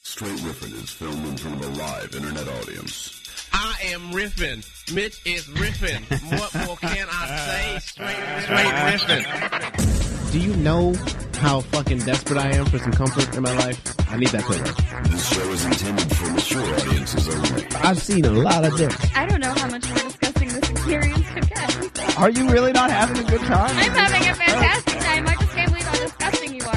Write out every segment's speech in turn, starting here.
Straight Riffin is filmed in front of a live internet audience. I am riffing. Mitch is riffing. What more can I say? Straight, straight riffing. Do you know how fucking desperate I am for some comfort in my life? I need that pillow. This show is intended for mature audiences only. I've seen a lot of dick. I don't know how much more disgusting this experience could get. Are you really not having a good I'm time? having a fantastic time. I just can't believe how disgusting you are.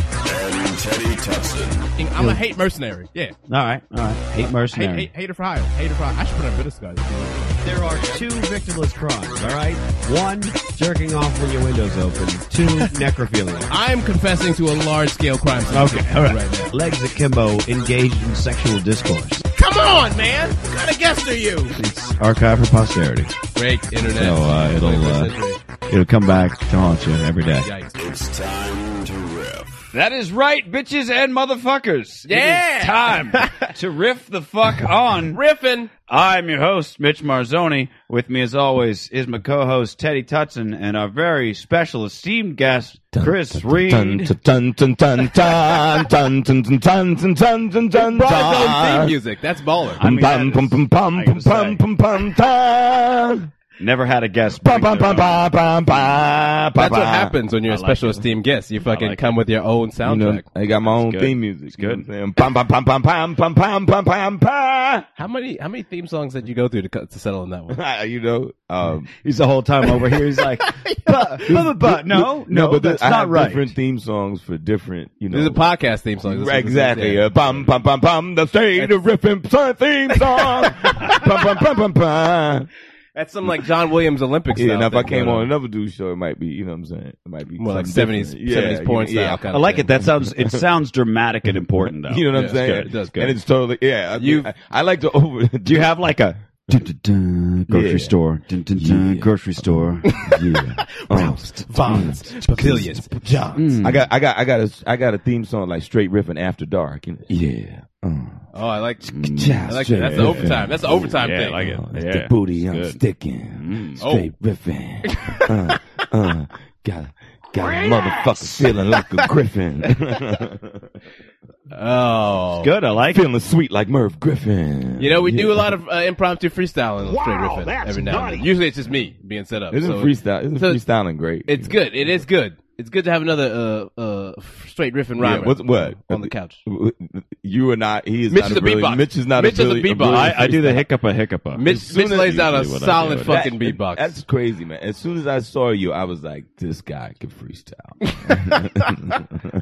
And Teddy Tutson. I'm a hate mercenary. Yeah. All right, all right. Hate Hate, mercenary. hate, hater for hire. Hater for hire. I should put up with this guy. There are two victimless crimes, all right? One, jerking off when your window's open. Two, necrophilia. I am confessing to a large scale crime. Okay, all right. Right now. Legs akimbo, engaged in sexual discourse. Come on, man. What kind of guest are you? It's archived for posterity, Great internet. so uh, it'll uh, it'll come back to haunt you every day. Yikes. It's time to riff. That is right, bitches and motherfuckers. It Yeah. is time to riff the fuck on. Riffing. I'm your host, Mitch Marzoni. With me, as always, is my co-host Teddy Tutson and our very special esteemed guest, Chris Reed. Brought his own theme music. That's baller. I mean, that is- I gotta say, Never had a guest. bring their own. That's what happens when you're a I like special it. esteemed guest. You fucking like come with your own soundtrack. I got my own good. theme music. It's good. You know what I'm saying? Pom, pom, pom, pom, pom, pom, pom, pom, pom, How many how many theme songs did you go through to, cut- to settle on that one? pom. Ah, You know, um, He's the whole time over here. He's like, but, but, Uh, but no, no, but that's I not have right. different theme songs for different, you know. There's a podcast theme song. That's what this is, Exactly. yeah. Uh, bum bum bum bum. The same the ripping son theme song. bum bum bum bum bum. That's some like John Williams Olympics. Yeah. style Now if I thing came going on another dude's show, it might be. You know what I'm saying? It might be more like something seventies different. Yeah, seventies porn yeah. style. Kind I of like thing. it. That sounds it sounds dramatic and important though. You Yeah, know what I'm it's saying? good. It does good. And it's totally yeah. I, mean, You've- I, I like to over. Do you have like a dun, dun, dun, grocery Yeah. store? Dun, dun, dun, Grocery store. yeah. Roust, Bonds, pavilions. Oh, I got I got I got a I got a theme song like straight riffing after dark. You know? Yeah. Oh, I like. I like that. That's the overtime. That's the overtime Yeah, I thing. like it. It's Yeah. Oh, the booty I'm Good. sticking. Oh. Straight riffing. uh, uh, got got a motherfucker feeling like a griffin. Oh, Good. I like it. feeling sweet like Merv Griffin. you know we do Yeah. a lot of uh, impromptu freestyling on Straight Riffin every now and then. Usually it's just me being set up. Isn't so freestyle? Isn't so- freestyling great? It's good. It is good. It's good to have another uh, uh, straight riffing Yeah, rhyme. what's- what? on the couch? You are not. He is Mitch not is a a really, beatbox. Mitch is not Mitch a is a really, beatbox. really I, I do the freestyler. hiccup a hiccup. As Mitch, soon Mitch as- lays down a usually what I solid do, fucking That- beatbox. That's crazy, man. As soon as I saw you, I was like, this guy can freestyle.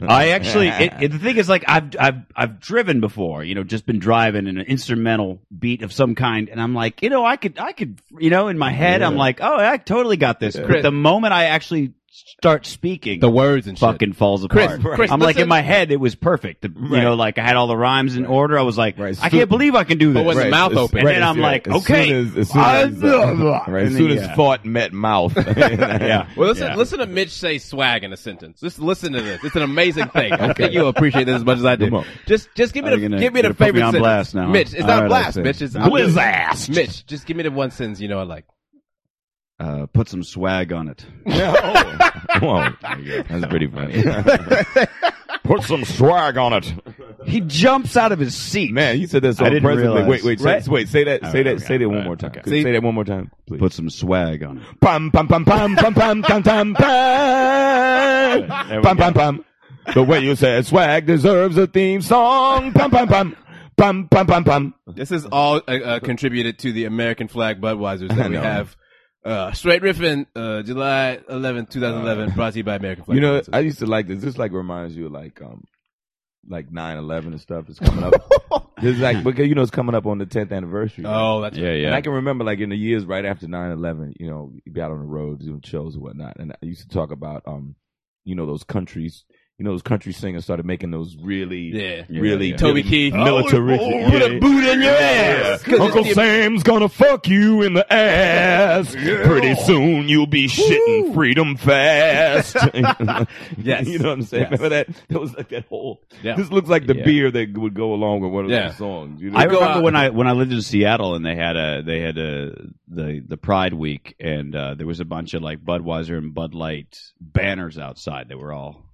I actually it, it, the thing is like I've I've I've driven before, you know, just been driving in an instrumental beat of some kind, and I'm like, you know, I could I could you know, in my head, I'm like, oh, I totally got this. But Chris. the moment I actually start speaking, the words and shit. fucking falls apart. Chris, Chris, I'm like listen. in my head, it was perfect. The- You know, like I had all the rhymes in order. I was like, Right. I can't believe I can do But this. when the Right. mouth It's- opens, And then as I'm soon- like, as okay. soon as, as soon as, uh, right, as And soon then, as yeah. fought met mouth. yeah. Well, listen, Yeah. listen to Mitch say swag in a sentence. Just listen to this. It's an amazing thing. I think you'll appreciate this as much as I Come do. on. Just, just give me Are the, you gonna- give me the you're gonna put favorite me on sentence. blast now, huh? Mitch, it's All not right, blast. I see. Mitch is Blizzass. Mitch, just give me the one sentence you know I like. Uh, put some swag on it. Whoa, that's pretty funny. Put some swag on it, He jumps out of his seat. man. You said that so I didn't impressively. realize. Wait, wait, say- Right. wait. Say that. Say right, that. okay, say that one right, more time. okay. Say that one more time, please. Put some swag on it. Pum pum pum pum pum pum pum pum pum we pum go. pum pum. The way you said swag deserves a theme song. Pum pum pum pum pum pum pum. This is all uh, uh, contributed to the American flag Budweisers that we know. have. Uh, Straight Riffin, uh, July 11, Uh, 2011, brought to you by American Flag. You know, Budweiser. I used to like this. This like reminds you of like um, like nine eleven and stuff is coming up. this is like because you know it's coming up on the tenth anniversary. oh, that's Yeah, And I yeah. can remember, like in the years right after 9-11, you know, you'd be out on the road doing shows and whatnot, and I used to talk about, um, you know, those countries, you know, those country singers started making those really, Yeah. really Toby really Oh. Keith. oh, militaristic. Put a boot in your ass. Yeah. Uncle it's the- Sam's gonna fuck you in the ass. Pretty soon you'll be shitting freedom fast. Yes. you know what I'm saying. Yes. Remember that? That was like that whole. Yeah. This looks like the Yeah. beer that would go along with one of Yeah. those songs. You know? I go remember out- when I when I lived in Seattle and they had a they had a the the Pride Week and uh, there was a bunch of like Budweiser and Bud Light banners outside that were all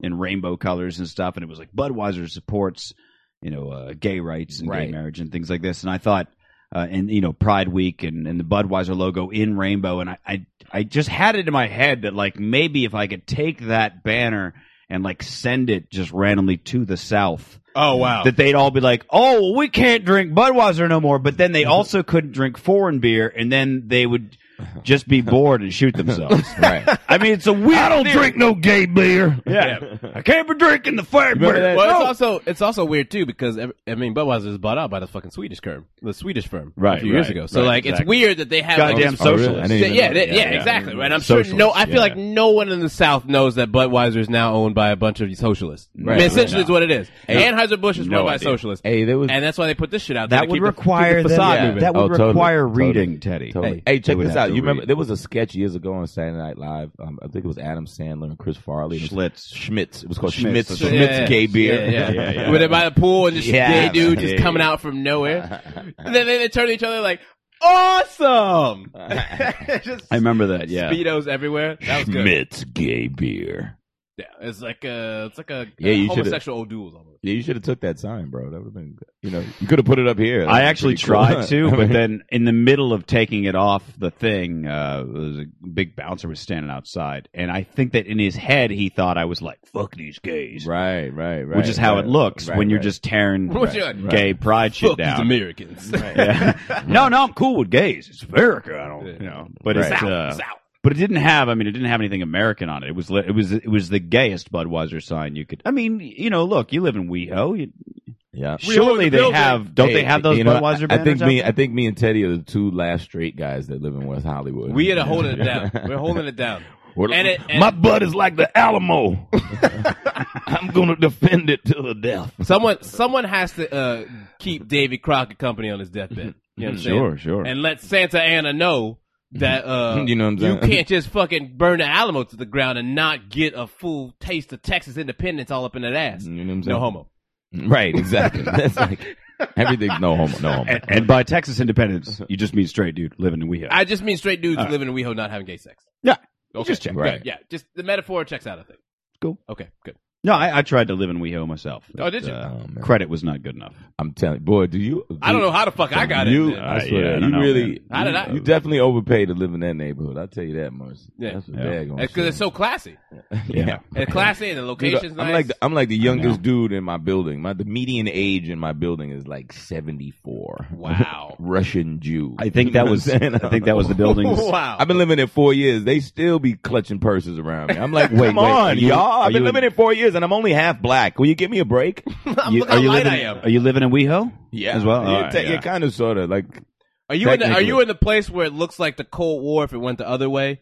in rainbow colors and stuff and it was like Budweiser supports you know uh, gay rights and Right. gay marriage and things like this and I thought uh, and you know Pride Week and, and the Budweiser logo in rainbow and I, I I just had it in my head that like maybe if I could take that banner and like send it just randomly to the South Oh wow. that they'd all be like, "Oh, well, we can't drink Budweiser no more." But then they also couldn't drink foreign beer, and then they would just be bored and shoot themselves. Right. I mean, it's a weird. I don't drink no gay beer. Yeah, I can't be drinking the fair Remember beer. that? Well, No. it's also it's also weird too because ev- I mean Budweiser is bought out by the fucking Swedish firm, the Swedish firm, Right, A few years right, ago, so right, like exactly. it's weird that they have like, goddamn this- Oh, really? socialist. I didn't even yeah, know they- that. yeah, exactly. Right. I'm sure. Socialist, No, I feel yeah. like no one in the South knows that Budweiser is now owned by a bunch of socialists. I mean, essentially, No. is what it is. Anheuser Busch is No run by idea. socialists, Hey, there was. and that's why they put this shit out. there That to would keep the- require keep the them- facade yeah. moving. that Oh, would totally, require totally. reading, Teddy. Totally. They Hey, check would this have out. to You remember read. there was a sketch years ago on Saturday Night Live. Um, I think it was Adam Sandler and Chris Farley. It was Schlitz? Schmitz. It was called Schmitz, that's Schmitz. Schmitz, right. gay beer. Yeah, yeah, Yeah, yeah. Where they're by the pool and just Yeah, gay dude yeah, just yeah. coming out from nowhere. and then, then they turn to each other like, awesome! just I remember that. Yeah, speedos everywhere. That was good. Schmitz gay beer. Yeah, it's like a, it's like a, Yeah, a you should've- homosexual duels almost. Yeah, you should have took that sign, bro. That would have been, you know, you could have put it up here. I actually tried to, but then then in the middle of taking it off the thing, uh, was a big bouncer was standing outside, and I think that in his head he thought I was like "fuck these gays," right, right, right, which is how right, it looks right, when you're right. uh, just tearing What you like? gay pride shit Fuck these down. Americans. Yeah. no, no, I'm cool with gays. It's America. I don't, Yeah. you know, but Right. it's, uh, but it didn't have. I mean, it didn't have anything American on it. It was li- it was it was the gayest Budweiser sign you could. I mean, you know, look, you live in WeHo. You, yeah. surely they building. have. Don't they Hey, have those you know, Budweiser? I, I think banners out me, there? I think me and Teddy are the two last straight guys that live in West Hollywood. We had a holding it down. We're holding it down. We're- And it- and- my butt is like the Alamo. I'm gonna defend it to the death. Someone, someone has to uh, keep Davy Crockett company on his deathbed. You know what Mm-hmm. I'm saying? Sure, sure. And let Santa Ana know that uh, You know what I'm saying? you can't just fucking burn the Alamo to the ground and not get a full taste of Texas independence all up in that ass. You Mm-hmm. know what I'm saying? No homo. Right, exactly. That's like everything's no homo, no homo. and, and by Texas independence, you just mean straight dude living in WeHo. I just mean straight dudes living in WeHo not having gay sex. Yeah. Okay. Just check. Good. Right. Yeah. Just the metaphor checks out. I think. Cool. Okay. Good. No, I, I tried to live in WeHo myself. Oh, did you? uh, Oh, man. credit was not good enough. I'm telling you, boy, do you? I don't know how the fuck I got you, it. I Uh, yeah, I swear, don't you know, really, man. How did I- you, you definitely overpaid to live in that neighborhood. I'll tell you that much. Yeah. That's what Yeah. they're gonna Because it's say. so classy. Yeah. And classy, and the Dude, location's nice. I'm like the, I'm like the I youngest dude in my building. My the median age in my building is like 74. wow. Russian Jew. I think that was. You know what I'm saying? I think that was the building's. wow. I've been living there four years. They still be clutching purses around me. I'm like, Wait, come wait, are on, you- y'all. are I've been you in- living there four years, and I'm only half black. Will you give me a break? I'm, You- look how light living, I am. Are you living in WeHo? Yeah, As well? You're, All right, yeah. you're kind of sort of like, Are you in the, are Technically. you in the place where it looks like the Cold War if it went the other way?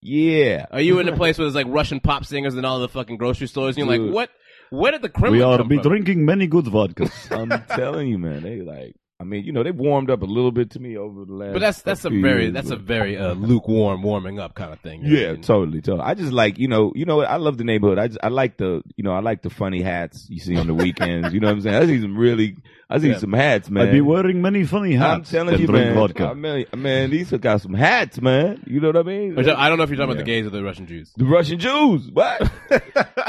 yeah. Are you in the place where there's like Russian pop singers in all the fucking grocery stores? And you're Dude. like, what? Where did the Kremlin come from? drinking many good vodkas. I'm telling you, man. They like, I mean, you know, they warmed up a little bit to me over the last. But that's that's a few very years, that's a but- very uh, lukewarm warming up kind of thing. you know Yeah, what I mean? totally, totally. I just like you know, you know what? I love the neighborhood. I just, I like the you know, I like the funny hats you see on the weekends. you know what I'm saying? I see some really, I see Yeah. some hats, man. wearing many funny I'm telling and you, drink man. vodka. I mean, man, these have got some hats, man. You know what I mean? uh, Or so- I don't know if you're talking about the gays or the Russian Jews. the Russian Jews, what?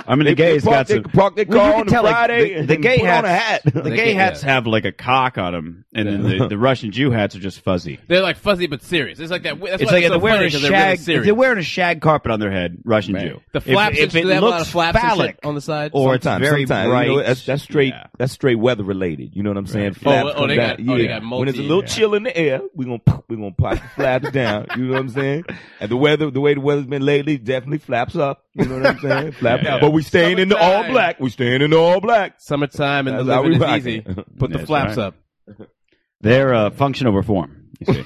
I mean, the They- gays they got park some. their- park their Well, car you can on a tell, like, Friday the, and the then gay put hats on a hat. The They gay get- hats yeah. have like a cock on them, and then the, the Russian Jew hats are just fuzzy. They're like fuzzy but serious. It's like that. That's It's why like it's if so they're wearing funny a 'cause they're really shag. if serious. they're wearing a shag carpet on their head, Russian Jew. the If- flaps. if, and- it do they have a lot looks of flaps and shit Oh. phallic, on the side. or it's sometimes, very sometimes. bright. You know, what? that's, that's straight. Yeah. That's straight weather related. You know what I'm saying? Flaps Oh, oh, come they got- down. oh, they Yeah. got multi- when it's a little yeah. chill in the air, we gonna we gonna pop the flaps down. You know what I'm saying? And the weather, the way the weather's been lately, definitely flaps up. You know what I'm saying? Flaps Yeah. up. But we staying in the all Summertime. black. We staying in the all black. Summertime and the That's how living we is rock easy. it. Put the That's flaps right. up. They're uh, function over form. You see.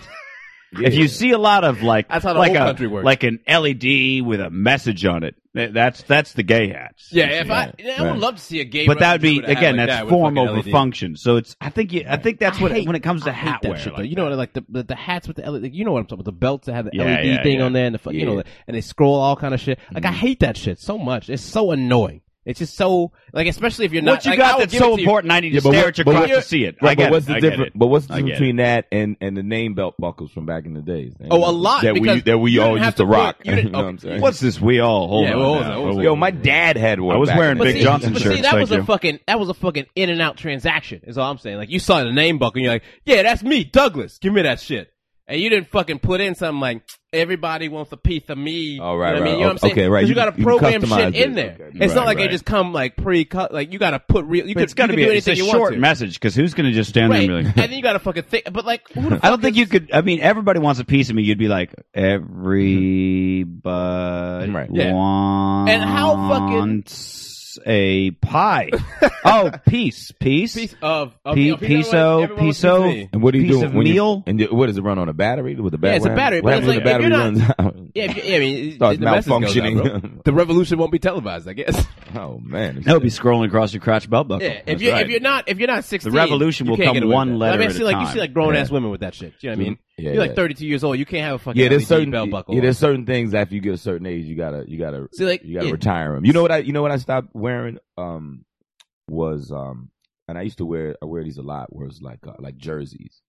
If you see a lot of like That's how the like whole a- country works. like an LED with a message on it, th- that's that's the gay hats. Yeah, if I, Right, I would right. love to see a gay. But that would be representative with a hat again like that's that with form fucking over E LED. function. So it's I think you, E I think that's what it, when it comes to I hate hat that wear. shit, like though. you know, like the, the the hats with the LED, like, you know what I'm talking about, the belts that have the Yeah, LED yeah, thing yeah. Mm-hmm. on there, and the fuck, you know, and they scroll all kind of shit. Like I hate that shit so much. It's so annoying. It's just so like, especially if you're not. what you like, I got will that's give it so to you. important? I need to Yeah, but stare what- at your but crotch what- to see it. Right, I get but what's it. the I get difference? it. But what's the I get difference between that and and the name belt buckles from back in the days? Oh, a lot that we because that we you all didn't have used to to put- rock. you didn't- know what I'm okay. saying? What's oh, this? We all hold Yeah, on. what was now. it? What was it? Yo, my dad had one. I was back in wearing the Big day. Johnson But but see, shirts. see, that thank was you. a fucking that was a fucking in and out transaction. Is all I'm saying. Like you saw the name book and you're like, yeah, that's me, Douglas. Give me that shit. And you didn't fucking put in something like everybody wants a piece of me. Oh, right, you know what I right. mean? You know what I'm saying? Okay, right. 'Cause You You- got to you program shit customize in it. there. Okay. It's not Right, like right. they just come like pre cut. Like you got to put real. You But could, it's got to you be could do it's anything a you short want to. message because who's going to just stand Right. there and and be like, then you got to fucking think. But like, who the I fuck don't think is- you could. I mean, everybody wants a piece of me. You'd be like, everybody Right. Yeah. wants And how fucking- a pie. oh, piece, piece, piece of, of P- you know, everyone piso, wants- everyone wants piso. to see. And what do you Piece do of when you- meal? and you- what does it run on a battery? With the Yeah, it's a battery, but it's What like, if happens when you're the battery runs out? Yeah, if you- yeah, I mean, it- Starts the message goes out, bro. malfunctioning. The revolution won't be televised, I guess. oh man, That would be scrolling across your crotch belt buckle. Yeah, if That's you right. if you're not if you're not sixteen, revolution you will can't come get away with one that. letter I mean, I at see a like time. you see like grown ass women with that shit. You know what I mean? Yeah, you're like yeah. 32 years old. You can't have a fucking yeah, there's LED certain belt buckle. Yeah, on. there's certain things after you get a certain age, you gotta you gotta See, like, you gotta yeah. retire them. You know what I you know what I stopped wearing um was um and I used to wear I wear these a lot was like uh, like jerseys,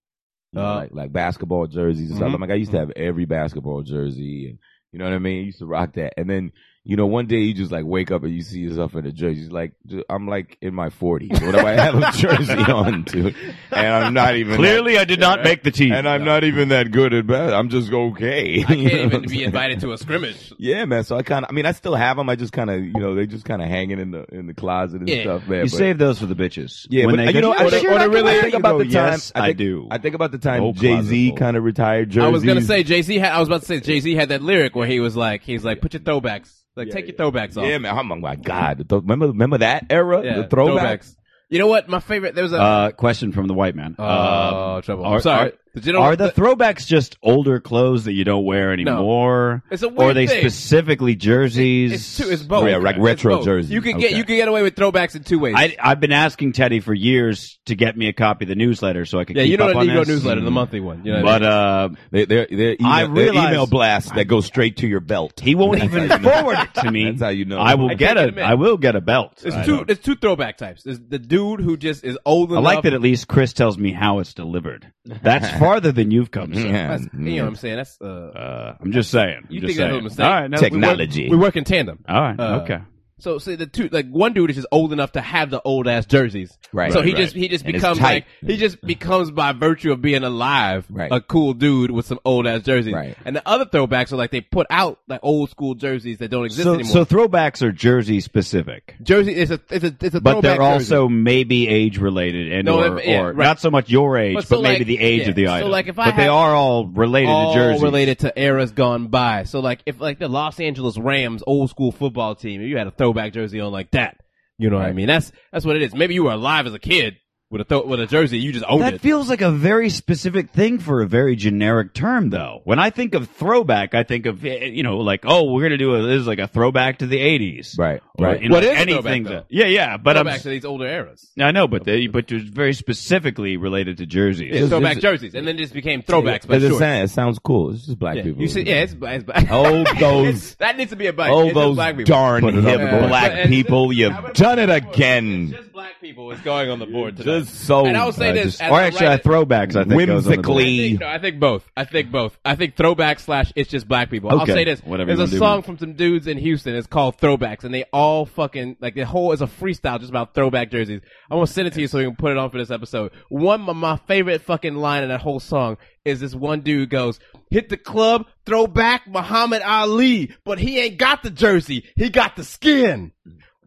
You Uh. know, Mm-hmm. like like basketball jerseys and stuff. Like I used to have every basketball jersey and you know what I mean. I used to rock that, and then. You know, one day you just like wake up and you see yourself in a jersey. It's like ju- I'm like in my 40s. What do I have a jersey on, dude? And I'm not even that- Clearly, I did not make the team. and I'm not even that good at bad. I'm just okay. I can't even be invited to a scrimmage. Yeah, man. So I kind of, I mean, I still have them. I just kind of, you know, they just kind of hanging in the in the closet and Yeah. stuff, man. You but, save those for the bitches. yeah, when but, they you go, know, "Yeah, I think, sure, or I I can really wear it." think You about go, the time. "Yes, I, I think, do. I think about the time Whole Jay closet Z full. kind of retired jerseys. I was gonna say Jay Z had. I was about to say Jay Z had that lyric where he was like, he's like, put your throwbacks, like take your throwbacks off. Yeah, man. Oh my God. The th- remember, remember that era? Yeah, the throwbacks. You know what? My favorite. There was a. Uh, question from the white man. oh, Uh, trouble. are- I'm sorry. are- Did you know Are the throwbacks just older clothes that you don't wear anymore? It's a weird or are they thing. specifically jerseys? It's two. It's both. Oh, yeah, like It's retro both. jerseys. You could get Okay. you could get away with throwbacks in two ways. I, I've been asking Teddy for years to get me a copy of the newsletter so I could yeah, keep you know up the on Negro this. Mm-hmm. newsletter, the monthly one. You know what I But uh, They, they're, they're email, I they're realize- email blasts that go straight to your belt. he won't even forward it to me. That's how you know. I will I get can't a. get him in. I will get a belt. It's I, two. don't- It's two throwback types. There's the dude who just is old I enough. like that at least Chris tells me how it's delivered. That's farther than you've come. Sir. Yeah. That's, you know what I'm saying? That's uh, Uh, I'm just saying. I'm Mm-hmm. You just think that saying. was a mistake? All right, no, Technology. we work in tandem. All right, Uh, okay. So see the two like one dude is just old enough to have the old ass jerseys. Right, So right, he right. just he just And it's becomes tight. like he just Mm-hmm. becomes by virtue of being alive Right. a cool dude with some old ass jerseys. Right. And the other throwbacks are like they put out like old school jerseys that don't exist So, anymore. so throwbacks are jersey specific, jersey is a it's a it's a but throwback they're jersey. also maybe age related, and No, or, if- yeah, or right. not so much your age, but, But so maybe like- the age of the yeah, so item. like if I but they have- are all related all to jerseys. related to eras gone by. So like if like the Los Angeles Rams old school football team, if you had a throwback jersey on like that, you know what I mean? That's that's what it is. Maybe you were alive as a kid with a throw with a jersey, you Oh, just owned That it. feels like a very specific thing for a very generic term, though. When I think of throwback, I think of eh, you know, like oh, we're gonna do a, this is like a throwback to the '80s, Right, Or, right. you know, What is a anything throwback, that- though? yeah, yeah. But I'm, throwback to these older eras. I know, but they, but it's very specifically related to jerseys. Yeah, Just- throwback just- jerseys, and then just became throwbacks. But Does it sure, sound- it sounds cool. It's just black yeah. people. you see, yeah, it's, it's black. Oh, those- It's- that needs to be a bike. Oh, it's just those black people. darn Put it hip on the board. black But- and- people. I You've would- done it It's again. just black people is going on the board today. Just so. And I will say uh, this, just- as or a actually, writer- I throwbacks. I think goes on the board. Whimsically- I think, no, I think both. I think both. I think throwback slash it's just black people. Okay. I'll say this. Whatever you There's wanna a do, song man. from some dudes in Houston. It's called Throwbacks, and they all fucking like the whole is a freestyle just about throwback jerseys. I'm gonna send it to you so we can put it on for this episode. One of my favorite fucking line in that whole song is this one dude goes, "Hit the club, throw back Muhammad Ali, but he ain't got the jersey. He got the skin."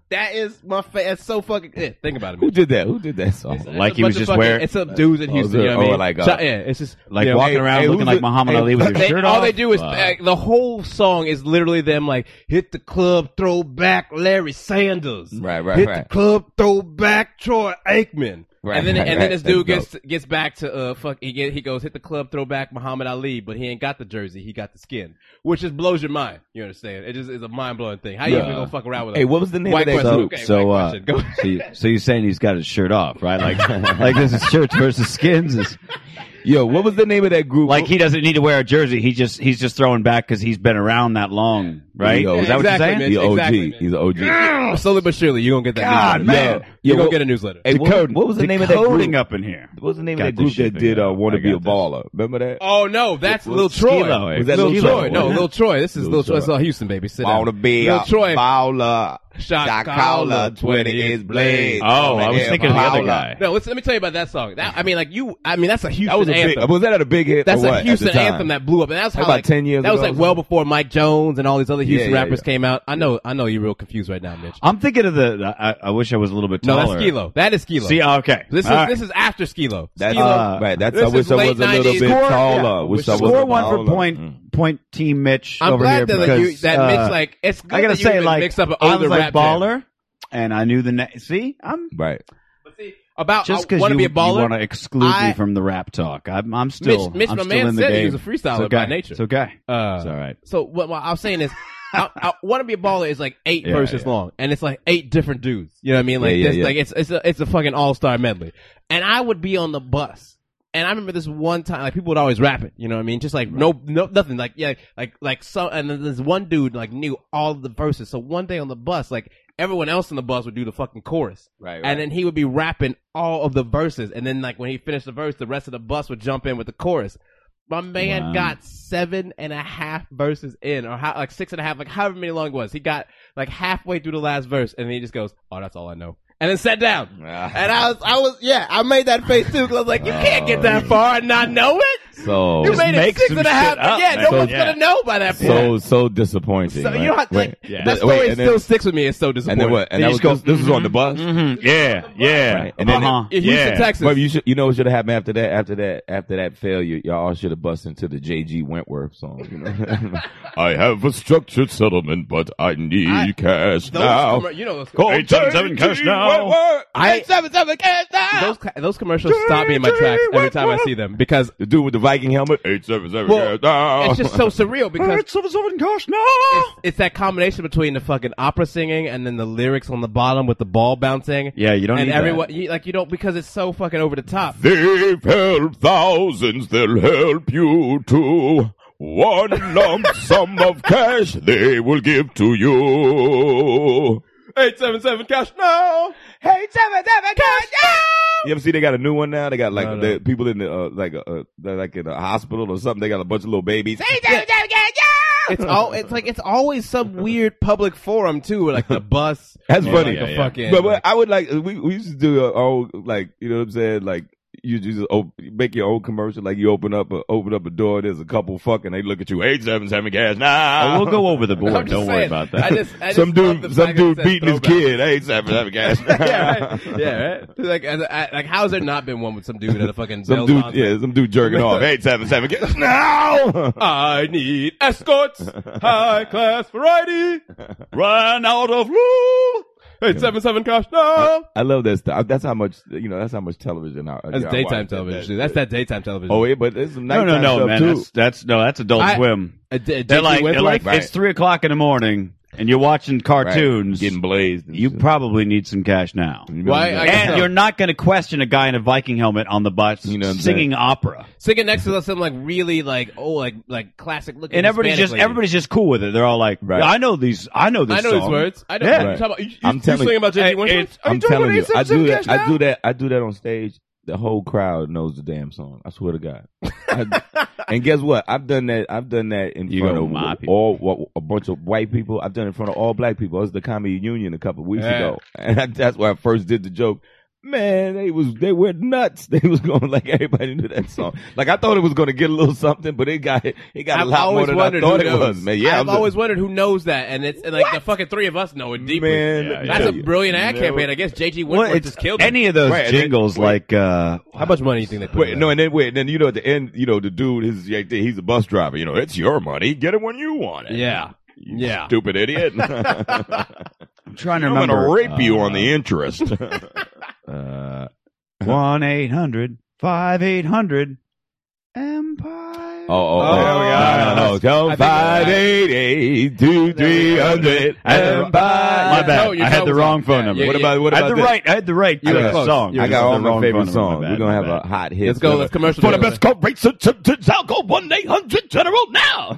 That is my fa- that's so fucking. eh, think about it. Who man. did that? Who did that song? It's a Like he bunch was of just fucking- wearing- It's some dudes in Oh, Houston. dude. you know what I Oh, mean? like, uh, So- yeah, it's just like you know, walking hey, around hey, looking who's like it- Muhammad hey, Ali with who's his they, shirt all off. they do is Wow. like, the whole song is literally them like hit the club, throw back Larry Sanders, Right, right, hit right. the club, throw back Troy Aikman, Right, and then right, and right. then this dude That's gets gets back to uh fuck he get, he goes hit the club throwback Muhammad Ali, but he ain't got the jersey, he got the skin, which just blows your mind. You understand? It just is a mind blowing thing. How you Yeah. even gonna fuck around with Hey, it? what was the name White of that? question. So, group? Okay, so, right uh, question. Go. so, you, so you're saying he's got his shirt off, right? Like, like this is shirts versus skins. Is, Yo, what was the name of that group? like he doesn't need to wear a jersey. He just he's just throwing back because he's been around that long, right? Yo, is that exactly, what you're saying? man. He's an OG. Exactly, man. He's an OG. Slowly but surely, you gonna get that. God, newsletter. man. you Yo, gonna what- get a newsletter. Hey, what, was- what was the name of that Decoding group? up in here. What was the name Got of that group this shit that did figured uh, out. "Want I to Be got a this. Baller"? Remember that? Oh no, that's Lil Lil Troy. Skee-Lo, eh? Was that Lil, Lil Troy? Troy? No, Yeah. Lil Troy. This is Lil Lil Troy. Troy. It's all Houston, baby. Sit Wanna down. be Lil a Troy. baller. Shot Shot caller, caller, 20 is blade. Oh, I was Yeah, thinking of the other Paula. guy. No, let's, let me tell you about that song. That I mean, like you. I mean, that's a Houston That was a anthem. big. Was that a big hit? That's or what a at Houston the time? anthem that blew up, and that was how About like, 10 years That was ago like or well something. before Mike Jones and all these other Houston yeah, rappers yeah. came out. I know, I know, you're real confused right now, Mitch. I'm thinking of the. the- I, I wish I was a little bit No, taller. that's Skilo. That is Skilo. See, oh, okay. this is All right. this is after Skilo. That's Skee-Lo- uh, right. That's this I wish is I late was a little 90s. bit Score- taller. yeah. Wish I Score was a Score one for taller. point Mm. point team Mitch I'm over glad here that because you, that uh, Mitch like it's good I gotta that you say even like mix up an I older was like rap jam. baller, and I knew the na- see I'm Right. about just I because want you, to be a baller. want to exclude I- me from the rap talk. I'm, I'm Mitch, still Mitch I'm my still in man the said game. he was a freestyler it's okay. by nature. It's okay. Uh, It's all right. So what, what I'm saying is, I, I want to be a baller is like eight Yeah, verses yeah. long, and it's like eight different dudes. You know what I mean? Like Yeah, yeah, this, yeah. like it's it's a it's a fucking all star medley. And I would be on the bus, and I remember this one time, like people would always rap it. You know what I mean? Just like no no nothing. Like yeah, like like so. And then this one dude like knew all the verses. So one day on the bus, like. Everyone else in the bus would do the fucking chorus. Right, right. And then he would be rapping all of the verses. And then like when he finished the verse, the rest of the bus would jump in with the chorus. My man Wow. got seven and a half verses in, or how, like six and a half, like however many long it was. He got like halfway through the last verse, and then he just goes, "Oh, that's all I know," and then sat down. And I was, I was, yeah, I made that face too, 'cause I was like, "You can't get that far and not know it." So You made it make six some and a shit half. up, yeah, man. no So- one's yeah. gonna know by that point. so so disappointing. So right? you have like Wait, that wait, story and still then- sticks with me. It's so disappointing. And then what? And that You was just go, this, this was mm-hmm. on the bus. Mhm. Yeah, yeah. Right. And then- uh-huh. in Houston, yeah. Texas, But you should, you know what should have happened after that? After that, after that failure, y'all should have busted into the J.G. Wentworth song. You know, I have a structured settlement, but I need I- cash those Oh, commer- you know, those, Call Eight seven seven J.G. cash now. Wentworth. I- Eight seven seven cash now. those, those commercials stop me in my tracks every time I see them because the dude with the Viking helmet. Eight seven seven Well, cash now. it's just so surreal. Because It's over seven gosh, no. it's, it's that combination between the fucking opera singing and then the lyrics on the bottom with the ball bouncing. Yeah, you don't and need that. everyone You, like you don't because it's so fucking over the top. They've helped thousands, they'll help you too. One lump sum of cash they will give to you. Eight seven seven cash now. Eight seven seven cash now. You ever see they got a new one now? They got like No, no. the people in the uh, like uh, uh, they're like in a hospital or something. They got a bunch of little babies. It's all. It's like it's always some weird public forum too, where, like the bus. That's or, funny. Like, the Yeah, yeah. fucking. But, but I would like we we used to do a old like you know what I'm saying like you just op- make your own commercial like you open up a, open up a door there's a couple fucking they look at you eight seven seven cash now Oh, we'll go over the I'm board. just Don't saying, worry about that. I just, I just some love the dude, some fact that it dude says beating his throwback. kid. Hey, seven, seven guys. yeah, right. Yeah, right. Like, I, I, like, how has there not been one with some dude in a fucking Some Bell's dude, Bonds- yeah, some dude jerking off. Eight seven seven guys. No. I need escorts, high class variety. Run out of room. Eight seven seven cash now. I love that stuff. That's how much you know. That's how much television. I, That's I daytime watch. television. dude. That's that daytime television. Oh, yeah, but it's some No, nighttime no, no, stuff man. too. That's, that's no, that's Adult I- Swim. A D- They're JT like, they're Wentworth? like it's three o'clock in the morning, and you're watching Right. cartoons. getting blazed. and You shit. probably need some cash now. You know Why? what I I'm saying? guess And so. you're not going to question a guy in a Viking helmet on the bus You know what I'm singing opera. sitting next to some like really like oh like like classic looking. And everybody's Hispanic just lady. everybody's just cool with it. They're all like, Right. "I know these. I know this. I know these song. words. I know. Yeah. You're Right. talking about, you, you, I'm you telling singing you. about JT Wentworth? Are I'm you talking telling about you, I do $87 that. cash now? I do that. I do that on stage. The whole crowd knows the damn song. I swear to God. I- and guess what? I've done that. I've done that in You front go of my people. all wa- a bunch of white people. I've done it in front of all black people. I was at the comedy union a couple of weeks Yeah. ago, and I, that's where I first did the joke. Man, they was they went nuts. They was going like everybody knew that song. Like I thought it was going to get a little something, but it got it got I've a lot more always than I wondered who thought it knows. was. Man, yeah, I've I'm- always wondered who knows that, and it's and like the fucking three of us know it deeply. Man, Yeah, That's yeah. a brilliant ad campaign. I guess JT Wentworth it's just killed it. any of those Right, and then- jingles. wait. like, uh, How much money do you think they put? Wait, in no, that? and then wait, and then you know at the end, you know the dude, his yeah, he's a bus driver. You know, it's your money, get it when you want it. yeah, You yeah. stupid idiot. I'm I'm trying to gonna uh, remember. rape you uh, on the interest. Uh, One eight hundred five eight hundred Empire. Oh, oh, Oh, yeah. No, no, no. I think- Five, eight, eight, two, three hundred. I had the- and five. My bad. No, your I had phone the was wrong on. phone Yeah, number. yeah, What yeah. about what I about had the this? right. I had the right You got- song. I Yours got was all the my wrong favorite phone number. My songs. bad, We're gonna my have bad. a hot hit. Let's go. Let's commercial. For the break. best call rates, call one eight hundred general now.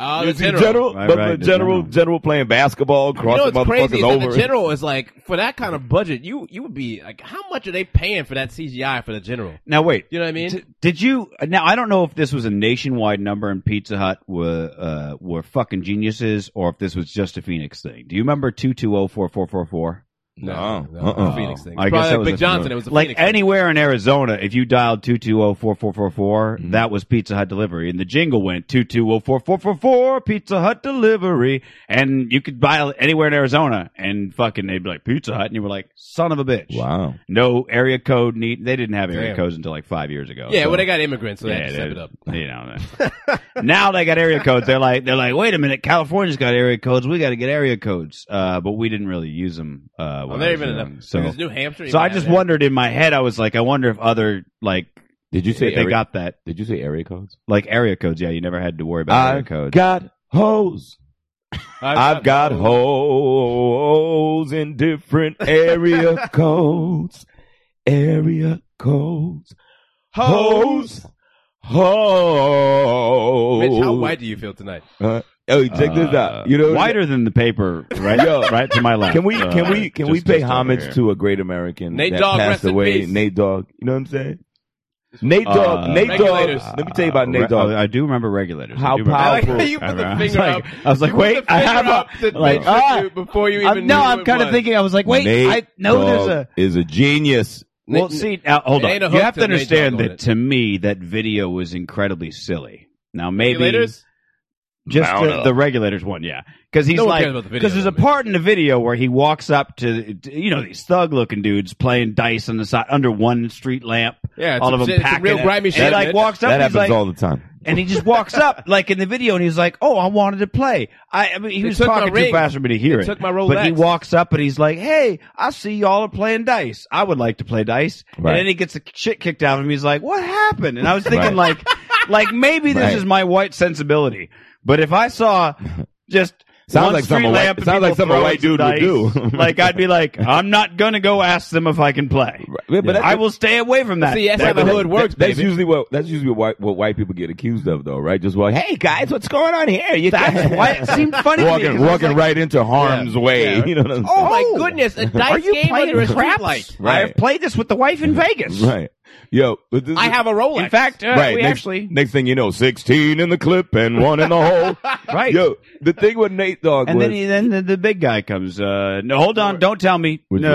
Oh, You the see general. general, Right, but right, the the general, general. general playing basketball, You know crossing what's motherfuckers crazy is that over. the general is like for that kind of budget, you you would be like, how much are they paying for that CGI for the general? Now wait. You know what I mean? D- Did you now? I don't know if this was a nationwide number and Pizza Hut were uh, were fucking geniuses, or if this was just a Phoenix thing. Do you remember two two zero four four four four? No. no, Uh-uh. Phoenix thing. Oh, I Probably guess like that was Big a- Johnson. It was a Like Phoenix thing. anywhere in Arizona, if you dialed two two zero four four four four, that was Pizza Hut delivery, and the jingle went two two zero four four four four Pizza Hut delivery, and you could dial it anywhere in Arizona, and fucking they'd be like Pizza Hut, and you were like, son of a bitch, Wow. no area code need. They didn't have area Damn. codes until like five years ago. Yeah, so- well, they got immigrants, so they had to step they- it up. You know, they- now they got area codes. They're like, they're like, wait a minute, California's got area codes. We got to get area codes. Uh, but we didn't really use them. Uh, Well, when they're I was even young. enough. So, Because New Hampshire. so even I had just that. wondered in my head. I was like, I wonder if other like Did you say if they area, got that Did you say area codes? like area codes. Yeah, you never had to worry about I area codes. Got hoes. I've got holes in different area codes. Area codes. Hoes. Hoes. Mitch, how white do you feel tonight? Uh, oh, check this Uh, out. You know, wider than the paper, right? Yo. right to my left. Can we Uh, can we can just- we pay just over here. homage to a great American Nate that Dogg, rest passed in away? peace. Nate Dogg. You know what I'm saying? Nate Dogg. Uh, Nate Dogg. regulators. Let me tell you about Nate Re- Dogg. Uh, Oh, I do remember regulators. I How do remember- powerful- I like how you put the I was finger like- up. I was like, You put wait, the I finger have up a to like. Mitch ah. you before you even. I'm, no, knew I'm it kind of was. thinking. I was like, wait, Nate I know there's Dogg a. is a genius. Well, see, now, hold It on. ain't a You hook have to to Nate understand Dogg on that it. to me, that video was incredibly silly. Now, maybe Regulators? just I don't the, know. the regulators one, yeah, because he's No one like, cares about the video, because there's a though, man. part in the video where he walks up to, to, you know, these thug-looking dudes playing dice on the side under one street lamp. Yeah, it's all a- of them it's a packing real it. grimy And he shit, like Mitch. walks up, That and he's like, happens all the time. and he just walks up like in the video and he's like, "Oh, I wanted to play." I, I mean, he They was took my talking too ring. fast for me to hear They it. took my But he Rolex. walks up and he's like, "Hey, I see y'all are playing dice. I would like to play dice." Right. And then he gets the shit kicked out of him. He's like, "What happened?" And I was thinking Right. like, like maybe this Right. is my white sensibility, but if I saw just Sounds one like street something a white- lamp and sounds people like something a throwing white dude some would dice, do. like I'd be like, I'm not gonna go ask them if I can play. Yeah, but that's- I will stay away from that. See, that's That- how the hood works, That's baby. usually what that's usually what white, what white people get accused of, though, right? Just like, hey guys, what's going on here? You That's why it seemed funny. to me, 'cause I walking was walking like, right into harm's way. You know what I'm Oh saying? my goodness! A dice game under a streetlight. Right. I have played this with the wife in Vegas. Right. Yo, but this I is- have a Rolex. In fact, uh, right. we next, actually next thing you know, sixteen in the clip and one in the hole. right. Yo, the thing with Nate Dogg and was then he, then the, the big guy comes. Uh, no, hold on, don't tell me. Which one?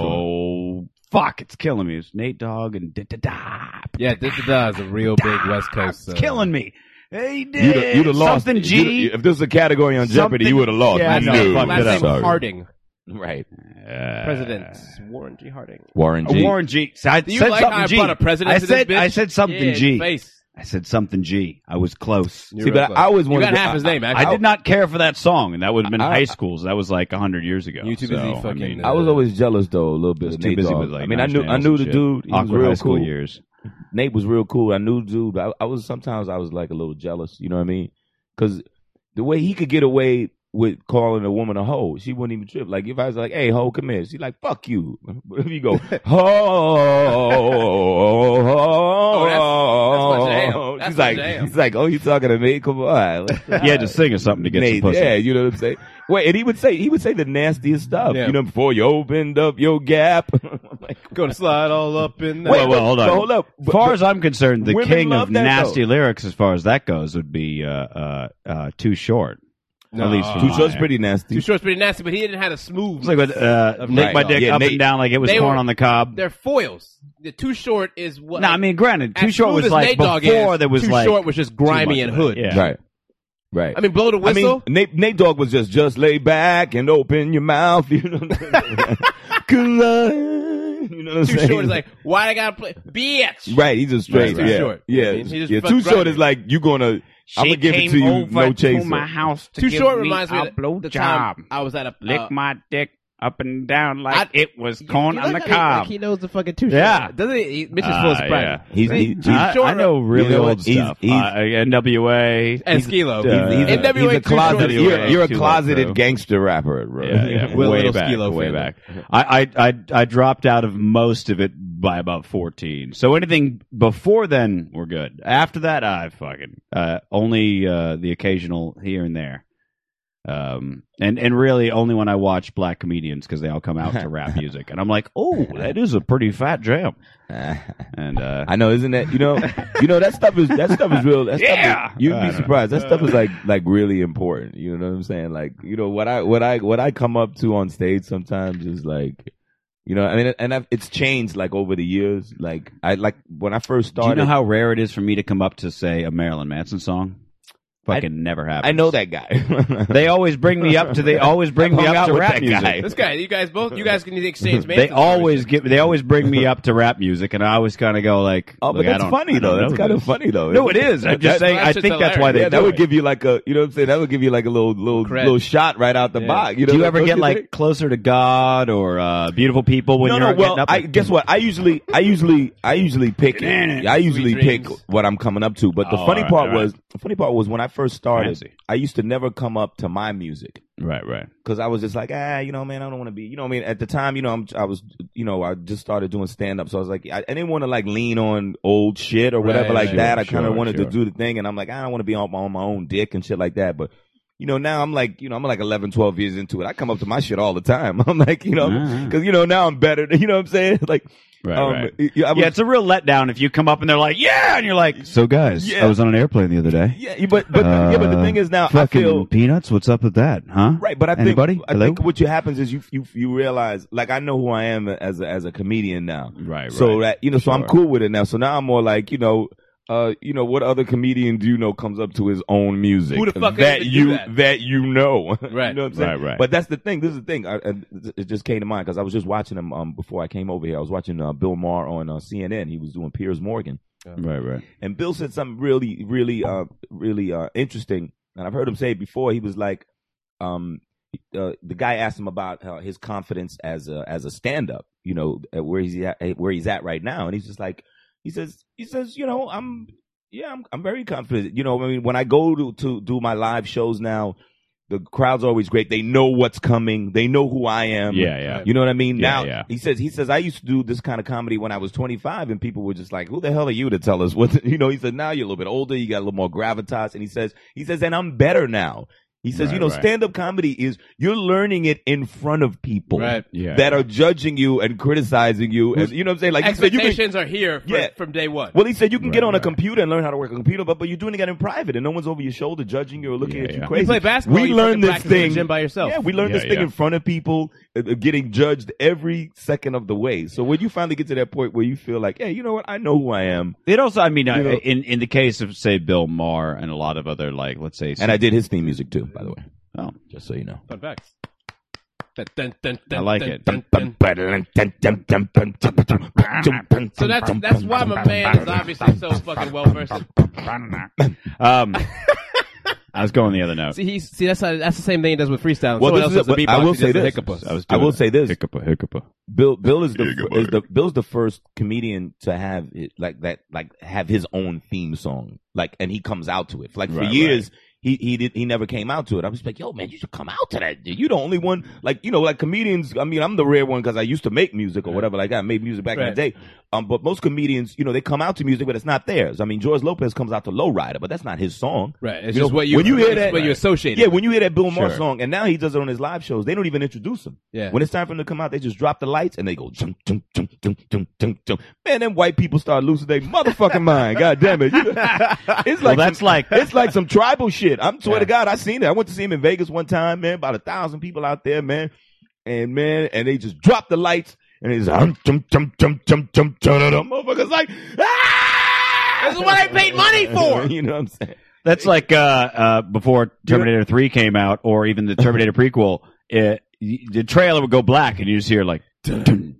no, fuck, it's killing me. It's Nate Dogg and da da da. yeah, this is a real big West Coast. uh, It's killing me. He did you'd have, you'd have lost. something. you'd- G. if this is a category on Jeopardy, Something- you would have lost. Yeah, I you know. knew. Fucked it Last name Sorry. Harding, Right. Uh, President Warren G. Harding. Warren Uh, G. Warren G. So I Do you said like something how I G. brought a president I to this said bitch? I said something Yeah, G. I Face. said something G. I was close. See, but I always You wanted got to- half his I- name. I Actually, did not care for that song, and that would have been I- high school. So that was like hundred years ago. YouTube is so, the I fucking- mean, I was always jealous though, a little bit. was of too Nate busy Dogg. with like. I mean, I Nine knew Inch I Nails knew and the shit. dude. He was Awkward high real school cool. years. Nate was real cool. I knew the dude. But I, I was sometimes I was like a little jealous. You know what I mean? Because the way he could get away with calling a woman a hoe, she wouldn't even trip. Like if I was like, "Hey, hoe, come here," she's like, "Fuck you." But if you go, "Hoe," Oh, that's- that's my jam. That's she's my like, jam. "He's like, oh, you talking to me? Come on." You had to sing or something to get Nate, some pussy. Yeah, you know what I'm saying. Wait, and he would say he would say the nastiest stuff. Yeah. You know, before you opened up your gap. like, gonna slide all up in. Well, well, hold on. but- but hold up. As But- far but- as I'm concerned, the Women king of love that, nasty lyrics, as far as that goes, would be uh, uh, uh, too short. No. At least for Too my- short's pretty nasty. Too short's pretty nasty, but he didn't have a smooth. It's like with uh, Of Nick my Nate. dick Yeah, up Nate- and down like it was They corn were- on the cob. They're foils. The too short is what. No, I mean granted, too as short smooth was as like Nate Dogg before is, there was too like short was just too much grimy and of that. hood. Yeah. Right. Right. I mean, blow the I whistle. mean, Nate, Nate Dogg was just just lay back and open your mouth. You know what I'm saying? Good luck. You know what I'm too saying? short is like why I gotta play bitch. Right, he's just straight. Right, yeah, too short. yeah. He just yeah. fucked Too short right. is like you gonna. I'm gonna give it to you. No chaser. house Too short reminds me of the time I was at a Lick uh, my dick up and down like I- it was corn You on the like how he- like cob. he knows the fucking two. Yeah. doesn't he? he Mitch is Ah, full of Sprite. yeah. He's, See, he's, too I, short I know really You know old what? He's- stuff. he's- uh, NWA. And Skilo. uh, he's, he's, a, NWA he's a too short. closet. You're, you're a NWA too. closeted gangster rapper, bro. Yeah, yeah. We're a way little back, Skee-Lo way fandom. back. I, I I I dropped out of most of it by about fourteen. So anything before then, we're good. After that, I fucking uh, only uh, the occasional here and there. Um and and really only when I watch black comedians because they all come out to rap music and I'm like oh that is a pretty fat jam Ah. and uh I know, isn't that you know, you know that stuff is that stuff is real. That Yeah. stuff is, you'd I be don't surprised. That stuff is like like really important. You know what I'm saying? Like you know what I what I what I come up to on stage sometimes is like, you know, I mean, and I've, it's changed like over the years. Like I like when I first do you started. know how rare it is for me to come up to say a Marilyn Manson song fucking never happens I know that guy. They always bring me up to. They always bring me up Hung out to with rap that guy. music. This guy, you guys both, you guys can exchange. They always give. They always bring me up to rap music, and I always kind of go like, oh, but look, I that's don't- funny I don't though. That's know kind of this. funny though. No, it is. I'm That's- just saying. that I shit's think that's why they Yeah, that do would it. give you like a, you know what I'm saying? That would give you like a little, little, Cred. little shot right out the Yeah. box. You know, Do you like, ever don't get like think? closer to God or uh, beautiful people when no, you're no. Well, getting up? I guess what I usually, I usually, I usually pick it. I usually Sweet pick dreams. what I'm coming up to. But the Oh, funny all right, part all right. was, the funny part was when I first started, Fancy. I used to never come up to my music right, right. because I was just like, ah, you know, man, I don't want to be, you know, what I mean, at the time, you know, I'm, I was, you know, I just started doing stand up, so I was like, I, I didn't want to like lean on old shit or whatever Right, like sure, that. I kind of sure, wanted sure. to do the thing, and I'm like, I don't want to be on, on my own dick and shit like that, but. You know, now I'm like, you know, I'm like 11, 12 years into it. I come up to my shit all the time. I'm like, you know, Ah. because, you know, now I'm better. You know what I'm saying? Like, Right, um, right. y- y- I was- yeah, it's a real letdown if you come up and they're like, "Yeah," and you're like, "So guys, Yeah. I was on an airplane the other day." yeah, you- but, but, yeah, but the Uh, thing is now I fucking feel, peanuts. What's up with that, huh? Right, but I think Anybody? I Hello? think what you happens is you you you realize like I know who I am as a, as a comedian now. Right, So right. that you know, so I'm Sure. cool with it now. So now I'm more like you know. Uh, you know what other comedian do you know comes up to his own music? Who the fuck that even do you that? you know? Right. you know what I'm saying? Right, right. But that's the thing. This is the thing. I, I, it just came to mind because I was just watching him um before I came over here. I was watching uh, Bill Maher on uh, CNN. He was doing Piers Morgan, Right, right. and Bill said something really, really, uh, really uh, interesting. And I've heard him say it before. He was like, um, uh, the guy asked him about uh, his confidence as a as a stand up. You know uh, where he's at, uh, where he's at right now, and he's just like, he says, he says, you know, I'm, yeah, I'm, I'm very confident. You know, I mean, when I go to to do my live shows now. The crowd's always great. They know what's coming. They know who I am. Yeah, yeah. You know what I mean? Yeah, now yeah. he says he says I used to do this kind of comedy when I was 25, and people were just like, "Who the hell are you to tell us what?" to-" You know, he said now you're a little bit older, you got a little more gravitas, and he says he says, and I'm better now. He says, Right, you know, right. stand up comedy is you're learning it in front of people Right. Yeah. that are judging you and criticizing you, and you know what I'm saying? Like he said, you can- expectations are here for, Yeah. from day one. well, he said you can get Right, on right. a computer and learn how to work a computer, but, but you're doing it in private, and no one's over your shoulder judging you or looking Yeah, at you yeah. crazy. You play basketball, We you fucking learned this practice in the thing gym by yourself. Yeah, we learned Yeah, this thing yeah. in front of people, uh, uh, getting judged every second of the way. So when you finally get to that point where you feel like, hey, you know what? I know who I am, It also, I mean, I know- in in the case of say Bill Maher and a lot of other like, let's say, and I did his theme music too, by the way, oh, just so you know. Fun facts. Dun, dun, dun, I dun, like dun, it. dun, dun. So that's that's why my man is obviously so fucking well versed. um, I was going the other note. See, he's see that's how, that's the same thing he does with freestyle. Well, Someone this else is does a- the beatbox. I will he does say this. the hiccupus. I was. I Doing will it. say this. Hiccupah, hiccupah. Bill Bill is the is the Bill's the first comedian to have it, like that like have his own theme song like and he comes out to it like for Right, years he he did he never came out to it I was like yo man you should come out to that dude. you the only one like you know like comedians I mean I'm the rare one because I used to make music or whatever like that. I made music back in Right. the day um but most comedians you know they come out to music but it's not theirs I mean George Lopez comes out to Lowrider but that's not his song Right. It's You know, just what you when you hear it's that what you associate. yeah, it with. when you hear that Bill Maher Sure. song, and now he does it on his live shows, they don't even introduce him. Yeah. When it's time for him to come out, they just drop the lights and they go, dum, dum, dum, dum, dum, dum, dum. man, them white people start losing their motherfucking mind. God damn it. You- it's Well, like, that's some, like- it's like some tribal shit. I'm swear to God, I seen it. I went to see him in Vegas one time, man, about a thousand people out there, man. And man, and they just drop the lights and it's um, dum, dum, dum, dum, dum, dum, dum, dum. Motherfuckers like, ah! This is what I paid money for. you know what I'm saying? That's like uh, uh, before Terminator Three came out, or even the Terminator prequel. It, the trailer would go black, and you just hear like, dun, dun,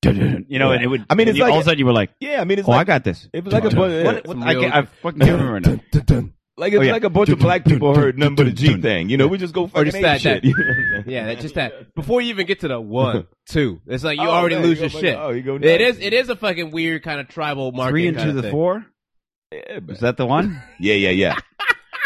dun, you know, and it would. I mean, and it's you- like- all of a sudden you were like, Yeah, I mean, it's "Oh, I like, got this." it was like a, What- yeah. what- I, can't, I fucking can't remember. now. Like it's Oh, yeah. like a bunch of black people heard nothing but a G thing. You know, we just go Or fucking just ape that- shit. that- Yeah, that's just that. Before you even get to the one, two, it's like you Oh, already no, lose you your go- shit. oh, you go it is. nuts. It is a fucking weird kind of tribal market. Three kind into of the thing. four? Yeah, man. Is that the one? yeah, yeah, yeah.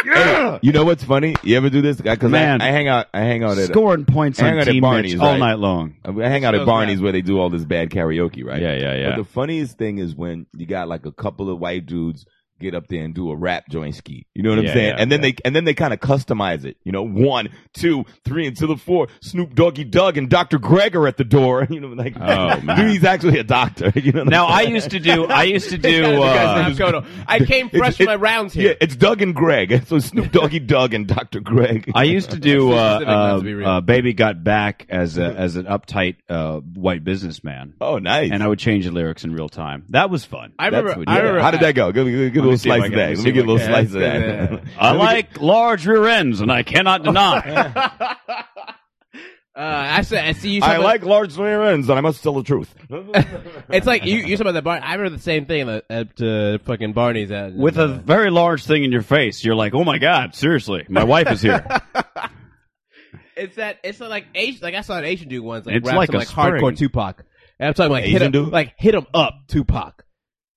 Hey, you know what's funny? You ever do this? Because I, Man. I hang out, I hang out at, Scoring points Hang on on to teammates Barney's, all right? night long. I hang out Shows at Barney's where they do all this bad karaoke, right? Yeah, yeah, yeah. But the funniest thing is when you got like a couple of white dudes get up there and do a rap joint ski. You know what Yeah, I'm saying? yeah, and then yeah. they and then they kind of customize it. You know, one, two, three, and to the four. Snoop Doggy Doug and Dr. Greg are at the door. You know, like Oh, man. dude, he's actually a doctor. You know. what I'm Now I saying? used to do. I used to do. Guys, Uh, I'm going on. I came fresh it- from my rounds here. Yeah, it's Doug and Greg. So Snoop Doggy Doug and Dr. Greg. I used to do. That's specific, not Uh, to be uh, real. uh, Baby got back as a, as an uptight uh, white businessman, oh, nice. and I would change the lyrics in real time. That was fun. I That's remember- what- I yeah. remember- How did that go? Give me, give Let me a me little see if I slice of can- let me that. Let see me get a if I little can- slice of that. I like large rear ends, and I cannot deny. Uh, I said, I see you. I talking- like large square ends, and I must tell the truth. It's like you. You talking about that bar? I remember the same thing at, at uh, fucking Barney's. At, uh, With a very large thing in your face, you're like, "Oh my god, seriously, my wife is here." It's that. It's like Asian. Like I saw an Asian dude once. Like, It's rap like some, a like hardcore spring. Tupac. And I'm talking like hit Asian him, dude? like hit him up, Tupac.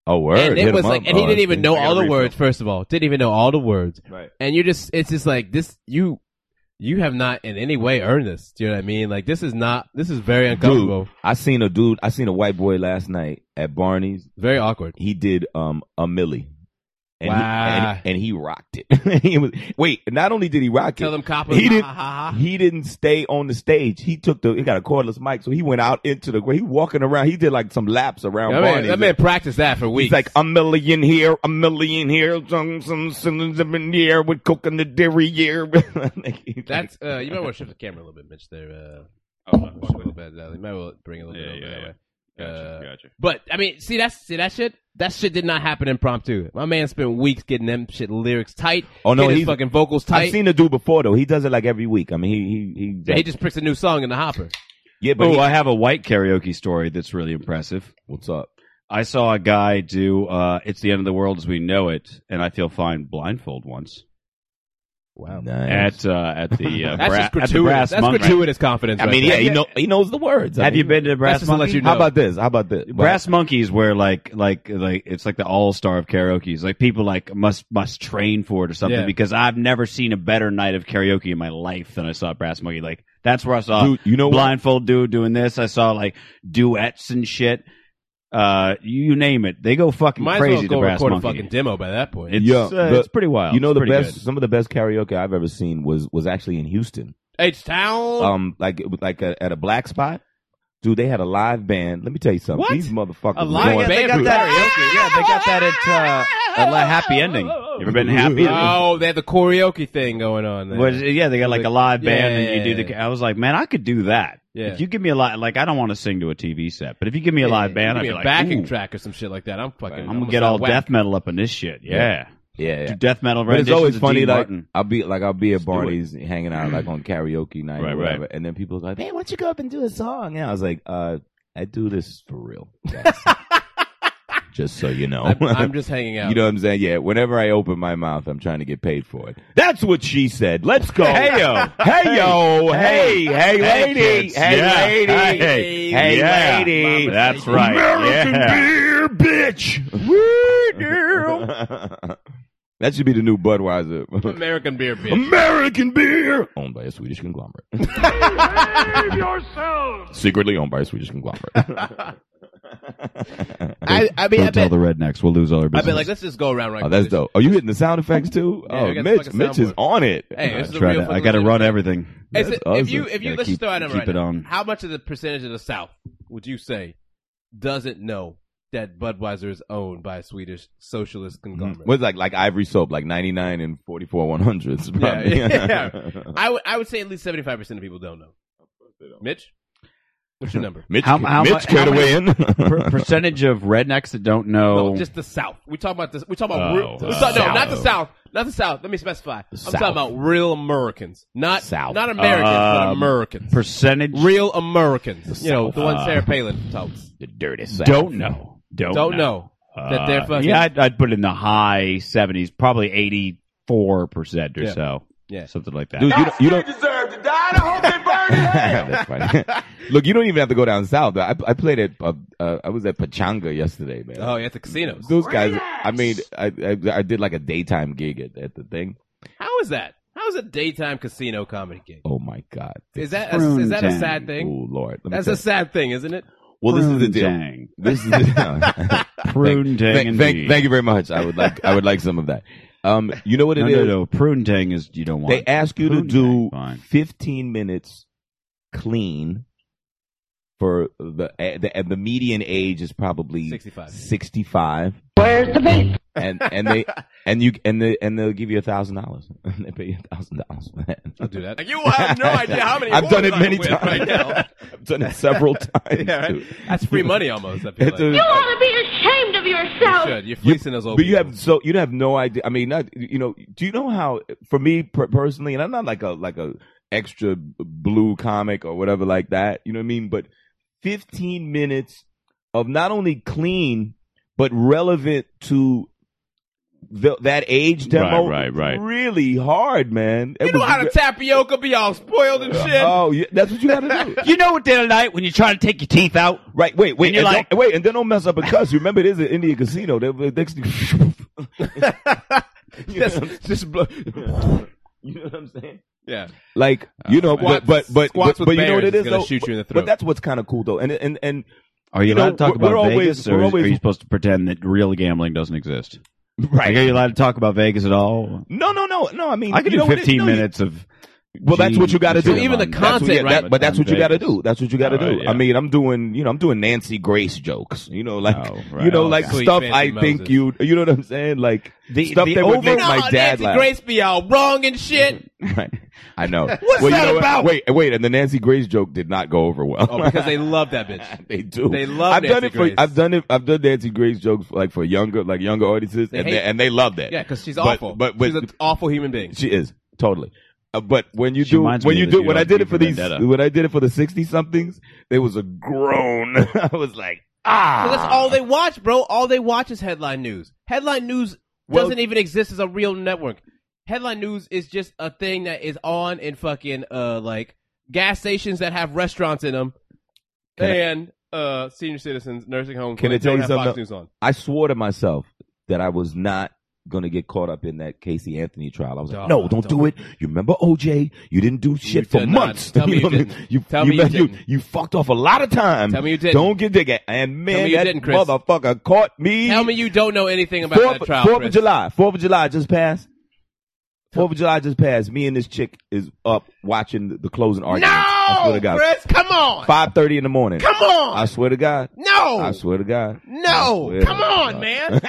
Oh, word. And it Hit 'em was up. like, and he Oh, didn't even I know got all the refill. words. First of all, didn't even know all the words. Right. And you just, it's just like this. You, you have not in any way earned this. Do you know what I mean? Like this is not. This is very uncomfortable. Dude, I seen a dude. I seen a white boy last night at Barney's. Very awkward. He did um a millie. And Wow. He, and, and he rocked it. he was, wait, not only did he rock Tell it, them cop he him. didn't. Ha, ha, ha. He didn't stay on the stage. He took the. He got a cordless mic, so he went out into the. He walking around. He did like some laps around. That man, Barney's. that man practiced that for weeks. He's like a million here, a million here, some some some some here with coconut dairy here. Like, he's That's uh, you might want to shift the camera a little bit, Mitch. There, uh, shift a little bit. Uh, you might want to bring it a little Yeah, bit. yeah, over that yeah. way. Uh, But I mean, see that's see that shit. That shit did not happen impromptu. My man spent weeks getting them shit lyrics tight. Oh, no, get his he's- fucking vocals tight. I've seen the dude before though. He does it like every week. I mean, he he he. he just picks a new song in the hopper. yeah, but Oh, he- I have a white karaoke story that's really impressive. what's up? I saw a guy do uh, "It's the End of the World as We Know It" and I Feel Fine blindfold once Oh, Wow, Nice. at uh, at the uh, that's bra- just at the gratuitous. Brass That's Monkey. gratuitous confidence. I right mean, there. yeah, he know he knows the words. I Have mean, you been to Brass just to let Monkey? you How know. about this? How about this? Brass Monkeys where like like like it's like the all star of karaoke. It's like people like must must train for it or something Yeah. because I've never seen a better night of karaoke in my life than I saw at Brass Monkey. Like that's where I saw Dude, you know what? blindfold dude doing this. I saw like duets and shit. Uh, you name it, they go fucking might crazy. as well go to Brass record Monkey. a fucking demo by that point. It's, Yeah, uh, the- it's pretty wild. You know It's the pretty best. good. Some of the best karaoke I've ever seen was was actually in Houston. H Town. Um, like it was like a, at a black spot. Dude, they had a live band. Let me tell you something. What? These motherfuckers A were live going- band? They got that karaoke. Yeah, they got that at uh, at La Happy Ending. You ever been to Happy Ending? oh, they had the karaoke thing going on. There. Was, yeah, they got like a live Yeah, band, yeah, and you do the. yeah. I was like, man, I could do that. Yeah. If you give me a live, like, I don't want to sing to a TV set, but if you give me a Yeah, live yeah, band, give I'd be me a like, backing ooh, track or some shit like that. I'm fucking. I'm gonna get all death metal up in this shit. Yeah, Yeah, yeah. do death metal. But it's renditions always of funny. Dean Like Martin. I'll be like I'll be at do it. Barney's hanging out like on karaoke night, Right, right. or whatever, and then people are like, "Hey, why don't you go up and do a song?" And I was like, "Uh, I do this for real, guys. just so you know." I'm, I'm just hanging out. You know what I'm saying? Yeah. Whenever I open my mouth, I'm trying to get paid for it. That's what she said. Let's go. hey yo, hey yo, hey, hey, Hey, lady, kids. hey Yeah. lady, Hey. hey Yeah. lady. That's right. American Yeah. beer, bitch. Woo, girl. that should be the new Budweiser. American beer, bitch. American beer, owned by a Swedish conglomerate. Save yourself. Secretly owned by a Swedish conglomerate. I, I mean, I Don't tell bet, the rednecks. We'll lose all our I business. bet, like, let's just go around right. Oh, that's through dope. Are you hitting the sound effects too? Yeah, we oh, got the Mitch, fucking Mitch is soundboard. on it. this. Hey, this is a Try real to- I fucking got to legit. run everything. Is That's it, If you, awesome. if you Gotta let's keep- just throw out number keep right it now. on. How much of the percentage of the South would you say doesn't know that Budweiser is owned by a Swedish socialist conglomerate? What's like like Ivory soap, like ninety nine and forty four one hundreds. Yeah, probably. yeah. I would I would say at least seventy five percent of people don't know. Mitch, what's your number? Mitch, How- how Mitch mu- care how to many- weigh in. Per- percentage of rednecks that don't know. No, just the South. We talking about this. We talking about Oh, real, the we talk- no, South. not the South, not the South. Let me specify. I'm South. talking about real Americans, not South. not Americans, but Um, Americans. percentage real Americans. You know the one South. Sarah Palin talks. the dirty South. don't know. Don't, Don't know that they're Uh, fucking. Yeah, I'd, I'd put it in the high seventies, probably 84 four percent or Yeah. so. Yeah. something like that. Dude, you, don't- you don't deserve to die. I hope they burn in hell. That's funny. Look, you don't even have to go down south. I, I played at uh, uh, I was at Pachanga yesterday, man. Oh, yeah, at the casinos. Those guys. I mean, I, I I did like a daytime gig at, at the thing. How is that? How is a daytime casino comedy gig? Oh my god. Is that a, is that a Prune sad thing? Oh lord. Let me That's tell a sad thing, isn't it? you. well. This is the Prune deal. tang. This is the deal. Prune tang. thank, indeed. thank, thank you very much. I would like I would like some of that. Um, you know what it No, is. no, no. Prune tang is you don't want. They ask you to Prune do tang, fine. 15 minutes clean for the eh, the, eh, the median age is probably 65. 65. Where's the beef? And and they and you and they and they'll give you a thousand dollars. They pay you a thousand dollars for that. I'll do that. You have no idea how many. I've done it awards many I'm with times. Right now. I've done it several times. Yeah, right? dude. That's free money almost. I feel It's like. a- You ought to be ashamed of yourself. should. You're fleecing those old But you people. have so you have no idea. I mean, not you know. Do you know how? For me per- personally, and I'm not like a like a extra blue comic or whatever like that. You know what I mean? But 15 minutes of not only clean but relevant to the, that age demo. right, right. Really hard, man. It You know was- how to tapioca be all spoiled and shit. Oh, yeah, that's what you got to do. You know what? The other night when you're trying to take your teeth out, Right, wait, wait, And you're and like- don't, wait, and then don't mess up a cuss. Remember, it is an Indian casino. They, they, they, Just- just blow- you know what I'm saying? yeah. Like you know, Squats- but but but squats but, with but you know what bears it is is gonna though. shoot you in the But- throat. But that's what's kind of cool though, and and and are you, You allowed know, to talk we're- about we're Vegas, always- or we're is- are always- you supposed to pretend that real gambling doesn't exist? right. Like, are you allowed to talk about Vegas at all? No, no, no, no. I mean, I could do you know what it- 15 no, you- minutes of. Well, that's what you got to do. Even the That's what- content, yeah, right? that- but that's what you got to do. That's what you got to All right, do. yeah. I mean, I'm doing, you know, I'm doing Nancy Grace jokes. You know, like, Oh, right. you know, Oh, like okay. stuff Sweet I Fancy think Moses. you, you know what I'm saying? Like The- stuff the that would over- make No, my dad Nancy laugh. Grace be all wrong and shit. Right. I know. What's well, that you know what? about? Wait, wait, and the Nancy Grace joke did not go over well. Oh, because they love that bitch. They do. They love I've done Nancy it for. Grace. I've done it. I've done Nancy Grace jokes for, like for younger, like younger audiences, and hate they, it. and they love that. Yeah, because she's But- awful. But but she's an awful human being. she is totally. Uh, but when you She do, reminds when me you of do, the when I dude on did it for V these, for Vendetta. when I did it for the sixty somethings, there was a groan. I was like, ah. So that's all they watch, bro. All they watch is headline news. Headline news Well- doesn't even exist as a real network. Headline news is just a thing that is on in fucking uh like gas stations that have restaurants in them, and uh senior citizens, nursing homes. Can where I they tell don't you have something Fox though? News on. I swore to myself that I was not going to get caught up in that Casey Anthony trial. I was Duh, like, no, don't, do it. You remember OJ? You didn't do shit for did not. months. Tell me you know what I mean? didn't. You, Tell you, me you let- you, didn't. you fucked off a lot of time. Tell me you didn't. Don't get digging. And man, me you that didn't, Chris. motherfucker caught me. Tell me you don't know anything about Fourth, that trial, Fourth of Chris. July. Fourth of July just passed. Fourth of July just passed. Me and this chick is up watching the, the closing argument. I swear to No, God. Chris, come on, Five thirty in the morning. come on, I swear to God. no, I swear to God. I no, swear come to on, God. man.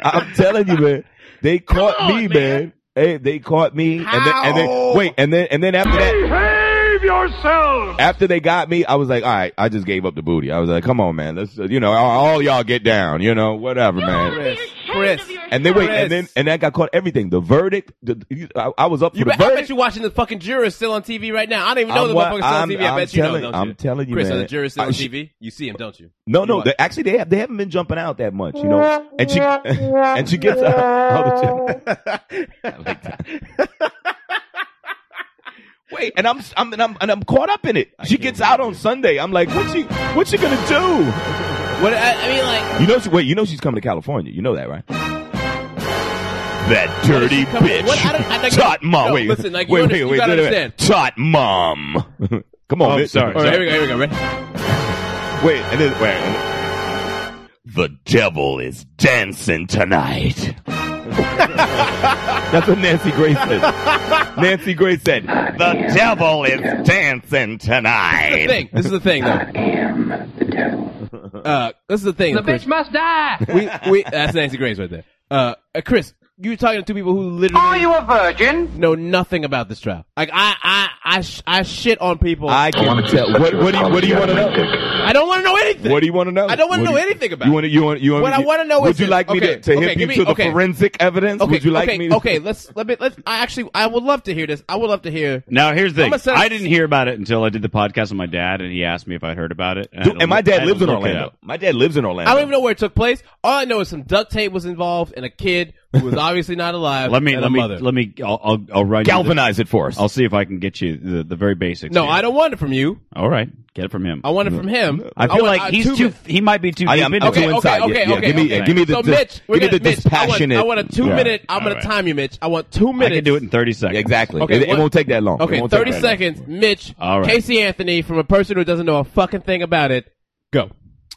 I'm telling you, man. They caught on, me, man. man. Hey, they caught me, and then, and How? then wait, and then and then after that, behave yourself. After they got me, I was like, all right, I just gave up the booty. I was like, come on, man, let's uh, you know, all, all y'all get down, you know, whatever, man. Chris, Ashamed Chris, of yourself. And then wait, Chris. and then and that got caught everything. The verdict. The, you- I, I was up for You the bet, I bet verdict. you're watching the fucking jurors still on TV right now. I don't even know I'm the wa- motherfucker's still on I'm- TV. I I'm bet you telling- know, don't I'm you? telling you, Chris, are man. the jurors still I on sh- TV? You see him, don't you? no, You no. are- they- actually, they have they haven't been jumping out that much, you know. And she and she gets oh, out. I like that. Wait, and I'm I'm and I'm and I'm caught up in it. she gets out on Sunday. I'm like, what she what she gonna do? What I, I mean, like, You know, she, wait, you know she's coming to California. You know that, right? That dirty Come on, what- I don't- I think- Tot mom. No, wait, listen, like, you wait, under- wait, you wait, gotta wait, wait. Tot mom. Come on, Oh, man. sorry, all right, here we go, here we go. Ready? Wait, and then wait. and then- The devil is dancing tonight. That's what Nancy Grace said. Nancy Grace said, "The devil is dancing This is the tonight." thing. This is the thing, though. I am the devil. Uh, this is the thing. The bitch must die. We, we, that's Nancy Grace right there. Uh, uh, Chris, you're talking to two people who literally are you a virgin? Know nothing about this trial. Like I, I, I, sh- I shit on people. I can tell. What, what do you What do you want to know? I don't want to know anything. What do you want to know? I don't wanna What do know you- anything about You it. want to? You want? You want? What I wanna know Would is you this- like me okay, to, to okay, hit give you me- to the okay. forensic evidence? Okay, would you like okay, me? to- okay, let's let me let's I actually I would love to hear this. I would love to hear Now here's the I'm gonna thing. set- I didn't hear about it until I did the podcast with my dad, and he asked me if I'd heard about it. Dude, and my dad lives in in Orlando. My dad lives in Orlando. I don't even know where it took place. All I know is some duct tape was involved and a kid who was obviously not alive. Let me and let a me mother. let me. I'll I'll, I'll run you the- Galvanize it for us. I'll see if I can get you the, the very basics. no, here. I don't want it from you. All right, get it from him. Mm. I want it from him. I feel want- like uh, he's two too. min- He might be too. I deep am- into I'm too it. Okay, inside. okay, Yeah, okay, yeah, okay. give me- okay. yeah, give me the so dis- Mitch, we're give me gonna, the Mitch, I want- dispassionate- I want, a two Yeah. minute. I'm gonna Alright. time you, Mitch. I want two I minutes. can do it in thirty seconds. Exactly. Okay, it, it what- won't take that long. It Okay, won't take 30 that long. seconds. Mitch, All right. Casey Anthony, from a person who doesn't know a fucking thing about it, go.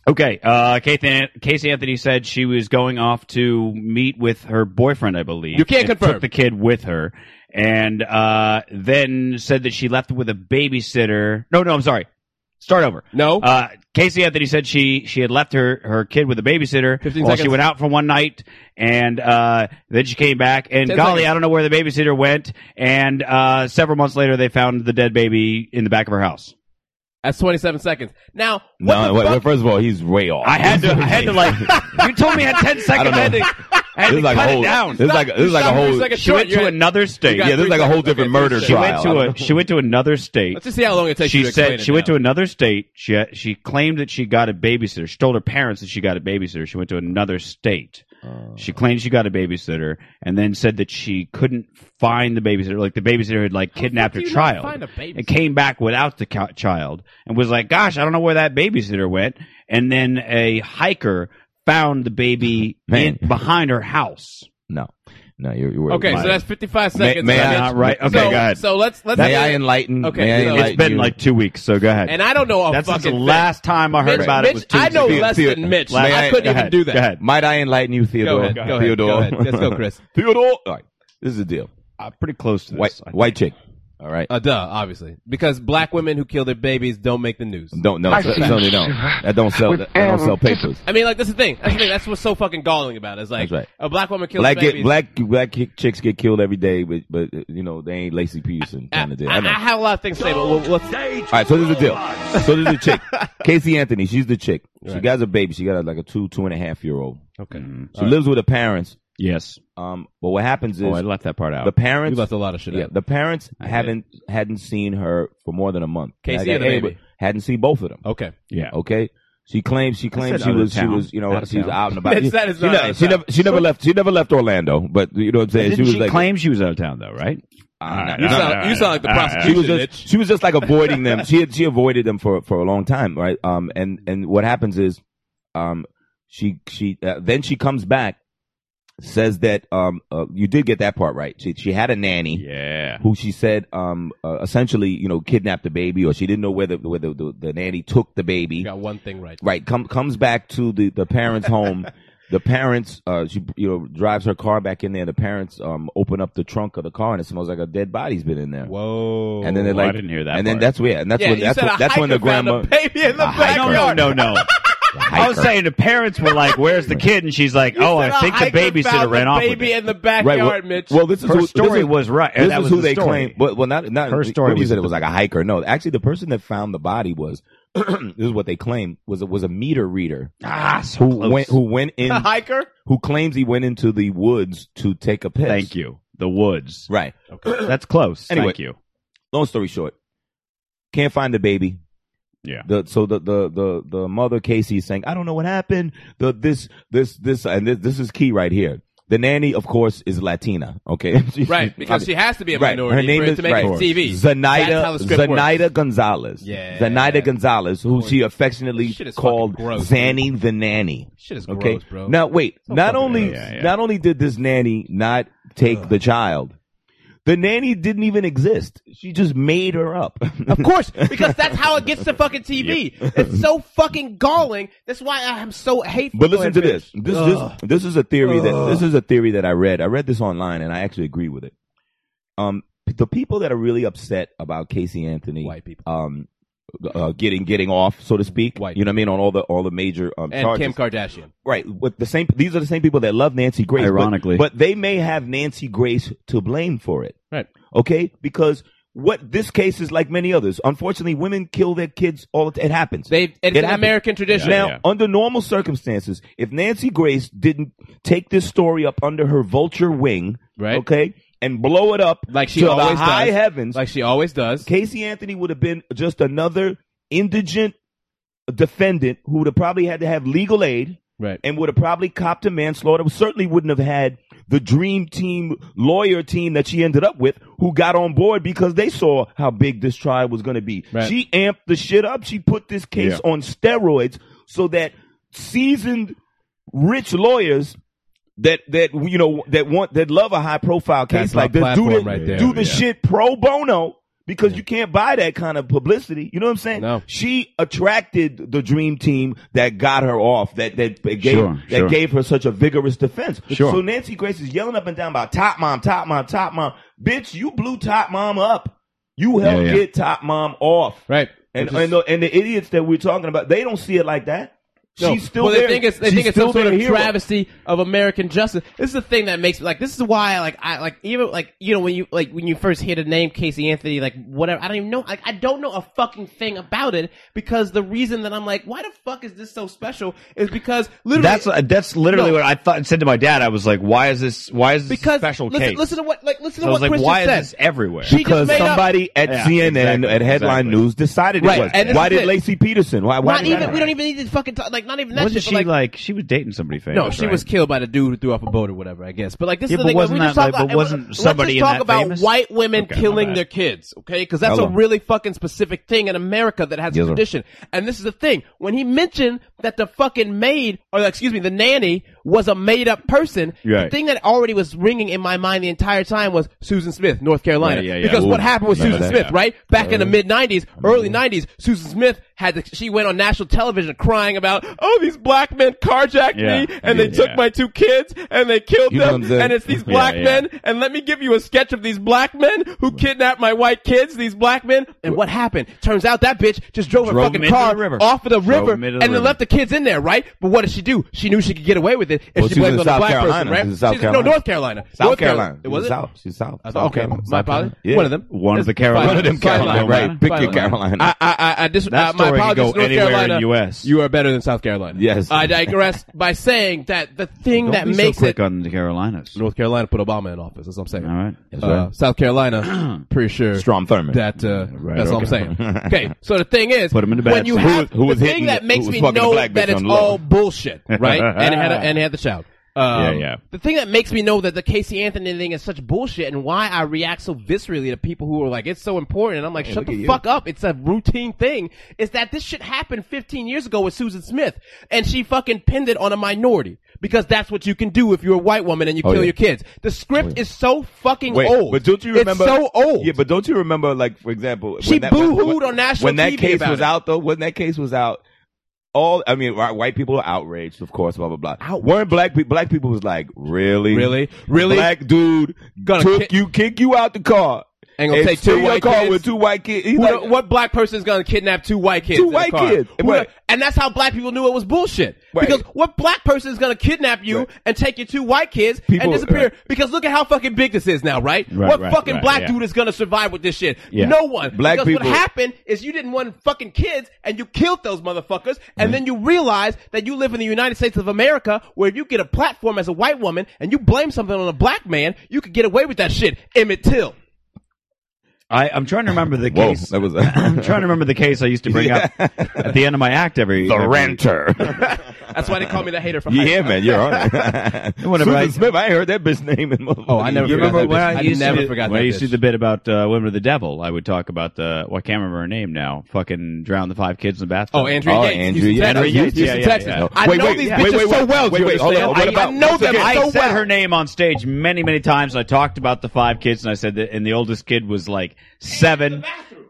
Okay. Uh, Casey, An- Casey Anthony said she was going off to meet with her boyfriend, I believe. You can't And confirm. Took the kid with her, and uh, then said that she left with a babysitter. No, no, I'm sorry. Start over. No? Uh, Casey Anthony said she she had left her her kid with a babysitter 15 while she seconds. went out for one night, and uh, then she came back. And 10 golly, seconds. I don't know where the babysitter went. And uh, several months later, they found the dead baby in the back of her house. That's 27 seconds. Now, what No, the wait, fuck? wait, first of all, he's way off. I had to. I had to like. You told me I had ten seconds. I, had to. I had This to is like cut a whole. it down. This is like this is like a Stop for a whole. second. she went You're to at- another state. Yeah, this is like a whole Okay, different three murder seconds. she trial. went to a. She went to another state. Let's just see how long it takes She you to explain said it she went now. to another state. She had- she claimed that she got a babysitter. She told her parents that she got a babysitter. She went to another state. Oh. She claimed she got a babysitter and then said that she couldn't find the babysitter. Like the babysitter had like kidnapped do her you not child find a babysitter? and came back without the co- child and was like, "Gosh, I don't know where that babysitter went." And then a hiker found the baby Man. in, behind her house. No, no, you're. you're Okay, my- so that's 55 May- seconds. may I- Mitch. Not right. Okay, so, go ahead. So let's let's. May I enlighten? Okay, may I you know, enlighten it's been you? like two weeks, so go ahead. and I don't know a That's since fucking the thing. last time I heard Mitch, about Mitch, it was two I weeks know ago. less Theo- than Mitch. May I, I- couldn't go even ahead, do go that. ahead. Might I enlighten you, Theodore? ahead, go ahead, Theodore. go ahead. Let's go, Chris. Theodore. All right, this is the deal. I'm pretty close to this. White, white chick. All right. Uh, duh, obviously, because black women who kill their babies don't make the news. Don't no, certainly don't. That don't sell. That don't sell papers. I mean, like that's the thing. That's the thing. That's what's so fucking galling about. It. It's like That's right. a black woman kills Black babies. get, black black ki- chicks get killed every day, but but uh, you know they ain't Lacey Peterson I, kind of deal. I, I know. I have a lot of things to say, but we'll, let's. All right, so there's a deal. So there's a chick, Casey Anthony. She's the chick. She Right. got a baby. She got a, like a two two and a half year old. Okay, She lives with her parents. Mm-hmm. Yes. Um, but what happens is Oh, I left that part out. the you parents left a lot of shit Yeah, out. the parents haven't hadn't seen her for more than a month. Casey Oh. Like, or the hey, baby? but hadn't seen both of them. Okay, yeah. Okay. She claims she claims said she out of was she town. was you know Out of she was town. out and about. That is she, not ne- out of she town. never she never left she never left Orlando, but you know what I'm saying. Didn't she was she like claim she was out of town though, right? "Ah, nah, All nah, you right, nah." sound all right, you sound like the all right. uh, she prosecution. was just Mitch. she was just like avoiding them. She had she avoided them for for a long time, right? Um, and and what happens is, um, she she uh, then she comes back, says that um uh, you did get that part right. She she had a nanny, Yeah. who she said um uh, essentially you know kidnapped the baby or she didn't know where the where the, the, the nanny took the baby You got one thing right. right come comes back to the the parents home the parents uh she you know drives her car back in there the parents um open up the trunk of the car and it smells like a dead body's been in there Whoa. and then they're Oh, I like didn't hear that and then part. that's where and that's yeah, when you that's said when, a that's when the hiker found grandma a baby in the A hiker. backyard. No, no, no. I was saying the parents were like, "Where's the kid?" And she's like, You "Oh, said I a think the hiker babysitter found ran the off with Baby it." in the backyard, Right. Well, Mitch. well, this is Her who, this story is, was right. This That is was who the they story. claim. Well, well, not not Her what story you was said the- it was like a hiker. No, actually, the person that found the body was this is what they claim was a, was a meter reader Ah, so who close. went who went in a hiker. who claims he went into the woods to take a piss. Thank you. The woods. Right. That's close. Anyway. Thank you. Long story short, can't find the baby. Yeah. The, so the, the the the mother Casey is saying, I don't know what happened. The this this this and this, this is key right here. The nanny, of course, is Latina. Okay, She- Right, because she has to be a Right. minority Her name for it is to make right. it TV. That's how Zenaida the script works. Zenaida Gonzalez. Yeah. Zenaida Gonzalez, who she affectionately Shit is fucking called gross, Zanny the nanny. Shit is Okay. gross, bro. Now wait. not fucking only gross. Yeah, yeah. not only did this nanny not take the child, the nanny didn't even exist. She just made her up. Of course, because that's how it gets to fucking TV. It's so fucking galling. That's why I am so hateful. but listen it, to Mitch. this. This this this is a theory that this is a theory that I read. I read this online and I actually agree with it. Um, the people that are really upset about Casey Anthony, White people. um, uh, getting getting off, so to speak. White You know what I mean on all the all the major um, And charges. Kim Kardashian. right. With the same, these are the same people that love Nancy Grace. but- Ironically. but, they may have Nancy Grace to blame for it. Right. Okay, because what this case is like many others. Unfortunately, women kill their kids all the time. It happens. They it's an happens. American tradition. Now, under normal circumstances, if Nancy Grace didn't take this story up under her vulture wing, Right. okay, and blow it up Like she to always the high does. heavens, like she always does. Casey Anthony would have been just another indigent defendant who would have probably had to have legal aid Right. and would have probably copped a manslaughter. Certainly wouldn't have had the dream team lawyer team that she ended up with who got on board because they saw how big this trial was going to be. Right. She amped the shit up. She put this case on steroids so that seasoned rich lawyers that that you know that want that love a high profile case That's like my this do platform the, right there. do the Yeah. shit pro bono because you can't buy that kind of publicity. You know what I'm saying? No. She attracted the dream team that got her off that that gave Sure, that sure. gave her such a vigorous defense. Sure. So Nancy Grace is yelling up and down about top mom, top mom, top mom. Bitch, you blew top mom up. You helped yeah. get top mom off. Right. And Which is- and, the, and the idiots that we're talking about, they don't see it like that. No. She's still well, there. They think it's, they She's think it's still some sort their of hero. travesty of American justice. This is the thing that makes me like. This is why, like, I like even like you know when you like when you first hear the name Casey Anthony, like whatever. I don't even know. Like, I don't know a fucking thing about it because the reason that I'm like, why the fuck is this so special? Is because literally That's uh, that's literally No. what I thought. Said to my dad, I was like, "Why is this? Why is this a because special listen, case?" listen to what like listen So I to what was like, Christian "Why said. is this everywhere?" She because just made up- somebody at Yeah, CNN exactly, at Headline exactly. News decided Right, it was. and this Why is did it. Lacey Peterson? Why? why not did that even we happen? don't even need to fucking talk like not even that Wasn't shit. but, she like, like, she was dating somebody famous? No, she right? was killed by the dude who threw off a boat or whatever. I guess, but like this Yeah, is the but thing. wasn't we just that, talk like, about, but wasn't somebody let's just talk in that about famous? white women Okay, my killing bad. their kids, okay? Because that's Hello. a really fucking specific thing in America that has Yes, a sir. tradition. And this is the thing: when he mentioned that the fucking maid, or excuse me, the nanny was a made-up person, the Right. thing that already was ringing in my mind the entire time was Susan Smith, North Carolina, Right, yeah, yeah. because Ooh, what happened with remember Susan that, Smith, yeah. right? Back in the mid '90s, early '90s, Susan Smith had the, she went on national television crying about, oh, these black men carjacked Yeah. me and they Yeah. took my two kids and they killed You know them what I'm saying? and it's these Yeah, black yeah. men and let me give you a sketch of these black men who kidnapped my white kids these black men and what happened turns out that bitch just drove, Drove her fucking them into car the river. off of the Drove river them into and the then river. left the kids in there right but what did she do she knew she could get away with it if Well, she she was blamed it on in a South black person Carolina. right She's in South She's- no Carolina. North Carolina South North Carolina. It was it? South. She's South. I South thought, okay, Carolina. my South apology. Carolina. Yeah. One of them. One of the That's Carolinas. fine. One of them It's fine. Carolina, right. Pick your Carolina. I, I, I, I dis- That uh, my story can apologies, go North anywhere in Carolina. US. You are better than South Carolina. Yes. I digress by saying that the thing Don't that be so makes quick it on the Carolinas. North Carolina put Obama in office. That's what I'm saying. All right. That's Uh, right. South Carolina, pretty sure Strom Thurmond. that uh, Mm, Right, that's all I'm okay. saying. Okay, so the thing is, Put 'em in the when you bathtub. have Who was- who was the hitting thing that the- makes who was me fucking the know black bitch that it's on the low? all bullshit, right? and it had a, and it had the child. Um, Yeah, yeah. The thing that makes me know that the Casey Anthony thing is such bullshit and why I react so viscerally to people who are like, it's so important. And I'm like, shut the fuck up. It's a routine thing. Is that this shit happened 15 years ago with Susan Smith and she fucking pinned it on a minority because that's what you can do if you're a white woman and you kill Oh, yeah. Oh, your kids. The script is so fucking Wait, old. but don't you remember? It's so old. Yeah, but don't you remember? Like for example, She boo-hooed on national when that TV case about was it. out. Though when that case was out, all I mean, wh- white people were outraged, of course, blah blah blah. Weren't black people? Black people was like, really, Really? Really? Black dude Gonna took kick- you, kick you out the car, And gonna take two steal your white car kids? with two white kids. He's Who like, the- what black person is going to kidnap two white kids? Two in a white car? kids. Who the- Right. and that's how black people knew it was bullshit. Right. Because what black person is going to kidnap you Right. and take your two white kids People- and disappear? right. Because look at how fucking big this is now, right? what right, fucking right, black yeah. dude is going to survive with this shit? Yeah. No one. Black because people- What happened is you didn't want fucking kids and you killed those motherfuckers. And then you realize that you live in the United States of America where if you get a platform as a white woman and you blame something on a black man, you could get away with that shit. Emmett Till. I, I'm trying to remember the Whoa, case. that was. uh, I'm trying to remember the case I used to bring up at the end of my act every The every- renter. That's why they call me the hater from high yeah, man, you're on it. Whenever Susan I- Smith, I ain't heard that bitch name in. Oh, I never You forgot remember that when bitch. I, I used never to, forgot when I that used to bitch. do the bit about uh, women of the devil. I would talk about the well, I can't remember her name now. Fucking drown the five kids in the bathtub. Oh, Andrea Oh, Yates. Andrea Houston, Texas. Houston, Andrea Yates, yeah, yeah, Yates. Texas. yeah. I Wait, know wait, these wait, bitches wait, so wait. well. Wait, do you wait, hold understand? on, what I, I about- know them Again, I so said well. her name on stage many, many times. I talked about the five kids, and I said that, and the oldest kid was like seven.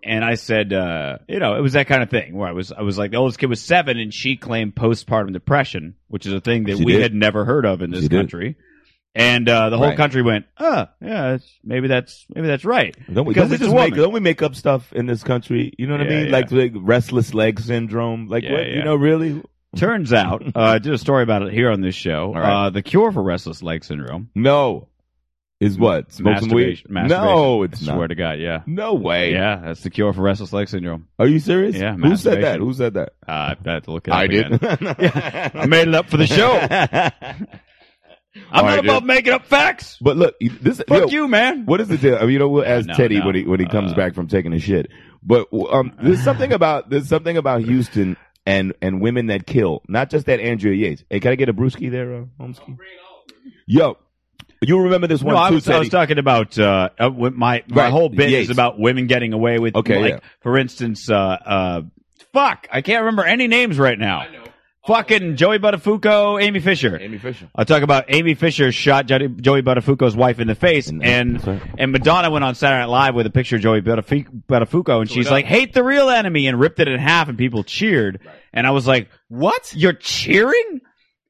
And I said, uh, you know, it was that kind of thing where I was, I was like, the oldest kid was seven, and she claimed postpartum depression, which is a thing that She we did. had never heard of in this She did. country. And uh, the whole Right. country went, oh, yeah, that's, maybe that's maybe that's right Don't we, because don't we it's a just make, woman. don't we make up stuff in this country? You know what I Yeah, mean? yeah. Like, like restless leg syndrome. Like Yeah, what? You yeah. know, really? Turns out, uh, I did a story about it here on this show. All right. Uh, the cure for restless leg syndrome No. Is what? Smoke some weed? Masturbation. No, masturbation. it's Swear not. to God, yeah. No way. Yeah, that's the cure for restless leg syndrome. Are you serious? Yeah, Who said that? masturbation. Who said that? Uh, I had to look it up again. I yeah. made it up for the show. I'm right, not dude. about making up facts. But look, this yo, Fuck Oh, you, man. What is the deal? I mean, you know, we'll ask no, Teddy no. when he when he comes Uh, back from taking a shit. But um, there's something about there's something about Houston and and women that kill. Not just that Andrea Yates. Hey, can I get a brewski there, uh, Homesky? Yo, you remember this one No, I too, was, I was Teddy? talking about uh, uh, wi- my my Right, whole bit Yates. is about women getting away with. Okay, like yeah. for instance, uh, uh, fuck, I can't remember any names right now. Fucking Joey Buttafuoco, Amy Fisher. Amy Fisher. I talk about Amy Fisher shot Johnny- Joey Buttafuoco's wife in the face, And- and that's right. and Madonna went on Saturday Night Live with a picture of Joey Buttafu- Buttafuoco, and she's like, "Hate the real enemy," and ripped it in half, and people cheered. And I was like, "What? You're cheering?"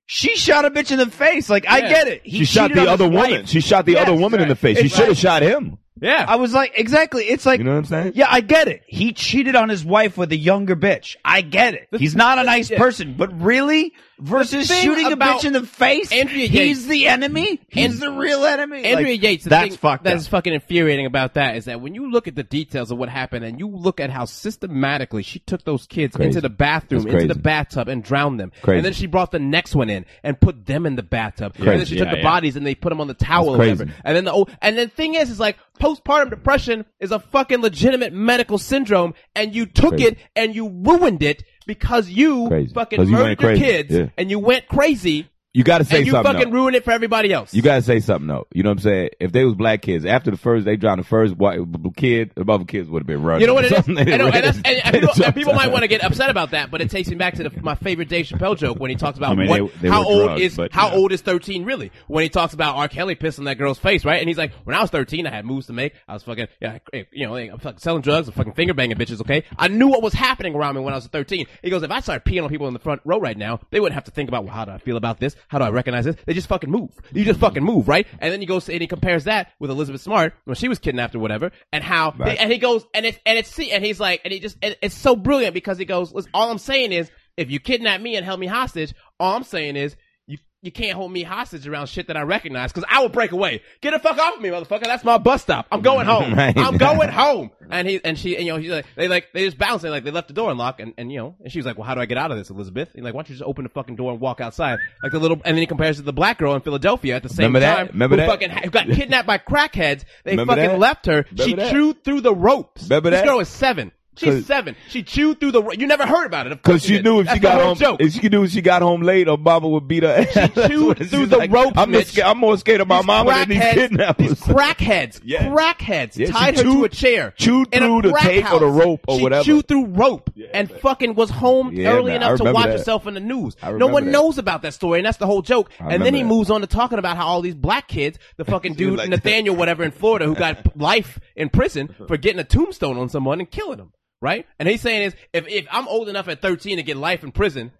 She shot a bitch in the face. Like I get it. He She shot cheated on the his other wife. woman. She shot the Yes, other woman in the face. She It's should have like- shot him. I was like, exactly. It's like, You know what I'm saying? yeah, I get it. He cheated on his wife with a younger bitch. I get it. He's not a nice person, but really, versus thing shooting a about bitch in the face, Andrea he's Yates- the enemy. He's the real enemy. Andrea Like, Yates, the that's thing fucked That's up. fucking infuriating about that is that when you look at the details of what happened and you look at how systematically she took those kids Crazy. into the bathroom, That's into the crazy. bathtub, and drowned them, Crazy. and then she brought the next one in and put them in the bathtub, and Crazy. then she Yeah, took the yeah. bodies and they put them on the towel, or crazy. whatever. and then the old, and then thing is, is like postpartum depression is a fucking legitimate medical syndrome, and you took Crazy. it and you ruined it because you Crazy. fucking 'Cause you murdered went your crazy. kids Yeah. and you went crazy You got to say and you something. fucking though. ruined it for everybody else. You gotta say something though. You know what I'm saying? If they was black kids, after the first, they drowned the first white b- b- kid. The mother kids would have been running. You know what it is? Something And, they and, ran. that's- and- and They people, and people jumped might out. want to get upset about that, but it takes me back to the, my favorite Dave Chappelle joke when he talks about I mean, what, they- they how were old drugs, is but, how yeah. old is thirteen really? When he talks about R. Kelly pissed on that girl's face, right? And he's like, when I was thirteen, I had moves to make. I was fucking, yeah, hey, you know, hey, I'm fucking selling drugs, I'm fucking finger banging bitches. Okay, I knew what was happening around me when I was thirteen. He goes, if I started peeing on people in the front row right now, they wouldn't have to think about well, how do I feel about this? How do I recognize this? They just fucking move. You just fucking move, right? And then he goes and he compares that with Elizabeth Smart when she was kidnapped or whatever, and how Right. and he goes and it's and it's see and he's like and he just and it's so brilliant because he goes "Listen, all i'm saying is if you kidnap me and held me hostage all i'm saying is you you can't hold me hostage around shit that i recognize because i will break away get the fuck off me motherfucker that's my bus stop i'm going home Right. i'm going home and he and she and, you know he's like they like they just bounced and like they left the door unlocked and, and you know and she was like well how do i get out of this elizabeth and like why don't you just open the fucking door and walk outside like the little and then he compares it to the black girl in philadelphia at the same Remember that? time Remember who that? fucking ha- got kidnapped by crackheads they Remember fucking that? left her she Remember that? chewed through the ropes Remember this that? girl is seven. Cause- She's seven. She chewed through the. ro- You never heard about it, of Cause course. you she didn't. knew if That's she the got whole home, joke. if she knew if she got home late, Obama would beat her. ass. That's chewed what she's through the ropes, I'm Mitch. just, I'm more scared of my These mama than these crackheads- kidnappers. These crackheads, Yeah. crackheads, Yeah, she tied her chewed- to a chair, chewed in a through the crack tape or the house. rope or she whatever. Chewed through rope and fucking was home Yeah, early man, I enough to remember watch that. herself in the news. I No remember one that. knows about that story, and that's the whole joke. I And then he remember that. moves on to talking about how all these black kids, the fucking She dude was like- Uh-huh. Nathaniel whatever in Florida, who got life in prison for getting a tombstone on someone and killing him. Right? And he's saying is if if I'm old enough at 13 to get life in prison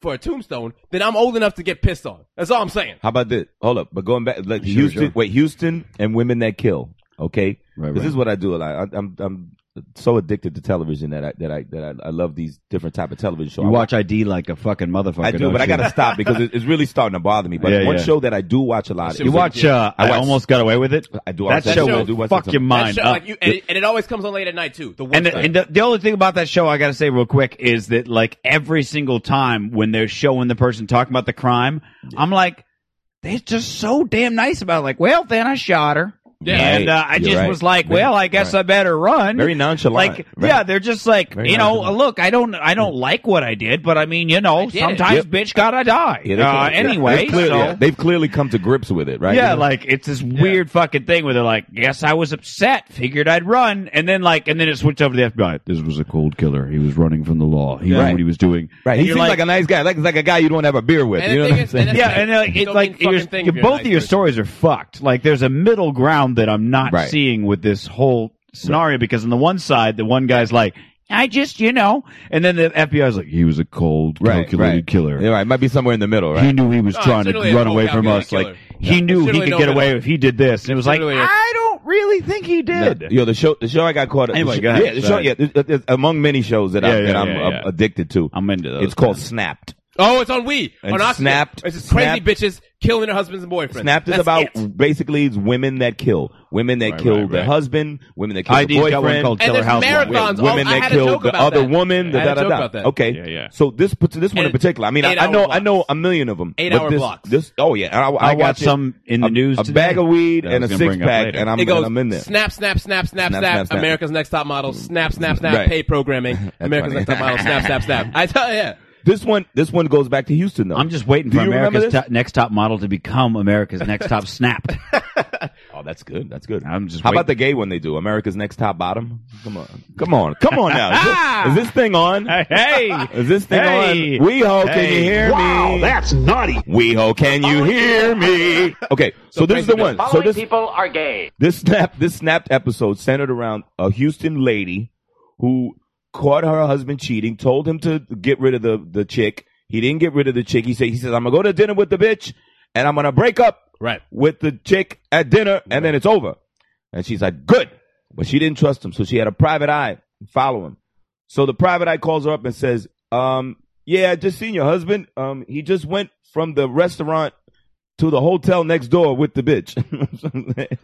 for a tombstone, then I'm old enough to get pissed on. That's all I'm saying. How about this? Hold up, but going back, like Sure, Houston, sure. wait, Houston and women that kill. Okay, Right, this right. is what I do a lot. I, I'm I'm so addicted to television that I that I that I, I love these different type of television shows. You I watch ID like a fucking motherfucker. I do, don't but I you? gotta stop because it, it's really starting to bother me. But Yeah, one yeah. show that I do watch a lot. You watch. Uh, I, I watch- almost got away with it. I do That watch that show show. I will do watch fuck that your show. That mind show, up. Uh, like you, and, it- and it always comes on late at night too. The and worst the, time. and the, the only thing about that show I got to say real quick is that like every single time when they're showing the person talking about the crime, I'm like, they're just so damn nice about it. like, well, then I shot her, Yeah. and uh, I Right. You're just right. was like, Very- well, I guess right. I better run. Very nonchalant. like right? yeah, they're just like Very you know. nonchalant. Look, I don't, I don't like what I did, but I mean, you know, did it. sometimes Yep. bitch gotta die. Yeah, they- uh, yeah, anyway, they've clearly, so- yeah, they've clearly come to grips with it, right? yeah, You know? like it's this weird fucking thing where they're like, "Yes, I was upset. Figured I'd run," and then like, and then it switched over to the FBI. This was a cold killer. He was running from the law. He Right. knew what he was doing. right. And He you're seems like, a nice guy, like like a guy you don't have a beer with. And you the know thing what I'm is- and saying? the- yeah, and uh, You it, don't mean like fucking you're, thing you're- if you're a both nice of your person. stories are fucked. Like there's a middle ground that I'm not Right. seeing with this whole scenario because on the one side, the one guy's like, "I just, you know," and then the FBI's like, "He was a cold, Right, calculated right. killer." Yeah, right. Might be somewhere in the middle, He right? Oh, knew he was No, trying to it's literally run a away full-count from us. killer. Like Yeah. he knew he Literally could no get away middle. if he did this. And it was like, Literally a- I don't really think he did. No, yo, the show, the show I got caught. the Anyway, show- go ahead. yeah, the show, Sorry. yeah, it- it- it's among many shows that, I, Yeah, yeah, that I'm yeah, uh, yeah. addicted to. I'm into those. it's called Snapped. Oh, it's on Wii. on And Oculus. Snapped- It's just crazy Snapped- bitches killing their husbands and boyfriends. Snapped is That's about it. basically it's women that kill, women that Right, kill right, their right. husband, women that kill ID's their got one boyfriend, called And Killer there's House Mafia. marathons. Oh, women I that had a killed joke the about other that. woman. The I had a da, da, joke da. about that. Okay, Yeah, yeah. So this pat- this one in And particular, I mean, I, I eight-hour know I blocks. know a million of them. Eight-hour this, blocks. This oh yeah, and I, I, I, got watch it. some in the a, news. a today. bag of weed that I and a was gonna six bring up pack, later. and I'm, it goes and I'm in there. Snap, snap, snap, snap, Snap, snap, snap, snap. America's Next Top Model. Snap, snap, snap. Right. Pay programming. America's funny. Next Top Model. Snap, snap, snap. I tell you. This one this one goes back to Houston though. I'm just waiting Do for you remember America's this? to- next top model to become America's next top snapped. Oh, that's good. That's good. I'm just How waiting. about the gay one they do? America's Next Top Bottom. Come on, come on, come on now. Is this- Is this, thing on? hey, Is this thing Hey. on? WeHo, can Hey. you hear me? that's naughty. WeHo, can you hear me? Okay, so, this is the one. So this people are gay. this snap this snapped episode centered around a Houston lady who caught her husband cheating, told him to get rid of the the chick. He didn't get rid of the chick. He said he says I'm gonna go to dinner with the bitch and I'm gonna break up Right. with the chick at dinner and then it's over. And she's like, good. But she didn't trust him. So she had a private eye follow him. So the private eye calls her up and says, um, yeah, I just seen your husband. Um, he just went from the restaurant to the hotel next door with the bitch.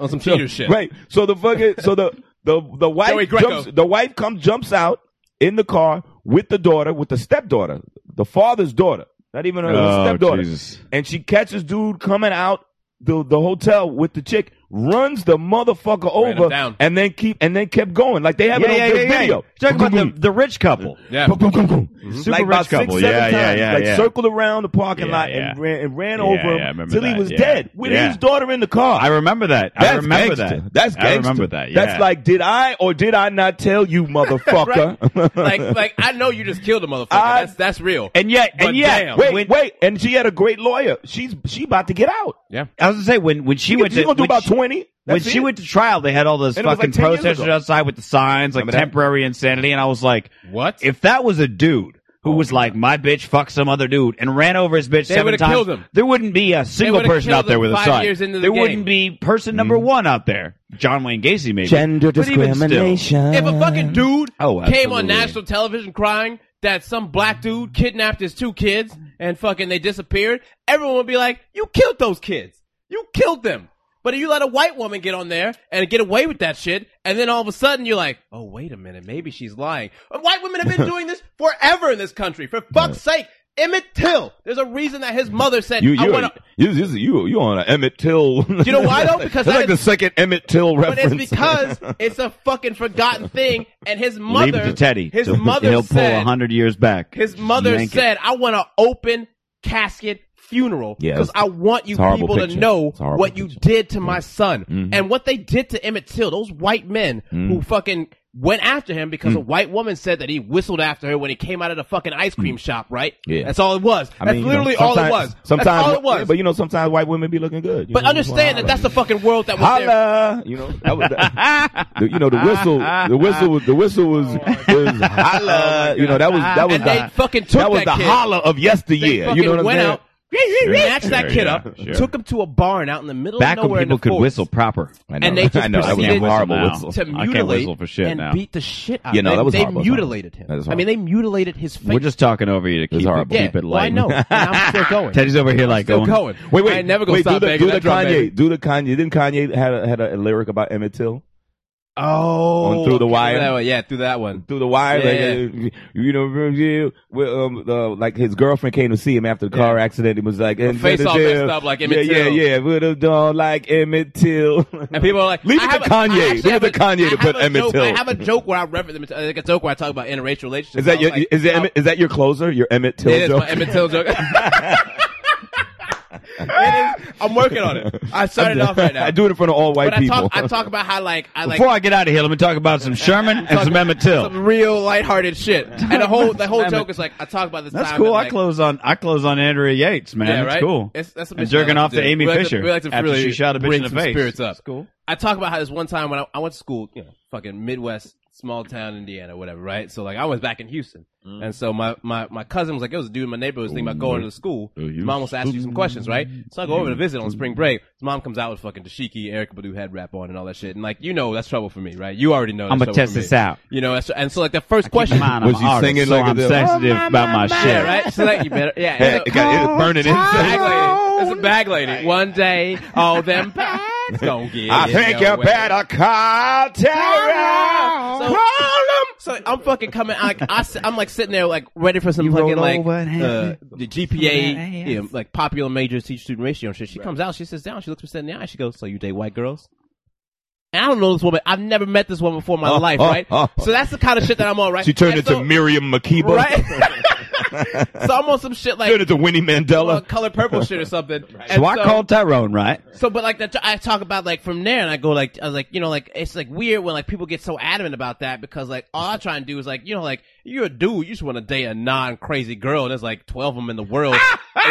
On some cheater shit. Right. So the fucking so the the the Joey wife Greco. jumps the wife comes jumps out in the car with the daughter, with the stepdaughter, the father's daughter, not even her her Oh, stepdaughter, Jesus. and she catches dude coming out the the hotel with the chick, runs the motherfucker Ran him over, down. and then keep and then kept going like they have yeah, it on yeah, this yeah, yeah. video. Talking about the, the rich couple. Yeah. Mm-hmm. Super like rich about couple. six, seven yeah, yeah, times, yeah, like yeah. circled around the parking Yeah, lot yeah. and ran and ran Yeah, over yeah, I him remember till he that, was yeah. dead with Yeah. his daughter in the car. I remember that. I That's remember gangster. that. That's I gangster. remember that. Yeah. That's like, did I or did I not tell you, motherfucker? Like, like I know you just killed a motherfucker. I- that's that's real. and yet, But and yet, damn. wait, when- wait. And she had a great lawyer. She's she about to get out. I was gonna say when when she She, went she to gonna do when about she- twenty. when That's she it. went to trial, they had all those And it was fucking like 10 years protesters ago. outside with the signs like Remember that? temporary insanity, and I was like, What? If that was a dude who was like, my bitch fucked some other dude and ran over his bitch Oh They seven would've times, killed him. there wouldn't be a single would've person killed out there him with a five sign. years into the there game. Mm. wouldn't be person number one out there. John Wayne Gacy, maybe. But even still. If a Um, fucking dude came Oh, on absolutely. national television crying that some black dude kidnapped his two kids and fucking they disappeared, everyone would be like, "You killed those kids. You killed them." But if you let a white woman get on there and get away with that shit, and then all of a sudden you're like, "Oh, wait a minute, maybe she's lying." Uh, White women have been doing this forever in this country. For fuck's sake, Emmett Till. There's a reason that his mother said, You "I you want to." you you you you on an Emmett Till. Do you know why, though? Because that's I like the didn't- second Emmett Till But reference. it's because it's a fucking forgotten thing, and his mother, Leave it to Teddy. his He'll- mother he'll pull a said, hundred years back. His mother Yank it. said, "I want an open casket funeral Yeah, because it's- I want you it's a horrible people to picture. know It's a horrible what you picture. Mm-hmm. did to my son and what they did to Emmett Till. Those white men who fucking went after him because Mm. a white woman said that he whistled after her when he came out of the fucking ice cream shop. Right? Mm. Yeah. That's all it was. I that's mean, you know, literally all it sometimes- was. Sometimes, that's all it was. But you know, sometimes white women be looking good. you but know, understand that holla. that's the fucking world that was there. holla. You know, that was that, the, you know the whistle. The whistle was the whistle was, was holla. you know that was that was Oh, And the, they fucking took that was that the kid. holla of They yesteryear. fucking You know what I'm went saying? out. Snatched that kid yeah, up, sure. took him to a barn out in the middle back of when nowhere. in people the could forest. whistle proper. I and they just I know, that was a proceeded horrible now. whistle. to I can't mutilate whistle for shit and now. beat the shit out. Yeah, of no, him. that was they horrible. mutilated him. That is I mean, they mutilated his face. We're just talking over you to keep it, horrible. yeah. keep it well, I light. know. And I'm still going. Teddy's over here like still going. going. Wait, wait, I ain't never gonna wait, stop do the, banging do the that drum, Kanye, baby. do the Kanye. Didn't Kanye had a, had a lyric about Emmett Till? Oh, On Through the okay, Wire. that one, yeah, through that one. through the wire. Yeah. Like, uh, you know, you- well, um, the, like his girlfriend came to see him after the car accident. He was like, and face da- da- all da- messed up like Emmett yeah, Till. Yeah, yeah, would have done like Emmett Till. And people are like, leave I it have to a- I Kanye. actually Leave it have to a- Kanye I to have put a Emmett joke- Till. I have a joke where I reference Emmett Till. Like a joke where I talk about interracial relationships. is that I your, was like, is that Emmett, is that your closer? Your Emmett Till It is joke? my Emmett Till joke. It is. I'm working on it. I started off right now. I do it in front of all white But I people. talk, I talk about how like I like Before I get out of here, let me talk about some Sherman and some Emmett Till. some real lighthearted shit. And the whole the whole joke is like I talk about this. That's time cool. and, I like- close on I close on Andrea Yates, man. Yeah, That's right. cool. It's, that's a and mission I jerking like off to to do. Amy we Fisher Like to, we like to after really she shot a bitch bring in the some face. spirits up. That's cool. I talk about how this one time when I, I went to school, you know, fucking Midwest small town Indiana, whatever, right? So like I was back in Houston, Mm. and so my my my cousin was like, "Yo, this dude in my neighborhood was thinking about going to the school. Oh, His mom wants to ask you some questions, right?" So I go over to visit on spring break. His mom comes out with fucking dashiki, Eric Badu head wrap on, and all that shit. And like you know, that's trouble for me, right? You already know. That's I'm gonna trouble for test me. this out. You know, that's- and so like the first question, Oh, Mine, Was I'm he an artist, singing so like I'm a- sensitive about my yeah, shit. right? So like you better, yeah. and Yeah, so- it got, it was burning bag inside. lady. It's a bag lady. One day, all them bags gonna get. I it think your you way. better call Tara. So- So I'm fucking coming. I, I, am like sitting there, like ready for some fucking roll like over and uh, have- the GPA, you know, like popular major teacher student ratio and shit. She comes out, she sits down, she looks me straight in the eye, she goes, "So you date white girls?" And I don't know this woman. I've never met this woman before in my Oh, life, oh, right? oh. So that's the kind of shit that I'm on, right? She turned And into so- Miriam Makeba. right. so I'm on some shit Turned like into Winnie Mandela. color purple shit or something. And So I called Tyrone, right? so, but like that, I talk about like from there, and I go like, I was like, you know, like it's like weird when like people get so adamant about that because like all I try and do is like, you know, like you're a dude, you just want to date a non crazy girl, and there's like twelve of them in the world. and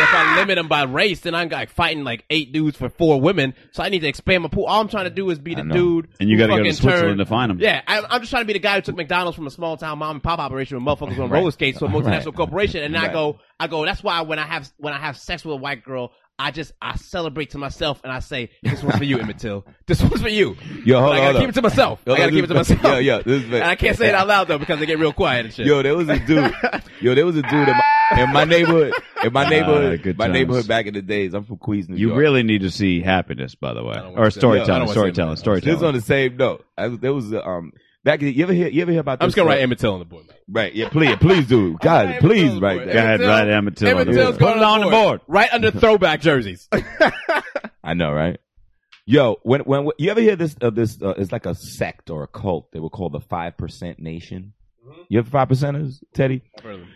if I limit them by race, then I'm like fighting like eight dudes for four women, so I need to expand my pool. All I'm trying to do is be the know. dude, And you who gotta go to fucking Switzerland turned- to find 'em. Yeah, I, I'm just trying to be the guy who took McDonald's from a small town mom and pop operation with motherfuckers on roller skates to a multinational corporation, and I Right. go, I go. That's why when I have when I have sex with a white girl, I just I celebrate to myself and I say, "This one's for you, Emmett Till. This one's for you." Yo, But I hold on, hold gotta on. keep it to myself. Yo, I gotta this keep it to is- myself. Yo, yo, this is and I can't say it out loud though because they get real quiet and shit. Yo, there was a dude. Yo, there was a dude in my, in my neighborhood. In my neighborhood. good my times. neighborhood back in the days. I'm from Queens, New You York. really need to see happiness, by the way, wanna or see- Yeah, I storytelling, don't wanna see storytelling, that. This is on storytelling. the same note. I, was- there was a, um back. in- You ever hear? You ever hear about? This I'm just gonna uh, write Emmett Till on the board. Right. Yeah. Please, please do. God, Emmett please, Till, right boy. there. Go ahead, Emmett write Till. Emmett Till on Emmett the Till's board. going Put it on the board. right under throwback jerseys. I know, right? Yo, when when when- you ever hear this? Uh, this uh, it's like a sect or a cult. They were called the Five Percent Nation. You have five percenters, Teddy.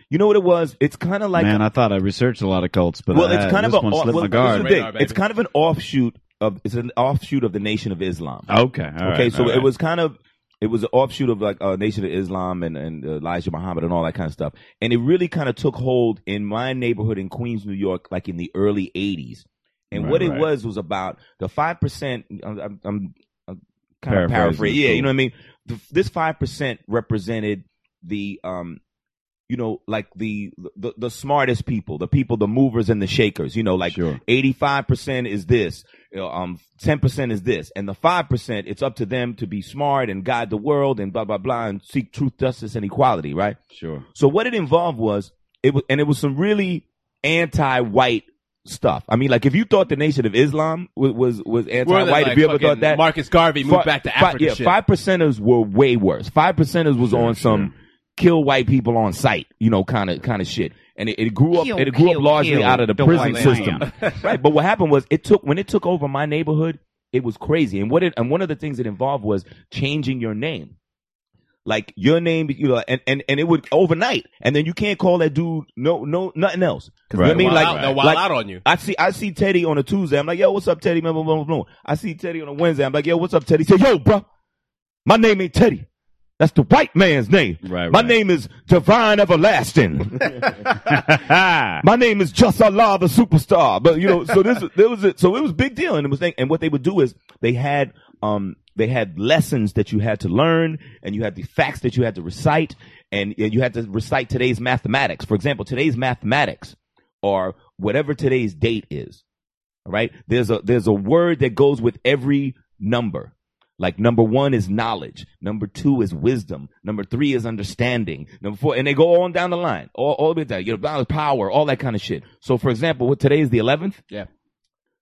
You know what it was? It's kind of like Man, I thought I researched a lot of cults, but well, I it's had- kind of this a one off- slipped well, my this is guard. the Radar, thing. baby. It's kind of an offshoot of it's an offshoot of the Nation of Islam. Okay, all right, okay, so all it right. was kind of it was an offshoot of like uh, Nation of Islam and and uh, Elijah Muhammad and all that kind of stuff, and it really kind of took hold in my neighborhood in Queens, New York, like in the early '80s. And Right, what it right. was was about the five percent. I'm, I'm, I'm kind of Paraphrasing paraphrasing. is Yeah, cool. you know what I mean. The, this five percent represented the um you know, like the, the the smartest people, the people, the movers and the shakers. You know, like Sure. eighty five percent is this, you know, um, ten percent is this, and the five percent it's up to them to be smart and guide the world and blah blah blah and seek truth, justice, and equality. Right. sure. So what it involved was it was, and it was some really anti-white stuff. I mean, like if you thought the Nation of Islam was was, was We're anti-white, the, if you ever fucking thought that, Marcus Garvey moved back to Africa. yeah, shit. five percenters were way worse. Five percenters was on some kill white people on site, you know, kind of kind of shit. And it, it grew up. it grew up largely out of the white prison man. system, right? But what happened was it took when it took over my neighborhood, it was crazy. And what it and one of the things it involved was changing your name. Like your name, you know, and, and, and it would overnight, and then you can't call that dude no no nothing else. 'Cause you know what I Right. mean, Wild like, out, they'll wild like out on you. I see I see Teddy on a Tuesday. I'm like, yo, what's up, Teddy? Blah, blah, blah, blah, blah. I see Teddy on a Wednesday. I'm like, yo, what's up, Teddy? He said, yo, bro, my name ain't Teddy. That's the white man's name. Right, my right. name is Divine Everlasting. my name is Just Allah, the superstar. But you know, so this there was a, so it was a big deal, and it was thing. And what they would do is they had um they had lessons that you had to learn, and you had the facts that you had to recite, and, and you had to recite today's mathematics. For example, today's mathematics or whatever today's date is. All right. There's a there's a word that goes with every number. Like number one is knowledge, number two is wisdom, number three is understanding, number four, and they go on down the line, all all the way down. You know, power, all that kind of shit. So, for example, what today is the eleventh? Yeah.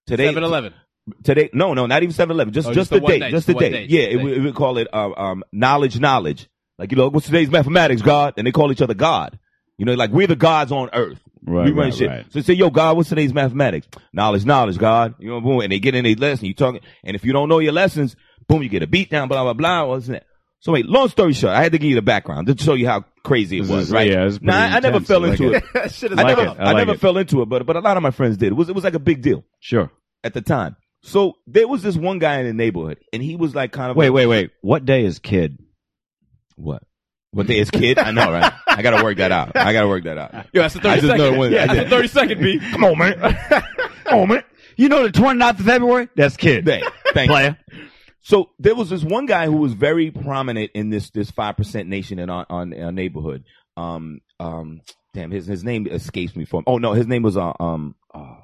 Today, 7-Eleven. today no no not even 7-eleven just Oh, just just the, the one date day, just just the the one date day, yeah just the it, date. would- it would call it um, um knowledge knowledge like you know what's today's mathematics god and they call each other god you know like we're the gods on earth Right, we run right, shit right. so they say yo god what's today's mathematics knowledge knowledge god you know boom and they get in their lesson you talking and if you don't know your lessons boom you get a beat down blah blah blah what's that so wait, long story short, I had to give you the background to show you how crazy it This was, is- right? yeah, it's Nah, I, I pretty never intense. fell I like into it. it. shit is I like never, it. I like never it. fell into it, but but a lot of my friends did. It was it was like a big deal Sure. at the time. So there was this one guy in the neighborhood, and he was like kind of Wait, like, wait, wait. What day is kid? what? What day is kid? I know, right? I gotta work that out. I gotta work that out. Yo, that's the 30 I just know it second. wasn't- Yeah, I that's the did. 30 second beat. Come on, man. Oh man, you know the 29th of February? That's kid. Day. Thank you. Player. So there was this one guy who was very prominent in this this five percent nation in our, on our neighborhood. Um, um, damn, his his name escapes me from. Oh no, his name was uh, um, uh,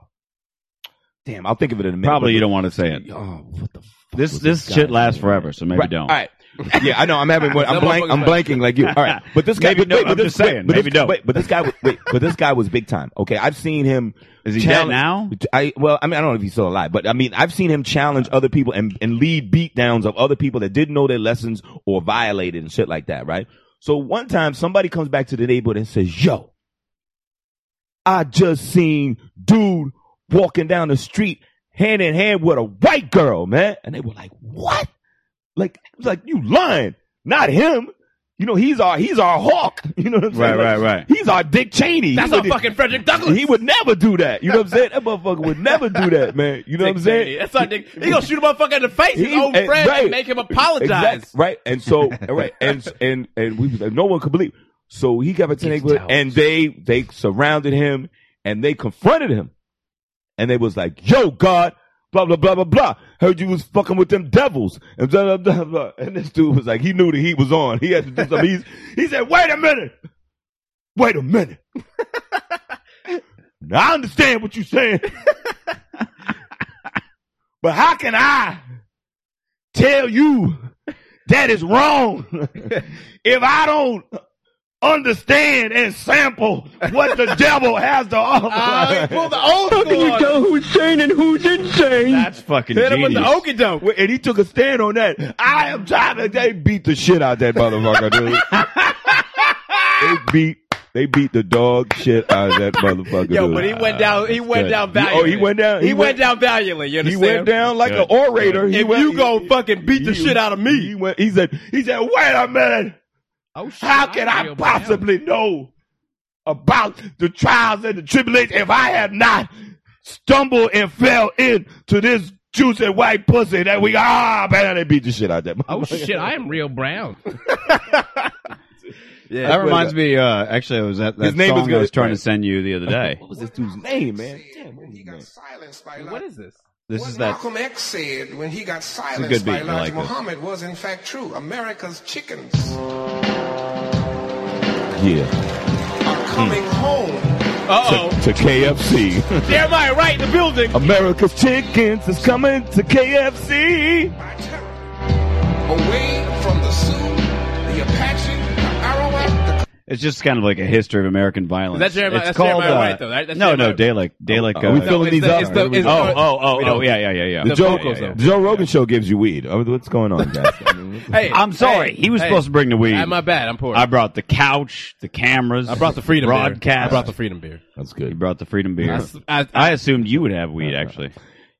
damn, I'll think of it in a minute. Probably you don't want to say it. Oh, what the fuck This was this guy? shit lasts forever, so maybe Right, don't. All right. Yeah, I know. I'm having. one- I'm That blank. I'm motherfucker's back. blanking like you. All right, but this guy. Maybe but, no, wait, but I'm this, just saying, wait, but maybe this, no. Wait, but this guy. was- Wait, but this guy was big time. Okay, I've seen him. Is he dead challenge- now? I well, I mean, I don't know if he's still alive, but I mean, I've seen him challenge other people and and lead beatdowns of other people that didn't know their lessons or violated and shit like that, right? So one time, somebody comes back to the neighborhood and says, "Yo, I just seen dude walking down the street hand in hand with a white girl, man," and they were like, "What?" Like, it was like you lying, not him. You know, he's our he's our hawk. You know what I'm saying? Right, Like, right, right. He's our Dick Cheney. That's He a would- fucking Frederick Douglass. he would never do that. You know what I'm saying? That motherfucker would never do that, man. You know what I'm saying? That's not Nick. He gonna shoot a motherfucker in the face, his He- old and- friend, right. and make him apologize. Exact- right. And so, right. And, and, and we, no one could believe. So he got back to the neighborhood and they, they surrounded him and they confronted him. And they was like, yo, God, blah, blah, blah, blah, blah. Heard you was fucking with them devils and blah, blah, blah, blah. And this dude was like, he knew the heat was on. He had to do something. He's, he said, wait a minute. Wait a minute. now I understand what you're saying. But how can I tell you that is wrong if I don't understand and sample what the devil has to Uh, offer? pull the old school. on him. That's fucking Hit him with the genius. okey doke. And he took a stand on that. I am trying to. They beat the shit out that motherfucker, dude. they beat. They beat the dog shit out of that motherfucker. Yo, dude. but he went down. He went down good. He- oh, he valiantly. went down- He, he went went- down valiantly. You He understand? went down like an orator. He If went, you go fucking beat the he- shit out of me, He went. He said. He said. Wait a minute. oh, shit, How can I feel bad. possibly know about the trials and the tribulations if I have not stumbled and fell into this juicy white pussy that we ah man they beat the shit out of that. Oh shit, I am real brown. That reminds me. Uh, actually, I was at that His name song is good. I was trying to send you the other day. What was this dude's name, man? Damn, what was He his got name? silenced by Elijah. What is this? This what is that. Malcolm X said when he got good silenced beat. by I Elijah like this. Muhammad was in fact true. America's chickens Yeah, are coming Hmm. home. Uh oh. to KFC. Jeremiah right in the building. America's chickens is coming to KFC. by terror, away from the Sioux, the Apache, the Arawak, the It's just kind of like a history of American violence. That's Jeremiah- It's that's called, Jeremiah uh, White, though, right? That's no, no, Jeremiah- Dalek. Dalek. Are we uh, filling it's these the- up? it's the- it's oh, the- oh, oh, we oh, don't- yeah, yeah, yeah, yeah. The Joe, vocals, though. the Joe Rogan show gives you weed. I mean, what's going on, guys? I mean, what's- Hey, I'm sorry. hey, he was hey. supposed to bring the weed. Ah, my bad. I'm poor. I I, brought the couch, the cameras. brought the freedom beer. broadcast. I brought the freedom beer. That's you good. brought the freedom beer. I, I assumed you would have weed, actually.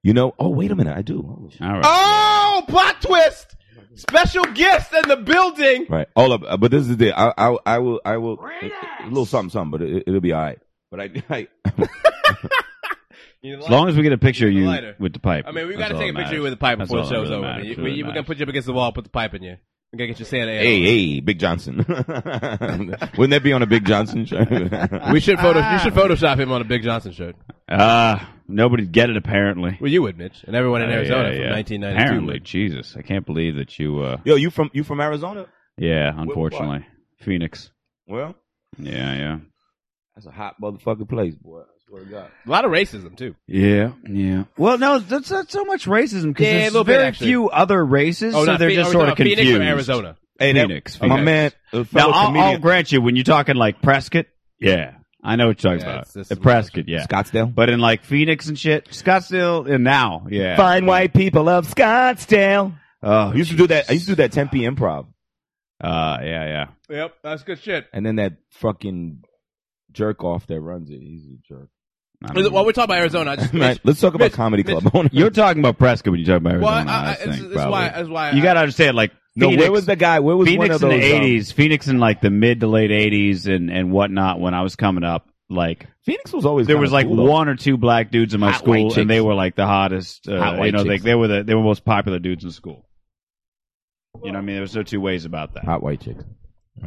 You know. Oh, wait a minute. I do. Holy shit. All right. oh, plot twist! Special guests in the building. Right. All of, uh, but this is the I, I, I will, I will, a little something, something, but it, it'll be all right. But I, I As long as we get a picture of you Lighter. with the pipe. I mean, we That's got to all take a that picture of you matters. with a pipe That's before the all that show's really over. matters. You- That's we- really you- we're matters. gonna put you up against the wall, put the pipe in you. We're gonna get you Santa Ale. hey, hey, Big Johnson. Wouldn't that be on a Big Johnson show? We should photo. You Ah. should Photoshop him on a Big Johnson shirt. Uh, nobody'd get it, apparently. Well, you would, Mitch, and everyone in Uh, Arizona yeah, yeah. from 1992. Apparently, would. Jesus. I can't believe that you, uh, Yo, you from you from Arizona? yeah, unfortunately. Phoenix. Well, Yeah, yeah. that's a hot motherfucking place, boy. I swear to God. A lot of racism too. Yeah, yeah. Well, no, that's not so much racism because Yeah, a there's little bit, very actually. few other races, so Oh, not they're Phoenix- just are we sort of talking about confused. Phoenix from Arizona. Hey, Phoenix, that, my Phoenix. man, a fellow Now, I'll, I'll comedian, grant you when you're talking like Prescott. Yeah, I know what you're talking Yeah, about. it's- it's The some- Prescott, yeah. Scottsdale. But in like Phoenix and shit, Scottsdale, and now, yeah. Fine white people of Scottsdale. Oh, I used to do that. I used to do that Tempe improv, Uh, yeah, yeah. Yep, that's good shit. and then that fucking jerk off that runs it. He's a jerk. I mean, While we're talking about Arizona, I just, Right, let's talk about Mitch, comedy Mitch, club. I wanna- you're talking about Prescott when you talk about well, Arizona. I, I, I it's, think, it's probably. why. uh, That's why. you got to understand, like No, Phoenix, where was the guy? Where was one Phoenix of those? in the um, '80s, Phoenix in like the mid to late '80s, and and whatnot. When I was coming up, like Phoenix was always there kinda was like cool, though. one or two black dudes in my Hot white school, chicks. and they were like the hottest. Uh, Hot white you know, like chicks. they were the they were most popular dudes in school. You know, what I mean, there was no two ways about that. hot white chick.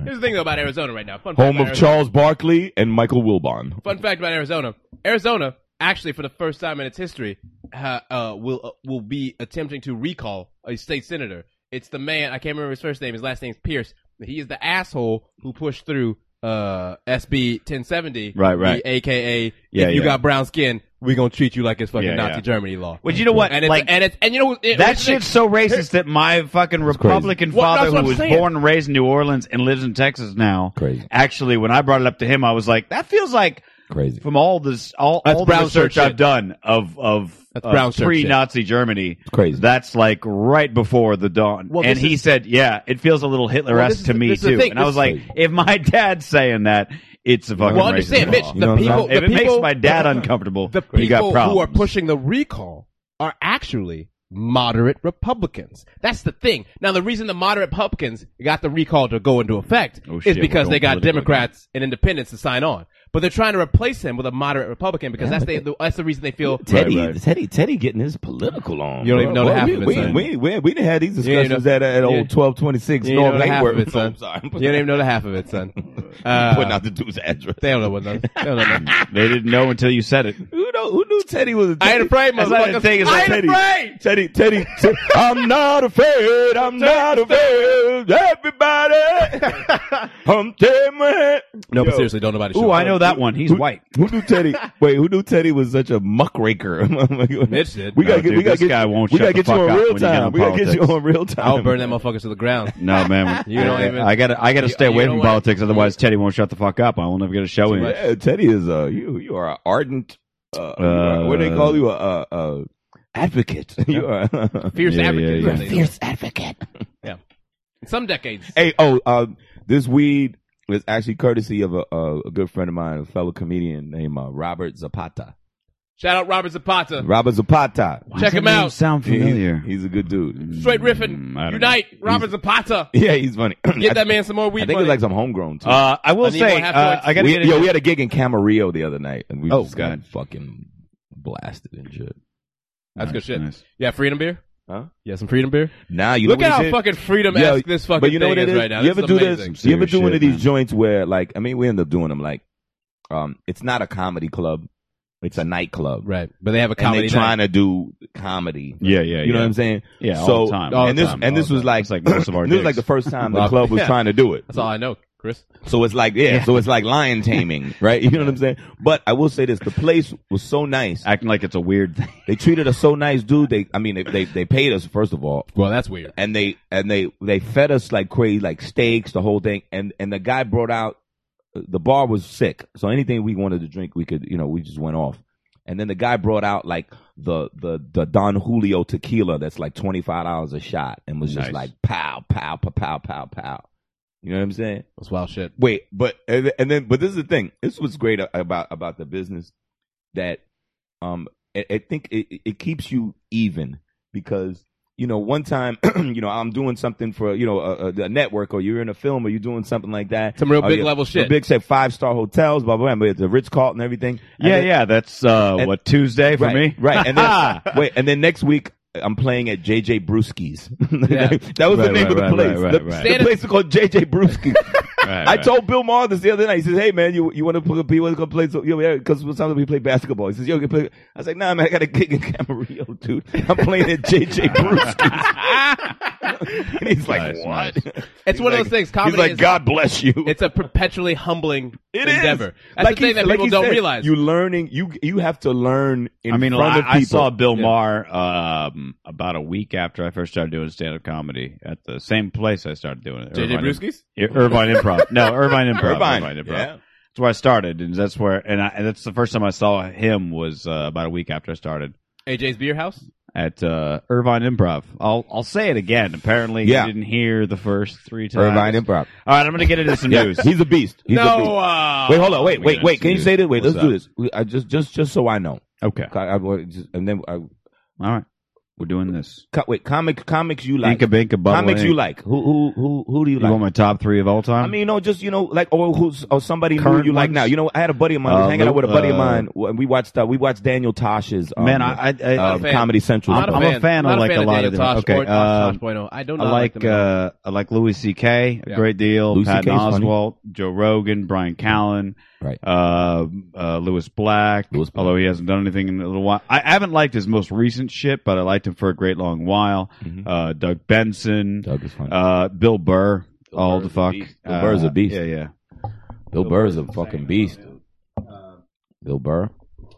Here's the thing though about Arizona right now. Fun fact Home about of Arizona. Charles Barkley and Michael Wilbon. Fun fact about Arizona. Arizona actually for the first time in its history uh, uh, will uh, will be attempting to recall a state senator. It's the man I can't remember his first name. His last name's Pierce. He is the asshole who pushed through uh, SB 1070. Right, right. the AKA, Yeah, if you yeah. got brown skin, we're gonna treat you like it's fucking Yeah, Nazi yeah. Germany law. But you know what? And it's, Like- and it's and you know it, That it's- shit's so racist that my fucking Republican Well, that's father, what I'm who was saying. born and raised in New Orleans and lives in Texas now, Crazy. actually, when I brought it up to him, I was like, "That feels like Crazy. from all this, all, That's all the brown shirt research shit. I've done of of, That's of brown shirt pre-Nazi Germany, crazy. That's like right before the dawn." Well, and this he is- said, "Yeah, it feels a little Well, Hitler-esque this is to the- me this is the too." thing. And I This- was like, "If my dad's saying that, it's a fucking Well, racist understand, law. Mitch. You know The what I'm people, if the it makes people, my dad uncomfortable, the you got people who are problems. pushing the recall are actually moderate Republicans. That's the thing. Now, the reason the moderate Republicans got the recall to go into effect Oh, shit, is we're because going they got political Democrats and Independents to sign on. But they're trying to replace him with a moderate Republican because that's, the, that's the reason they feel. Teddy, Right, right. Teddy, Teddy, getting his political on. You don't even man. know Boy, the half we, of it, we, son. we, we, we done had these even discussions know- at, at you- old twelve twenty six You don't North know the half of it, Lakeworth. son. sorry. You don't even know the half of it, son. Uh, putting out the dude's address. they don't know what none- they don't know. nothing. they didn't know until you said it. Who know, Who knew Teddy was? A I ain't afraid, That's not the motherfucker. thing, it's like- I ain't afraid. Teddy, Teddy, Teddy, I'm not afraid. I'm not afraid. Everybody, I'm Teddy. No, but Yo. seriously, don't nobody. show Ooh, up. I know that one. He's Who- white. Who knew Teddy? Wait, who knew Teddy was such a muckraker? Mitch did. We gotta No, get. dude, we gotta this get. guy won't we gotta shut the get fuck you on up real when you get time. on We gotta get you politics. on real time. I'll burn that motherfucker to the ground. No, man. You don't even- I gotta, I gotta You- stay away you know from what? politics, otherwise Teddy won't shut the fuck up. I won't ever get a show in. Yeah, Teddy is uh you you are an ardent uh, what do they call you a uh, uh, advocate. you are Fierce Yeah, advocate. yeah, yeah. they do. advocate. Some decades. Hey, oh, uh, this weed is actually courtesy of a, a, a good friend of mine, a fellow comedian named uh, Robert Zapata. Shout out Robert Zapata. Robert Zapata. Check him out. Sound He- familiar? He's a good dude. Straight Mm, I riffing. don't Unite. Robert Zapata. Yeah, he's funny. Get I, that man some more I weed think money. it's like some homegrown too. Uh, I will I need more say, half uh, points. I gotta we, get yo, it. we had a gig in Camarillo the other night, and we Oh, just got God. fucking blasted and shit. That's good shit. Nice. Yeah, freedom beer. Huh? Yeah, some freedom beer. Now you Look know at what how he did? fucking freedom esque Yeah, this fucking but you know thing what it is is? right now. You This ever is do amazing. this? You ever Serious do one shit, of these man. joints where, like, I mean, we end up doing them like, um, it's not a comedy club, it's a nightclub, Right, but they have a And comedy they're trying to do comedy. Yeah, yeah, You yeah. know what I'm saying? Yeah, so, all the time. and all the this time, and all this the was time. like, It's like most of our this was like the dicks. first time the club was Yeah. trying to do it. That's all I know, Chris. So it's like, yeah, so it's like lion taming, right? You know what I'm saying? But I will say this: the place was so nice. acting like it's a weird thing. They treated us so nice, dude. They, I mean, they they, they paid us first of all, Well, that's weird. and they and they they fed us like crazy, like steaks, the whole thing. And and the guy brought out uh, the bar was sick, so anything we wanted to drink, we could, you know, we just went off. And then the guy brought out like the the the Don Julio tequila that's like twenty five dollars a shot, and was just Nice. like pow pow pow pow pow pow. You know what I'm saying? That's wild shit. Wait, but and th- and then but this is the thing. This was great a- about about the business that um I, I think it, it- it keeps you even because you know one time you know I'm doing something for you know a, a, a network or you're in a film or you're doing something like that. Some real Or big you're- level shit. Big said five star hotels, blah blah blah. But the Ritz Carlton, everything. And Yeah, then- yeah. That's uh, and- what Tuesday for right, me. Right. And then, wait, and then next week I'm playing at JJ Brewski's. that was the Right, name right, of the right, place. right, the, right, the right. place is called JJ Brewski's. Right, I right. told Bill Maher this the other night. He says, "Hey man, you you want to be want to play? So, yo, yeah, because sometimes we play basketball." He says, "Yo, you can play." I was like, "Nah, man, I got a gig in Camarillo, dude. I'm playing at JJ Brewski's." and he's like, Nice, "What?" It's one of those things. Comedy he's like, is, "God bless you." it's a perpetually humbling It is. endeavor. That's the he- thing that like people he don't said, realize. You learning. You you have to learn in I mean, front I, of people. I saw Bill Yeah. Maher um, about a week after I first started doing stand up comedy at the same place I started doing it. JJ Irvine- Brewski's? Irvine Improv. No, Irvine Improv. Irvine. Irvine Improv. Yeah. That's where I started, and that's where, and, I, and that's the first time I saw him was uh, about a week after I started AJ's Beer House? at uh, Irvine Improv. I'll I'll say it again. Apparently, Yeah. you didn't hear the first three times. Irvine Improv. All right, I'm gonna get into some Yeah, news. he's a beast. He's a beast. No. uh, Wait, hold on. Wait, wait, Yeah, wait. Can you dude. say this? Wait, What's let's do this. We- I just, just, just so I know. Okay, I, I, I just, and then uh, I, all right, we're doing this. co- wait, comic, comics you like. Inka Binka Bubble comics Inc. you like. Who, who, who, who do you You like? want my top three of all time? I mean, you know, just you know, like or who's or somebody new Current you like ones? now. You know, I had a buddy of mine I was Uh, hanging out with a buddy of uh, mine, and we watched uh, we watched Daniel Tosh's um, Oh, man, I, I, I uh, fan. Comedy Central. I'm- I'm a fan Not of, like, a lot Daniel of Tosh different- okay, or Tosh uh, 2.0. I do I not like, like them at all. uh, I like Louis C.K. a Yeah. great deal. Louis Patton CK 's funny. Oswalt, Joe Rogan, Brian Callen, Right. Uh, uh, Lewis Black, Louis Black. although he hasn't done anything in a little while. I, I haven't liked his most recent shit, but I liked him for a great long while. Mhm. Uh, Doug Benson, Doug is funny. uh, Bill Burr, all the fuck. Bill Burr's a Uh, beast. Yeah, yeah. Bill Burr's a fucking beast. um, Bill Burr.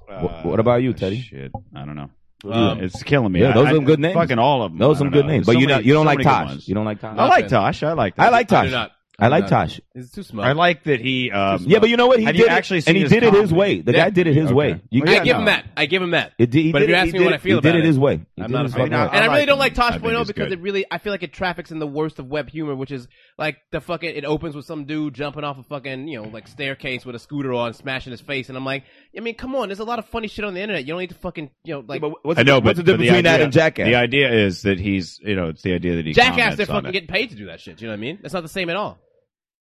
What- what about you, Uh, Teddy? Shit, I don't know. Um, it's killing me. yeah, I- those I- are some good names. Fucking all of them. Those are some good names, but you don't you don't like Tosh. You don't like I Tosh. like Tosh. I like. I like I do Tosh. not. I like No. Tosh. It's too smart. I like that he. Um, Yeah, but you know what? He Have did you it, actually seen and he his did it his comedy? way. The Yeah. guy did it his Okay. way. You Well, yeah, can't- I give him no. that. I give him that. It did, he But did if you're it- he asking did what it- I feel he did about it it, his way. He I'm did not it a his fan. fucking I way. And I, like really don't him. like I Tosh think 2.0 he's because good. it really, I feel like it traffics in the worst of web humor, which is like the fucking, it opens with some dude jumping off a fucking, you know, like staircase with a scooter on, smashing his face. And I'm like, I mean, come on, there's a lot of funny shit on the internet. You don't need to fucking, you know, like, But what's I know, the- but what's the difference but between that idea- and Jackass? The idea is that he's, you know, it's the idea that he jackass, they're comments on fucking it. getting paid to do that shit. You know what I mean? That's not the same at all.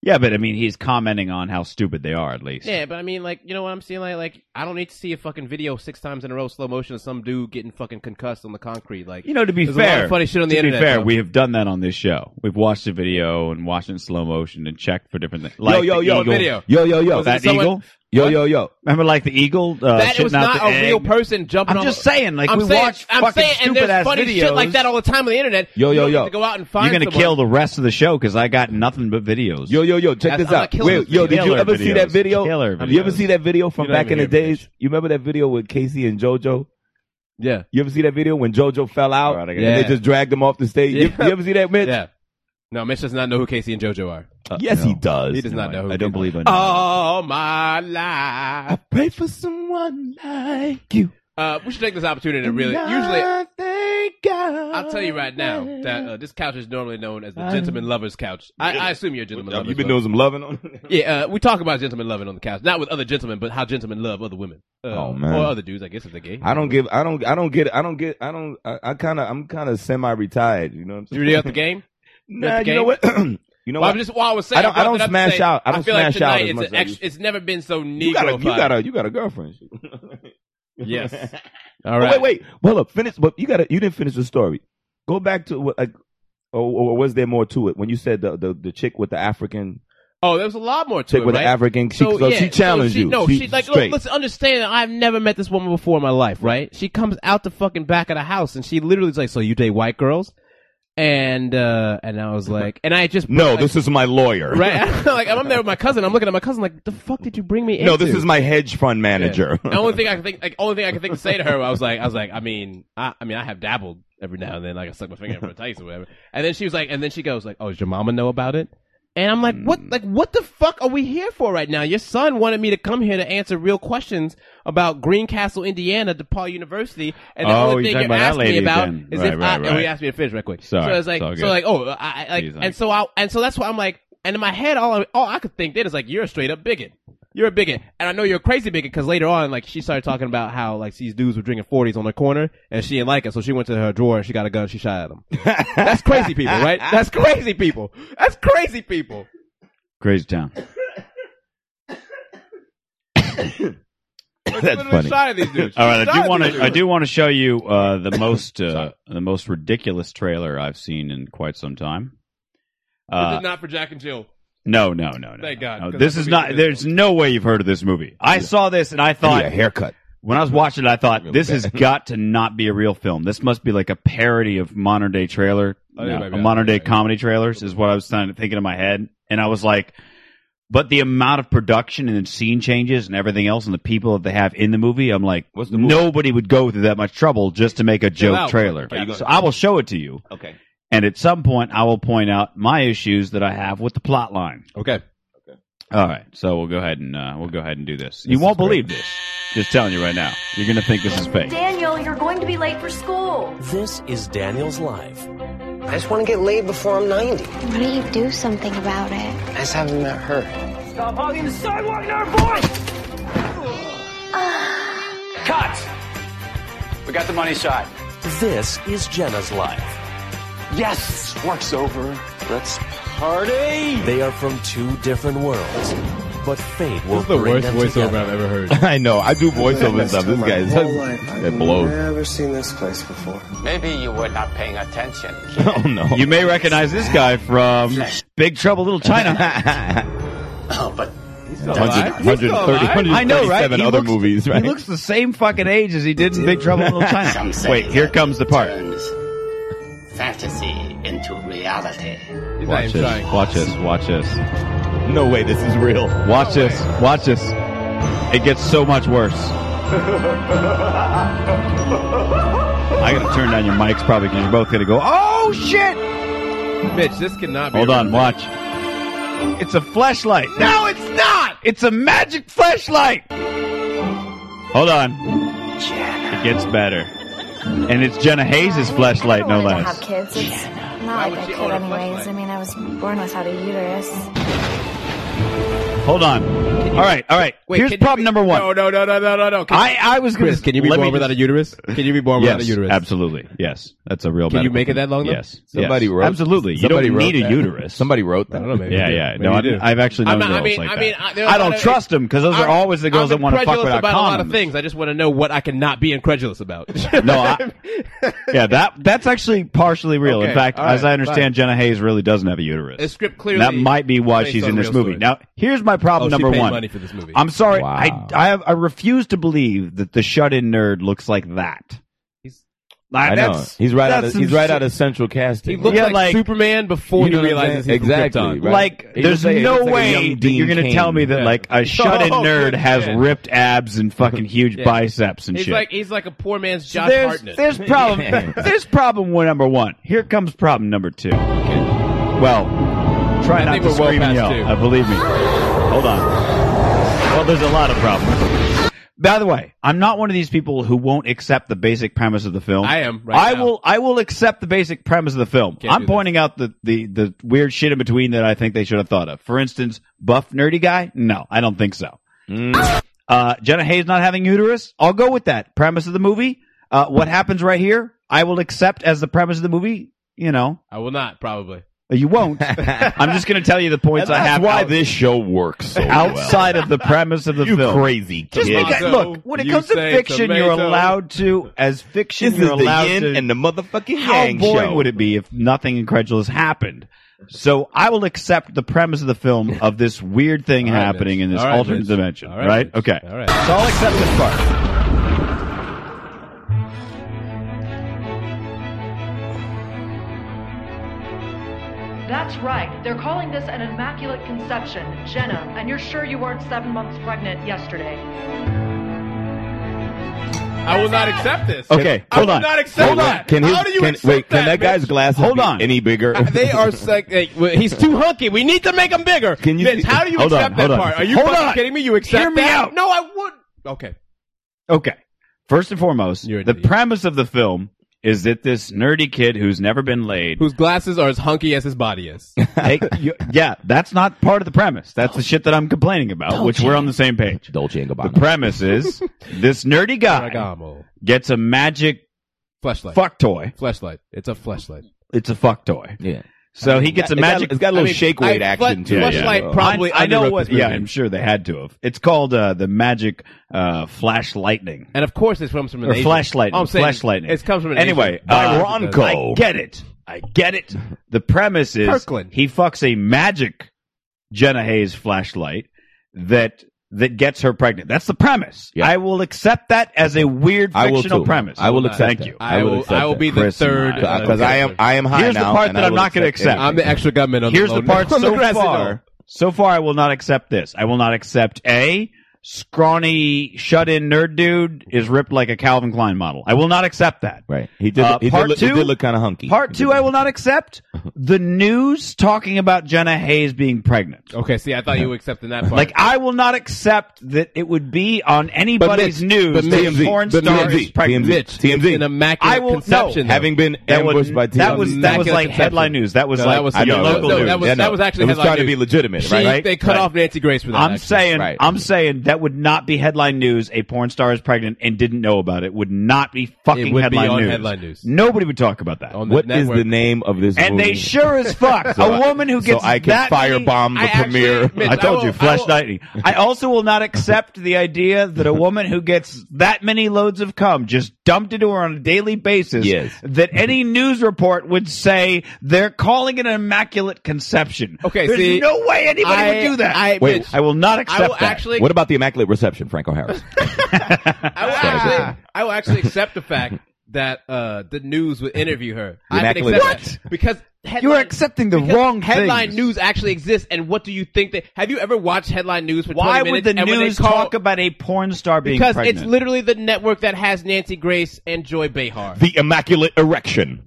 Yeah, but I mean, he's commenting on how stupid they are. At least, Yeah, but I mean, like, you know what I'm saying? Like, like, I don't need to see a fucking video six times in a row, slow motion of some dude getting fucking concussed on the concrete. Like, you know, to be There's a lot fair, of funny shit on the to internet, Be fair, though. we have done that on this show. We've watched a video and watched it in slow motion and checked for different things. Yo, Like yo, the yo, eagle. video. yo, yo, yo, That someone- eagle. yo, yo, yo. Remember, like the eagle. Uh, that shitting was out not the a egg? real person jumping. I'm off- just saying, like I'm we saying, watch I'm fucking saying, and stupid there's ass funny shit like videos. that all the time on the internet. Yo, You yo, don't yo. need To go out and find. You're gonna someone. kill the rest of the show because I got nothing but videos. Yo, yo, yo, check That's- this I'm out. not killing Wait, this yo, video. did you Killer ever see that videos. video? Killer You ever videos. see that video from You're not back in even the here for days? You remember that video with Casey and JoJo? Yeah. You ever see that video when JoJo fell out Right, I and got they it. just dragged him off the stage? You- You, ever see that, Mitch? Yeah. No, Mitch does not know who Casey and JoJo are. Yes, Uh, No. he does. He does not know. Who I don't believe I know. Uh, All my life. Pray for someone like you. Uh, we should take this opportunity to really. Usually, I'll tell you right now that uh, this couch is normally known as the gentleman lovers couch. I, I assume you're a gentleman lover. You've been doing some loving on. Yeah, uh, we talk about gentlemen loving on the couch, not with other gentlemen, but how gentlemen love other women. Uh, Oh, man. or other dudes, I guess if they're gay. I don't give. I don't. I don't get. I don't get. I don't. I, I kind of. I'm kind of semi-retired. You know what I'm You saying? really up the game? Nah, at the you know game? what? you know Well, what? I'm just while I was saying, I don't- brought I don't that up to smash say, out. I don't feel like smash out tonight as much It's, as an I ex- used it's never been so negro. you got a. You got a. You got a girlfriend. Yes. Oh, All right. Wait, wait. Well, look, finish. But you got to. You didn't finish the story. Go back to what. Like, or, or was there more to it when you said the, the the chick with the African Oh, there was a lot more to chick it, with right? the African? She, so, yeah, she challenged so she, you. No, she, like look, straight. let's understand. that I've never met this woman before in my life, right? She comes out the fucking back of the house, and she literally is like, "So you date white girls?" And uh and I was like, and I just no, like, this is my lawyer. right. like I'm there with my cousin. I'm looking at my cousin like, "The fuck did you bring me?" No, into? this is my hedge fund manager. The only thing I can think, like, only thing I can think to say to her, I was like, I was like, I mean, I, I mean, I have dabbled every now and then, like I suck my finger in for a taste or whatever. And then she was like, and then she goes like, Oh, does your mama know about it? And I'm like, What? Like, what the fuck are we here for right now? Your son wanted me to come here to answer real questions about Greencastle, Indiana, DePaul University, and the Oh, only you're thing talking you about that asked me lady about then. is Right, if right, I. And right. he asked me to finish right quick. Sorry, so I was like, it's all so good. like, oh, I, I like, He's like- and so I, and so that's why I'm like, and in my head, all I, all I could think then is like, you're a straight up bigot. You're a bigot, and I know you're a crazy bigot because later on, like, she started talking about how like these dudes were drinking 40s on the corner, and she didn't like it, so she went to her drawer and she got a gun, and she shot at them. That's crazy people, right? That's crazy people. That's crazy people. Crazy town. That's funny. Shot at these dudes. All right, Shot I at do want these to. I dudes. do want to show you uh, the most uh, the most ridiculous trailer I've seen in quite some time. This Uh, is not for Jack and Jill. no, no, no, no. Thank no, God, no. 'cause This that is movie's not. ridiculous. There's no way you've heard of this movie. I saw this and I I thought need a haircut. when I was watching it, I thought Really this has bad. got to not be a real film. This must be like a parody of modern day trailer, Oh, yeah, no, maybe a I- modern day yeah, yeah. comedy trailers is what I was trying- thinking in my head, and I was like, but the amount of production and scene changes and everything else and the people that they have in the movie, I'm like, What's the movie? nobody would go through that much trouble just to make a joke out. trailer. Are you gonna- So I will show it to you, Okay. and at some point, I will point out my issues that I have with the plot line. Okay. All right, so we'll go ahead and uh, we'll go ahead and do this. This you is won't great. believe this. Just telling you right now, you're gonna think this is fake. Daniel, you're going to be late for school. This is Daniel's life. I just want to get laid before I'm 90. Why don't you do something about it? I just haven't met her. Stop hogging the sidewalk, our boy! Cut! We got the money shot. This is Jenna's life. Yes! Work's over. Let's party! They are from two different worlds, but fate will This is the bring worst them voiceover together. I've ever heard. I know. I do voiceover and stuff. This guy is it blows. Never seen this place before. Maybe you were not paying attention. Oh no. You may recognize this guy from Big Trouble Little China. Oh, but still alive. He's still alive. I know, right? 137 He other looks- movies, right? He looks the same fucking age as he did in Big Trouble in Little China. Wait, here comes the part. fantasy into reality. He's not Watch even trying. this. Watch this. Watch this. No way, this is real. Watch this. Watch this. It gets so much worse. I gotta turn down your mics probably because you're both gonna go, oh shit! Bitch, this cannot be. Hold real. on, watch. It's a flashlight. No, it's not! It's a magic flashlight! Hold on. It gets better. And it's Jenna Hayes' flashlight, no I don't wanna less. have kids. It's Why not would like I she could own a anyways. flashlight? I mean, I was born without a uterus. Hold on. All right, all right. Wait, Here's can you problem be- number one. No, no, no, no, no, no, no. Can, I, I was gonna. Chris, can you be let me born without a just- uterus? Can you be born without a Yes, uterus? absolutely. Yes, that's a real. Can you medical make it thing. that long, though? Yes. Somebody yes. wrote. Absolutely. You somebody don't wrote need a that. uterus. Somebody wrote that. I don't know, maybe. Yeah, you do. yeah. Maybe No, you I, do. I've actually known I'm not- I girls mean- like I that. mean, I- there are I a lot don't of- trust them because those are I'm- always the girls I'm that want to fuck incredulous without about a lot of condoms. things. I just want to know what I cannot be incredulous about. No, I, yeah, that that's actually partially real. Okay, In fact, all right, as I understand, Jenna Hayes really doesn't have a uterus. The script clearly that might be why based she's on in a this real movie. story. Now, here's my Oh, problem she number paid one. money for this movie. I'm sorry, Wow. I I, have, I refuse to believe that the shut-in nerd looks like that. He's- Like, I know. that's- He's right out. Of, that's he's right some out of Central Casting. he looks Yeah, like, like- Superman before You he know what I'm realizes saying? he's from Exactly, Krypton. right? Like, He there's looks like- he no looks like a way young that you're Dean going to tell me Cain. that Yeah. like a shut-in Oh, nerd good has shit. ripped abs and fucking huge Yeah. biceps and He's shit. like he's like a poor man's So Josh there's Hartnett. there's problem Yeah. there's problem one number one. Here comes problem number two. Well, try I not think to we're well scream and past yell. two. Uh, believe me. Hold on. Well, there's a lot of problems. By the way, I'm not one of these people who won't accept the basic premise of the film. I am, right I now. will. I will accept the basic premise of the film. Can't do I'm that. pointing out the, the the weird shit in between that I think they should have thought of. For instance, buff nerdy guy. No, I don't think so. Mm. Uh, Jenna Hayes not having uterus. I'll go with that premise of the movie. Uh, what happens right here, I will accept as the premise of the movie. You know, Uh, I will not probably. you won't. I'm just going to tell you the points That's I have why out- this show works so outside of the premise of the well. You film. crazy Just kid. because, Tomato, look, when it you comes to say fiction, you're tomato. allowed to, as fiction, This is you're the allowed yin to. and the motherfucking how yang boring show. would it be if nothing incredulous happened? So I will accept the premise of the film of this weird thing All right, happening bitch. in this All right, alternate bitch. dimension, All right? bitch. Okay. All right. So I'll accept this part. That's right. They're calling this an immaculate conception. Jenna, and you're sure you weren't seven months pregnant yesterday? I will not accept this. Okay, I hold will on. not accept Hold on. that. Can his, How do you can, accept wait, can that that guy's bitch? glasses Hold be on. any bigger? They are like, like well, he's too hunky. We need to make him bigger. Can you- Vince, how do you Hold on, accept that hold on. part? Are you Hold fucking on. kidding me? You accept Hear me that? out. No, I would. Okay. Okay. First and foremost, You're an the idiot. premise of the film is that this nerdy kid who's never been laid Whose glasses are as hunky as his body is. Hey, you- yeah, that's not part of the premise. That's the shit that I'm complaining about, which we're on the same page. Dolce and The Gabbana. premise is this Oh nerdy guy Ferragamo. gets a magic Fleshlight. fuck toy. Fleshlight. It's a fleshlight. It's a fuck toy. yeah. So he gets a It's got- magic. It's got a I little mean, shake weight I- action fle- to it. fleshlight Yeah. probably I, I know underwrote what. this Yeah, movie. I'm sure they had to have. It's called uh, the magic uh, flash lightning. And of course, it comes from an or Asian. flashlight. Oh, I'm saying flashlight. It comes from an anyway. Asian. Uh, Of course it does. I get it. I get it. The premise is Kirkland. he fucks a magic Jenna Hayes flashlight that that gets her pregnant. That's the premise. Yeah. I will accept that as a weird I will fictional too. premise. I will accept Thank that. you. I I would will. accept I will that. be the Chris and third. I- uh, Because I am, I am high Here's the now, part and that I I'm will not gonna accept. I'm the extra gunman on Here's the the lone- part on the so grassy knoll. far. So far, I will not accept this. I will not accept a scrawny shut-in nerd dude is ripped like a Calvin Klein model. I will not accept that. Right. He did. Uh, he, did part look, he two- did look kind of hunky. Part two, I will not accept the news talking about Jenna Hayes being pregnant. Okay, see, I thought you were accepting that part. Like I will not accept that it would be on anybody's Mitch, news but that Mitch, a porn but star Mitch, is pregnant. TMZ. Mitch, it's an immaculate I will- no, conception. though. having been That was ambushed by TMZ. that was that was Immaculate like conception. headline news. That was No, like that was your no, local E. no, news. that was- Yeah, no. actually it was headline trying to be news. legitimate, She- right? right? They cut Right. off Nancy Grace for that. I'm actually. saying Right. I'm saying that would not be headline news. A porn star is pregnant and didn't know about it would not be fucking would be headline on news. headline news. Nobody would talk about that. On the What is network. the name of this and movie? they sure as fuck. So a I- woman who so gets I can that many- firebomb the I actually- premiere. I told you, flash lightning. I also will not accept the idea that a woman who gets that many loads of cum just dumped into her on a daily basis. Yes. That any news report would say they're calling it an immaculate conception. Okay, there's see, no way anybody I- would do that. I- Wait, I will not I accept will that. actually What about the immaculate reception, Franco Harris? I will actually, I will actually accept the fact that uh, the news would interview her. I can Immaculate- accept that because headline, You are accepting the because wrong headline things. news actually exists. And what do you think that? Have you ever watched headline news for Why 20 minutes? would the and when they news call- talk about a porn star being Because pregnant? it's literally the network that has Nancy Grace and Joy Behar. the immaculate erection.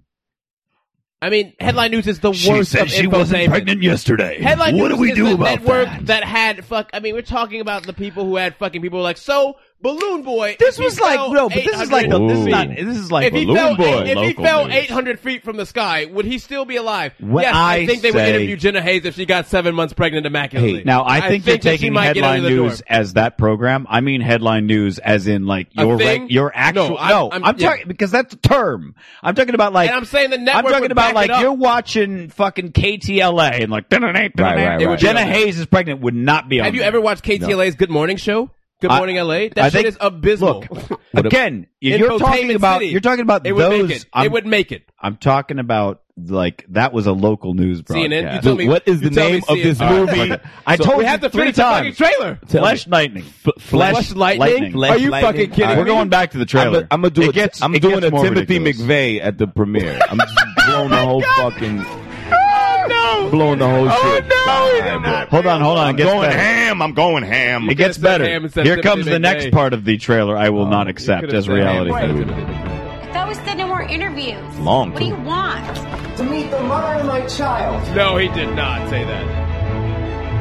I mean, headline news is the worst of infotainment. yesterday. Headline news is the network that? had fuck. I mean, we're talking about the people who had fucking people like so. Balloon Boy. This he was like fell no, but this is like 800 this is Ooh. not this is like if he Balloon fell, Boy. if he Local fell news. 800 feet from the sky, would he still be alive? What yes, I, I think they would say- interview Jenna Hayes if she got seven months pregnant immaculately. Now, I think, that you're she taking might get headline under the door. news as that program. I mean headline news as in like A your thing? reg- your actual. No, No, I'm- I'm, I'm- yeah. talking because that's a term. I'm talking about like. And I'm saying the network I'm talking would about back like it up. you're watching fucking KTLA and like. Right, right, Right, right. Jenna Hayes is pregnant would not be on. Have you there. ever watched KTLA's Good Morning Show? Good I- Morning LA. That I shit think- is abysmal. Look, again, if you're talking Infotainment about City. you're talking about it would those. make it. I'm, it would make it. I'm talking about like that was a local news CNN, you broadcast. tell me- what is you the tell me name of CNN. this All right, movie? fuck it. I told we you have to three finish the fucking times. trailer. Tell me. Flesh lightning. Flesh lightning? Are you fucking kidding We're me? going back to the I'm, trailer. a, I'm a do It a- gets- I'm it doing gets a more Timothy ridiculous. Oh McVeigh at the premiere. I'm just blowing the whole fucking. no! Blowing the whole shit. Oh no! Hold on, hold on. It I'm gets going better. ham. I'm going ham. It have gets said better. ham instead Here of comes Timothy the McVeigh. next part of the trailer I will not accept could have as said reality. I thought we said no more interviews. Long, What do you too. want? To meet the mother of my child. No, he did not say that.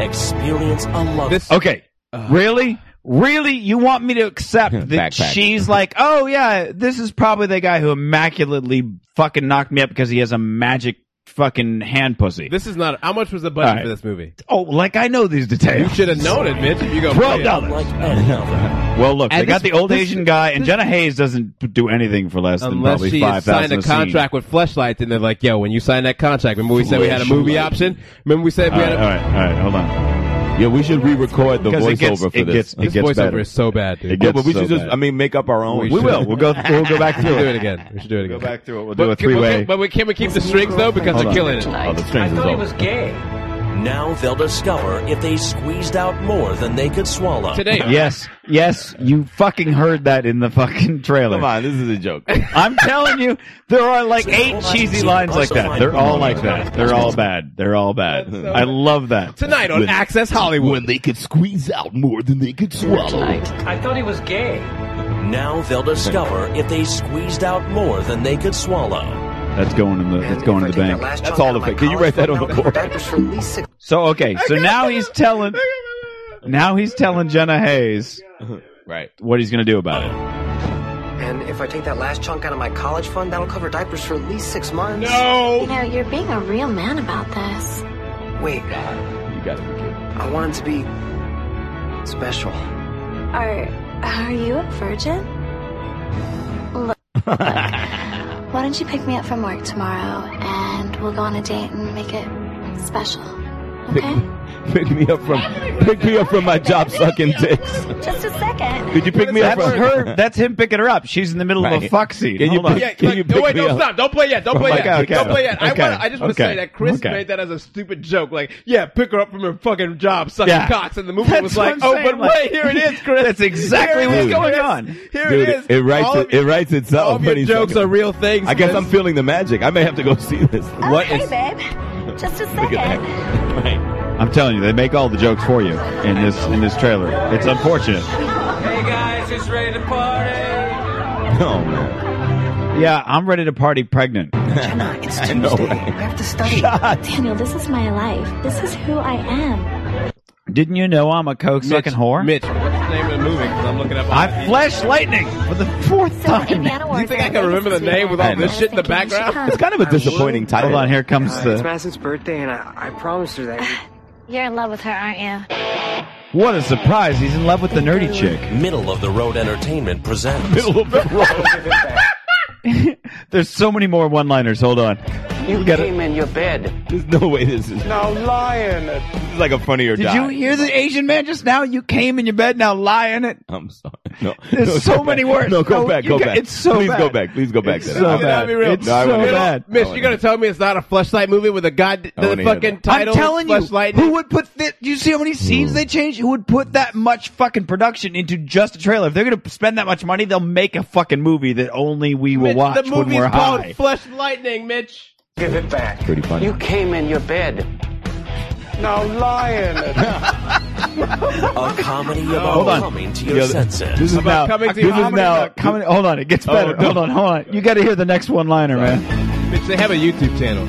Experience a love. This Okay. Really? Really? You want me to accept that Backpack. she's like, oh yeah, this is probably the guy who immaculately fucking knocked me up because he has a magic fucking hand pussy. this is not. How much was the budget All right. for this movie? oh, like I know these You details. should have known it, Mitch. If you go Twelve play it. dollars. like any other. Well, look, And they got this- the old this- Asian guy, and Jenna Hayes doesn't do anything for less than Unless probably she five signed thousand. a contract with Fleshlight, and they're like, "Yo, when you sign that contract, remember we said we had a movie Fleshlight. option. Remember we said All we right, had all a right, all right. Hold on. Yeah, we should re-record the Because it gets- voiceover for it this. gets- it this voiceover better. is so bad, dude. It Yeah, gets but we so should just. bad. I mean, make up our own. We We shit. will. We'll go. We'll go back We should through do it it. again. We should do it again. Go back through it. We'll do a But can- but three-way. can- But we- can we keep the strings though because Hold they're on. killing it. Oh, the strings I is thought he up. was gay. Now they'll discover if they squeezed out more than they could swallow. Today, Yes, yes, you fucking heard that in the fucking trailer. Come on, this is a joke. I'm telling you, there are like eight cheesy lines like that. They're all like that. They're all bad. They're all bad. I love that. tonight on Access Hollywood. they could squeeze out more than they could swallow. I thought he was gay. Now they'll discover if they squeezed out more than they could swallow. That's going in the. That's going to the bank. That's all the fake. Can you write that on the board? So okay, so now he's telling. Now he's telling Jenna Hayes Right. what he's gonna do about it. And if I take that last chunk out of my college fund, that'll cover diapers for at least six months. You know, you're being a real man about this. Wait, You got to I want it to be special. Are are you a virgin? Look, why don't you pick me up from work tomorrow and we'll go on a date and make it special? Okay? pick me up from pick me up from my job sucking dicks. Just a second. Could you pick me up That's from her. That's him picking her up. She's in the middle of a Right. fuck scene. Can you Hold on. pick- Yeah, Can you no, wait, me don't up? stop. Don't play yet. Don't Oh play my yet. God, okay. Don't play yet. I, Okay. wanna, I just want to Okay. say that Chris Okay. made that as a stupid joke. Like, yeah, pick her up from her fucking job, sucking Yeah. cocks. And the movie That's was what like, I'm oh, saying, but like- wait, here it is, Chris. That's exactly Here it what's is, going Chris. on. Here it Dude, is. it, writes All it, of your- it writes itself. all of your pretty jokes soon. are real things. I guess Chris. I'm feeling the magic. I may have to go see this. Oh, What hey, is- babe. Just a Look Uh, at second. that. Right. I'm telling you, they make all the jokes for you in this in this trailer. It's unfortunate. Hey guys, it's ready to party. Oh man. Yeah, I'm ready to party pregnant. Jenna, it's I know, Tuesday. right? I have to study. Daniel, this is my life. This is who I am. Didn't you know I'm a coke sucking whore? Mitch, what's the name of the movie? 'Cause I'm looking up. on I IMDb. flash lightning for the fourth So, time. Indiana Warfare. You think I can remember the name with all I know. this shit in the background? It's kind of a disappointing title. Hold on, here comes Uh, it's the. Madison's birthday, and I, I promised her that. we- You're in love with her, aren't you? What a surprise! He's in love with the nerdy chick. Middle of the road entertainment presents. There's so many more one-liners. Hold on. You You gotta- came in your bed. There's no way this is. Now lying. This is like a funnier Did die. you hear the Asian man just now? You came in your bed now lying it. I'm sorry. No, There's no, so go many back. words. No, go No, back. you Go got- back. it's so Please go bad. back. Please go back. It's to so that. bad. That'd be real. No, I so wanna- bad. Mitch, I you're wanna- gonna tell me it's not a flashlight movie with a god I wanna the hear fucking that. title? I'm telling you, Fleshlight? who would put that? Do you see how many scenes they changed? Who would put that much fucking production into just a trailer? If they're going to spend that much money, they'll make a fucking movie that only we will Mitch, watch the when movie's we're called high. Flesh Lightning, Mitch. Give it back. Pretty funny. You came in your bed. Now lying. A comedy about hold on. coming to your Yeah, senses. This is now. coming to This is comedy now. about- Coming, hold on, it gets better. Hold on, hold on. You got to hear the next one liner, man. Mitch, they have a YouTube channel.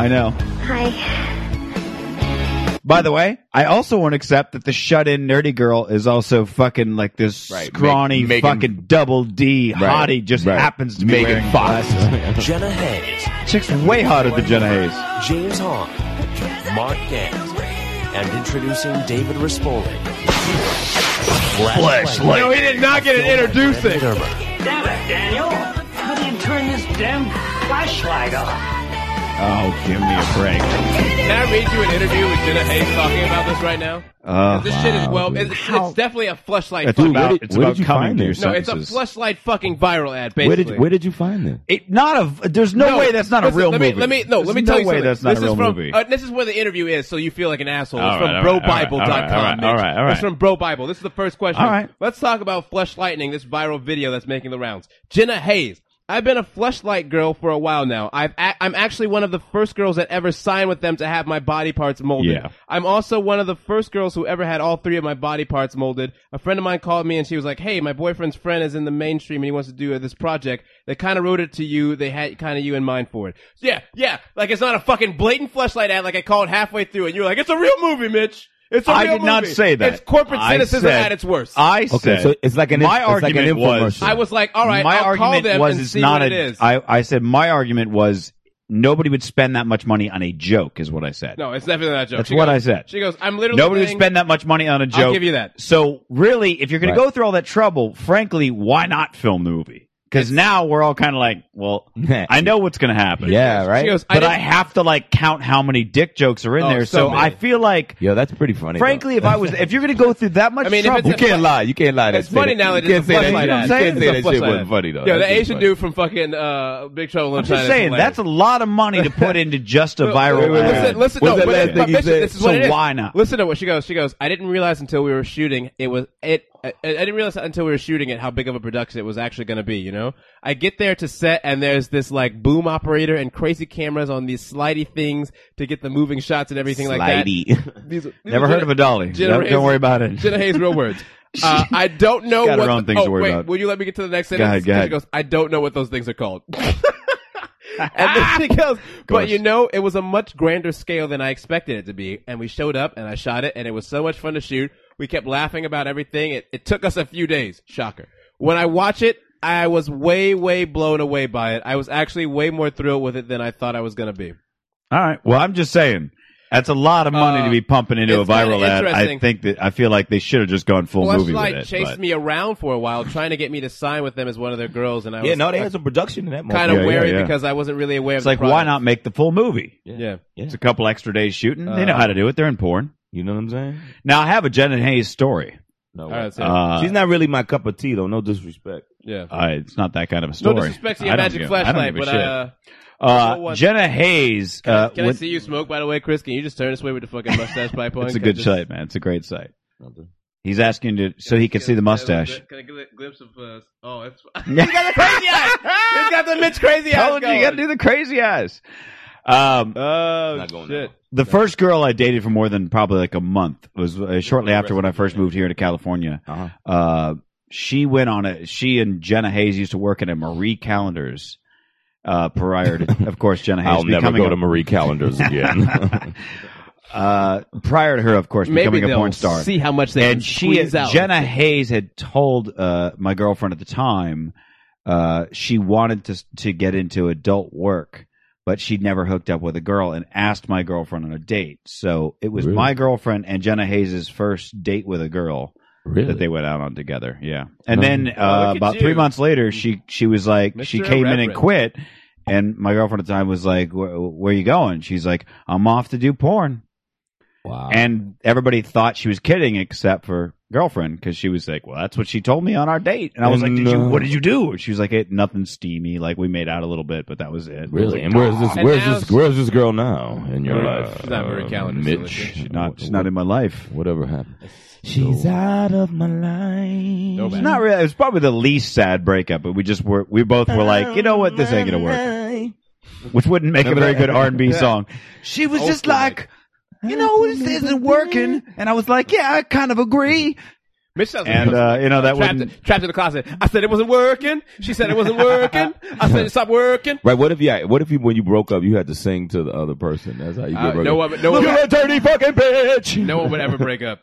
I know. Hi. By the way, I also won't accept that the shut-in nerdy girl is also fucking like this Right, scrawny make- Megan- fucking double D Right, hottie just right. happens to be Megan wearing Fox. Jenna Hayes, glasses. Chick's way hotter than Jenna Hayes. James Hong, Mark Gant, and introducing David Rispoli. Flash Lightning. No, he did not get an introducing. Damn it, Daniel! How do you turn this damn flashlight off? Oh, give me a break. Can I read you an interview with Jenna Hayes talking about this right now? Oh, This shit is wow, well. dude. It's, it's definitely a fleshlight. It's fucking- about, did- it's where about did you coming find to your this? no, it's a senses. fleshlight fucking viral ad. Basically, Where did where did you find that? It, not a. There's no, way that's not listen, a real let me, movie. Let me no. There's let me no tell you way something. that's not this a real is from, movie. Uh, this is where the interview is, so you feel like an asshole. All it's right, from all right, all right, all right, all BroBible.com. right, all right, all Mitch. right. It's from Bro Bible. This is the first question. All right. Let's talk about Flesh Lightning, this viral video that's making the rounds. Jenna Hayes. I've been a fleshlight girl for a while now. I've a- I'm actually one of the first girls that ever signed with them to have my body parts molded. Yeah. I'm also one of the first girls who ever had all three of my body parts molded. A friend of mine called me and she was like, "Hey, my boyfriend's friend is in the mainstream and he wants to do this project. They kind of wrote it to you. They had kind of you in mind for it." Yeah, yeah. Like it's not a fucking blatant fleshlight ad. Like I called halfway through and you were like, "It's a real movie, Mitch. It's a I real did not movie. say that. It's corporate I cynicism said- at its worst." I Okay, said. so it's like an- my it's like an argument was. infomercial. I was like, "All right, my I'll call argument them was and it's see not what a- it is." I, I said my argument was nobody would spend that much money on a joke. Is what I said. no, it's definitely not a joke. That's She what goes- I said. She goes, "I'm literally Nobody saying- would spend that much money on a joke. give you that. So really, if you're going Right. to go through all that trouble, frankly, why not film the movie? Because now we're all kind of like, well, I know what's going to happen. yeah, She right. goes, but I, didn't- have to like count how many dick jokes are in Oh, there. so So, many. I feel like, Yo, that's pretty funny. frankly, if I was, if you're going to go through that much I mean, if trouble, it's though. you can't lie. You can't lie. to It's say funny that. now that you can't it's a say that. flashlight You ad. can't It's say a that shit flashlight wasn't ad. funny though. Yeah, That the shit's Asian funny. dude from fucking uh, Big Trouble in I'm China. just is saying hilarious. that's a lot of money to put into just a viral. Wait, wait, ad. Listen, listen, What's no, that but- last but thing he bitch, said? this is what So it is. why not? Listen to what she goes. She goes, I didn't realize until we were shooting it was it. I, I didn't realize until we were shooting it how big of a production it was actually going to be. You know, I get there to set and there's this like boom operator and crazy cameras on these slidey things to get the moving shots and everything like that. Slidey. These are- these Never are heard Jenna- of a dolly. Jenna Don't, Hayes- don't worry about it. Jenna Hayes, real words. Uh, I don't know Got her what. own the- things oh, to worry wait, about. Will you let me get to the next ahead, sentence? go And ahead. She goes, I don't know what those things are called. and then she goes, but you know, it was a much grander scale than I expected it to be. And we showed up and I shot it and it was so much fun to shoot. We kept laughing about everything. It, it took us a few days. Shocker. When I watch it, I was way, way blown away by it. I was actually way more thrilled with it than I thought I was going to be. All right. Well, I'm just saying. That's a lot of money Uh, to be pumping into a it's kinda viral ad. I interesting. think that I feel like they should have just gone full movie with Fleshlight it. chased but- me around for a while, trying to get me to sign with them as one of their girls, and I was Yeah, no, they had some production in that. kind Yeah, of yeah, wary yeah. because I wasn't really aware It's of. the like, why product. not make the full movie? Yeah. It's a couple extra days shooting. they know Uh, how to do it. They're in porn. You know what I'm saying? Now I have a Jen and Hayes story. No. All right, so, Uh, She's not really my cup of tea though. No disrespect. yeah. uh, it's not that kind of a No story. disrespect to I your don't magic give- I don't flashlight, give a but shit. uh, Uh, Oh, what- Jenna Hayes. Uh, can I when- see you smoke? By the way, Chris, can you just turn this way with the fucking mustache pipe on? it's a Can I good just- site, man. It's a great site. He's asking to so he can see the mustache. Can I get a glimpse of? Uh, oh, it's he's got the crazy eyes. He's got the Mitch crazy eyes. Told you, you got to do the crazy eyes. Um, Oh Not going shit! The first girl I dated for more than probably like a month was uh, shortly after when I first moved here to California. Uh-huh. Uh, she went on a. She and Jenna Hayes used to work at a Marie Callender's. Uh, prior to, of course, Jenna Hayes I'll never becoming go a- to Marie Callender's again. uh, prior to her, of course, Maybe becoming a they'll porn star. see how much they can and she, squeeze out. Jenna Hayes, had told uh, my girlfriend at the time uh, she wanted to to get into adult work, but she'd never hooked up with a girl and asked my girlfriend on a date. So it was Really? my girlfriend and Jenna Hayes' first date with a girl really? that they went out on together. Yeah, and Oh. then Oh, uh, look at about you. three months later, she she was like she Mr. came in and Reverend. quit, And my girlfriend at the time was like, "Where, where are you going?" She's like, "I'm off to do porn." Wow. And everybody thought she was kidding, except for girlfriend, because she was like, "Well, that's what she told me on our date." And uh, I was like, did you, No. "What did you do?" And she was like, "It nothing steamy. Like we made out a little bit, but that was it." Really? And And where's this? And Where's now this? Where's this girl now in your life? She's not very Uh, calendar Mitch. sensitive. she's not, she's not in my life. Whatever happened. She's out of my life. It's not really. It was probably the least sad breakup, but we just were. We both were like, you know what, this ain't gonna work. Which wouldn't make a very good R and B song. She was just like, you know, this isn't working, and I was like, yeah, I kind of agree. Mitch sounds like And a- uh, you know that trapped, wouldn't. trapped in the closet. I said it wasn't working. She said it wasn't working. I said it stopped working. Right? What if you? What if you? When you broke up, you had to sing to the other person. That's how you get Uh, broke no up. one, no one, You're a dirty fucking bitch. no one would ever break up.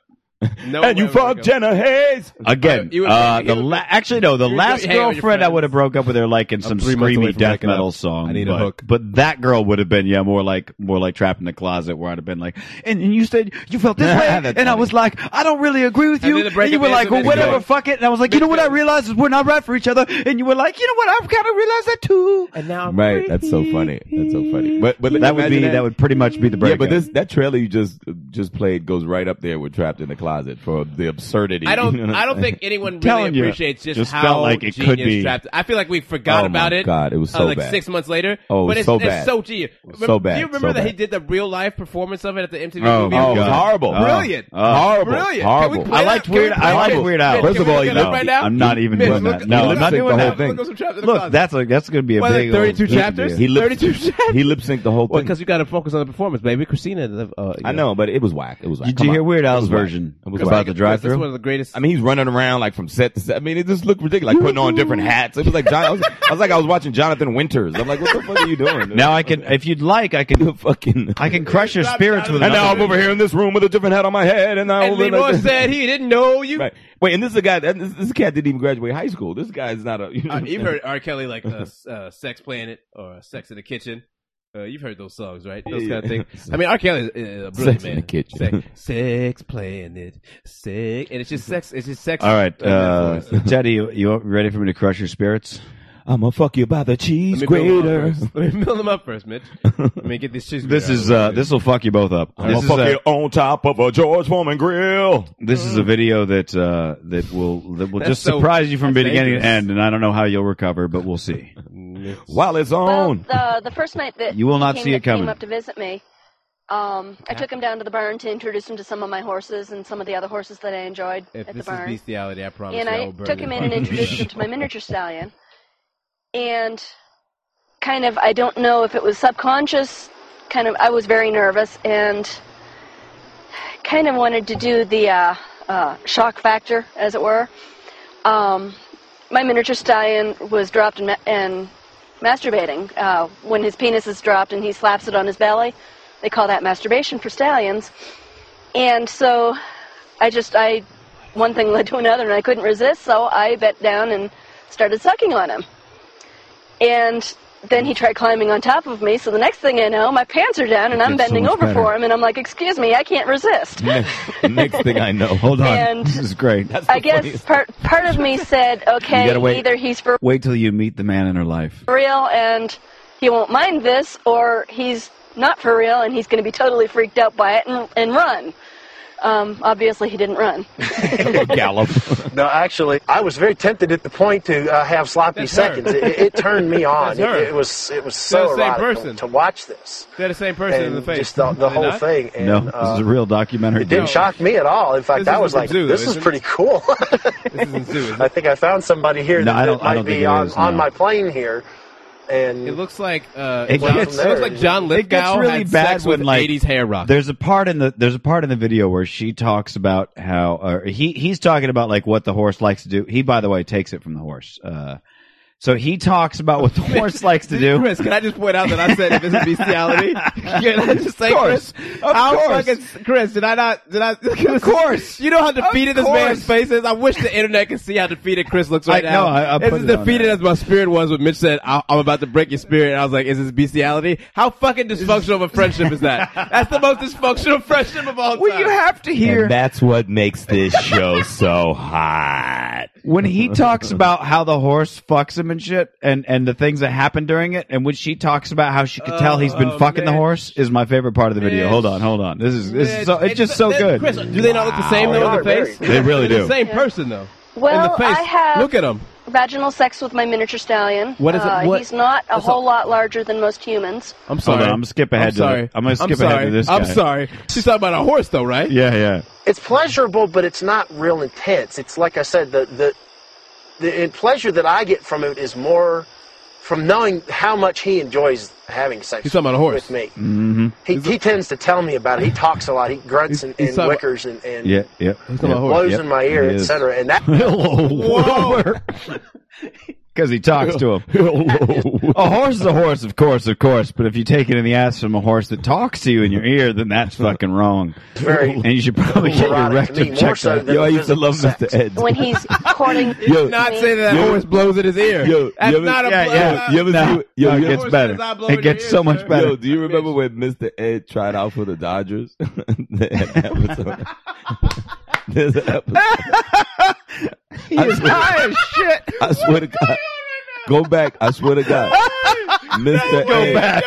No one and you would ever fucked break up. Jenna Hayes. Again, You would- uh, you the would- la- actually no, the you would last hang out with your girlfriend I friends. would have broke up with her like in some three months away screamy from death breaking up. metal song. I need a but, hook. But that girl would have been yeah, more like more like trapped in the closet where I'd have been like, and, and you said you felt this way, and That's I funny. was like, I don't really agree with And you, then the and, breakup you were ends like, with well, Mitch whatever, going, fuck it, and I was like, you know what, I realized is we're not right for each other, and you were like, you know what, I've kind of realized that too. And now, I'm Right? That's so funny. That's so funny. But but that would be imagine that. would pretty much be the breakup. Yeah, but this that trailer you just just played goes right up there with "Trapped in the Closet" for the absurdity. I You know don't. what I I'm don't saying? think anyone really Telling you, appreciates just, just how felt like it could genius be. Trapped. I feel like we forgot Oh my about it. God, it was uh, so like bad. six months later. Oh, but it was it's, so it's bad. so genius. So Remember- bad, Do you so remember that he bad. did the real life performance of it at the MTV Oh, Movie my Oh, it Awards? was God. horrible. Oh, Brilliant. oh, uh, horrible. Brilliant. Horrible. Can we play I that? liked Can we Weird. play I that? liked Horrible. Weird Al. Mitch, First of can we all, look no. it up right now? I'm not even Mitch, doing look- that. No, look it I'm not up. doing Look that. it up. Look, at Trapped in the Look, Closet. that's like that's going to be a Well, big like old 32 hit. chapters? He lip- 32 chapters. he lip synced the whole Well, thing. because you got to focus on the performance, baby. Christina. Uh, you I know, but it was whack. It was whack. Did Come you hear on. Weird It Al's was whack. version It was about whack. the drive That's one through? of the greatest. I mean, he's running around like from set to set. I mean, it just looked ridiculous, like putting on different hats. It was like John. I was, I was like, I was watching Jonathan Winters. I'm like, what the fuck are you doing? Now I can, if you'd like, I The can, fucking. I can crush your Stop, spirits Jonathan. with and now another. I'm over here in this room with a different hat on my head, and now and over Leroy like this. said he didn't know you. Right. Wait, and this is a guy. This, this cat didn't even graduate high school. This guy's not a. Uh, you've heard R. Kelly like uh, s- uh, "Sex Planet" or "Sex in the Kitchen." Uh, you've heard those songs, right? Those Yeah, kind of yeah. things. I mean, R. Kelly is uh, a brilliant Sex in man. the Kitchen. Sex, sex Planet, sex, and it's just sex. It's just sex. All right, uh, Let me Teddy, you, you ready for me to crush your spirits? I'm gonna fuck you by the cheese build them up grater. first. Let me build them up first, Mitch. Let me get these cheese. This is uh, this will fuck you both up. I'm This gonna is uh, fuck a, you on top of a George Foreman grill. this is a video that uh, that will that will That's just so- surprise you from that's beginning to dangerous. end, and I don't know how you'll recover, but we'll see. While it's on. Well, the, the first night that You will not he came, see it came coming. up to visit me, um, I took him down to the barn to introduce him to some of my horses and some of the other horses that I enjoyed If at this the barn. is bestiality, I promise and you, I I will burn took you. him in and introduced him to my miniature stallion. And kind of, I don't know if it was subconscious, kind of, I was very nervous and kind of wanted to do the uh, uh, shock factor, as it were. Um, my miniature stallion was dropped and, ma- and masturbating. Uh, when his penis is dropped and he slaps it on his belly, they call that masturbation for stallions. And so I just, I, one thing led to another and I couldn't resist, so I bent down and started sucking on him. And then he tried climbing on top of me, so the next thing I know, my pants are down and I'm That's so bending much over better. for him, and I'm like, excuse me, I can't resist. next, next thing I know, Hold on, And- this is great. I guess part, part of me said, You gotta okay, wait. either he's for Wait till you meet the man in her life. real and he won't mind this, or he's not for real and he's going to be totally freaked out by it and, and run. Um, obviously, he didn't run. gallop. No, actually, I was very tempted at the point to uh, have sloppy That's her. seconds. It, it, it turned me on. That's her. It, it was it was so They're the same erotic person. to, to watch this They're the same person in and the face. just the, Are the they whole not? thing. And, no, this uh, is a real documentary. it didn't shock me at all. In fact, This I was isn't like, the zoo, "This though, is isn't pretty it? cool." This isn't zoo, is I it? think I found somebody here No, that, I that don't- I might don't think be it on, is, on no. my plane here, and It looks like uh, It John- gets- it looks like John It gets Lithgow really had bad sex when, with like, 80s hair rock. There's a part in the there's a part in the video where she talks about how or he he's talking about like what the horse likes to do. He by the way takes it from the horse. Uh, so he talks about what the horse likes to do. Chris, can I just point out that I said if it's a bestiality? can I just say, course. Chris? Of how course. fucking Chris? Did I not? Did I? Of course. You know how defeated this man's face is. I wish the internet could see how defeated Chris looks right I- now. no, I- I it's put as it on defeated there. as my spirit was when Mitch said, I- "I'm about to break your spirit." And I was like, "Is this bestiality? How fucking dysfunctional of a friendship is that? That's the most dysfunctional friendship of all time." Well, you have to hear. And that's what makes this show so hot. when he talks about how the horse fucks him and shit, and and the things that happen during it, and when she talks about how she could tell he's been Oh, fucking the Mitch. horse, is my favorite part of the video. Mitch. Hold on, hold on. This is this is so, it's just so They- good. Chris, uh, do they not look the same though in the face? They really They're do. The same person though. Well, in the face. I have- Look at them. Vaginal sex with my miniature stallion. What is it? Uh, What- He's not a That's whole lot larger than most humans. I'm sorry. Hold on, I'm gonna skip ahead I'm to sorry. the- I'm gonna skip ahead sorry. to this I'm guy. sorry. She's talking about a horse though, right? Yeah, yeah. It's pleasurable, but it's not real intense. It's like I said, the the the in- pleasure that I get from it is more from knowing how much he enjoys having sex He's talking about a horse. with me. Mm-hmm. He, he tends to tell me about it. He talks a lot. He grunts and, he's and talking- wickers and, and Yeah, yeah. blows in my ear, etc. And that Because he talks to him. a horse is a horse, of course, of course. But if you take it in the ass from a horse that talks to you in your ear, then that's fucking wrong. very and you should probably get your erotic to me, rectum more checked so out. than Yo, I used to physical love sex. Mr. Ed. When he's courting. Did not say that yo, horse blows in his ear. yo, That's yo, not a yeah, blow. yeah. You ever No, see- yo, no, you it gets ever- better. I blow in It your gets ear, so much sir. better. Yo, do you remember when Mr. Ed tried out for the Dodgers? There's an episode. There's an episode. He's high as shit. I swear to God. Go back. I swear to God. Mr. Go Ed. back.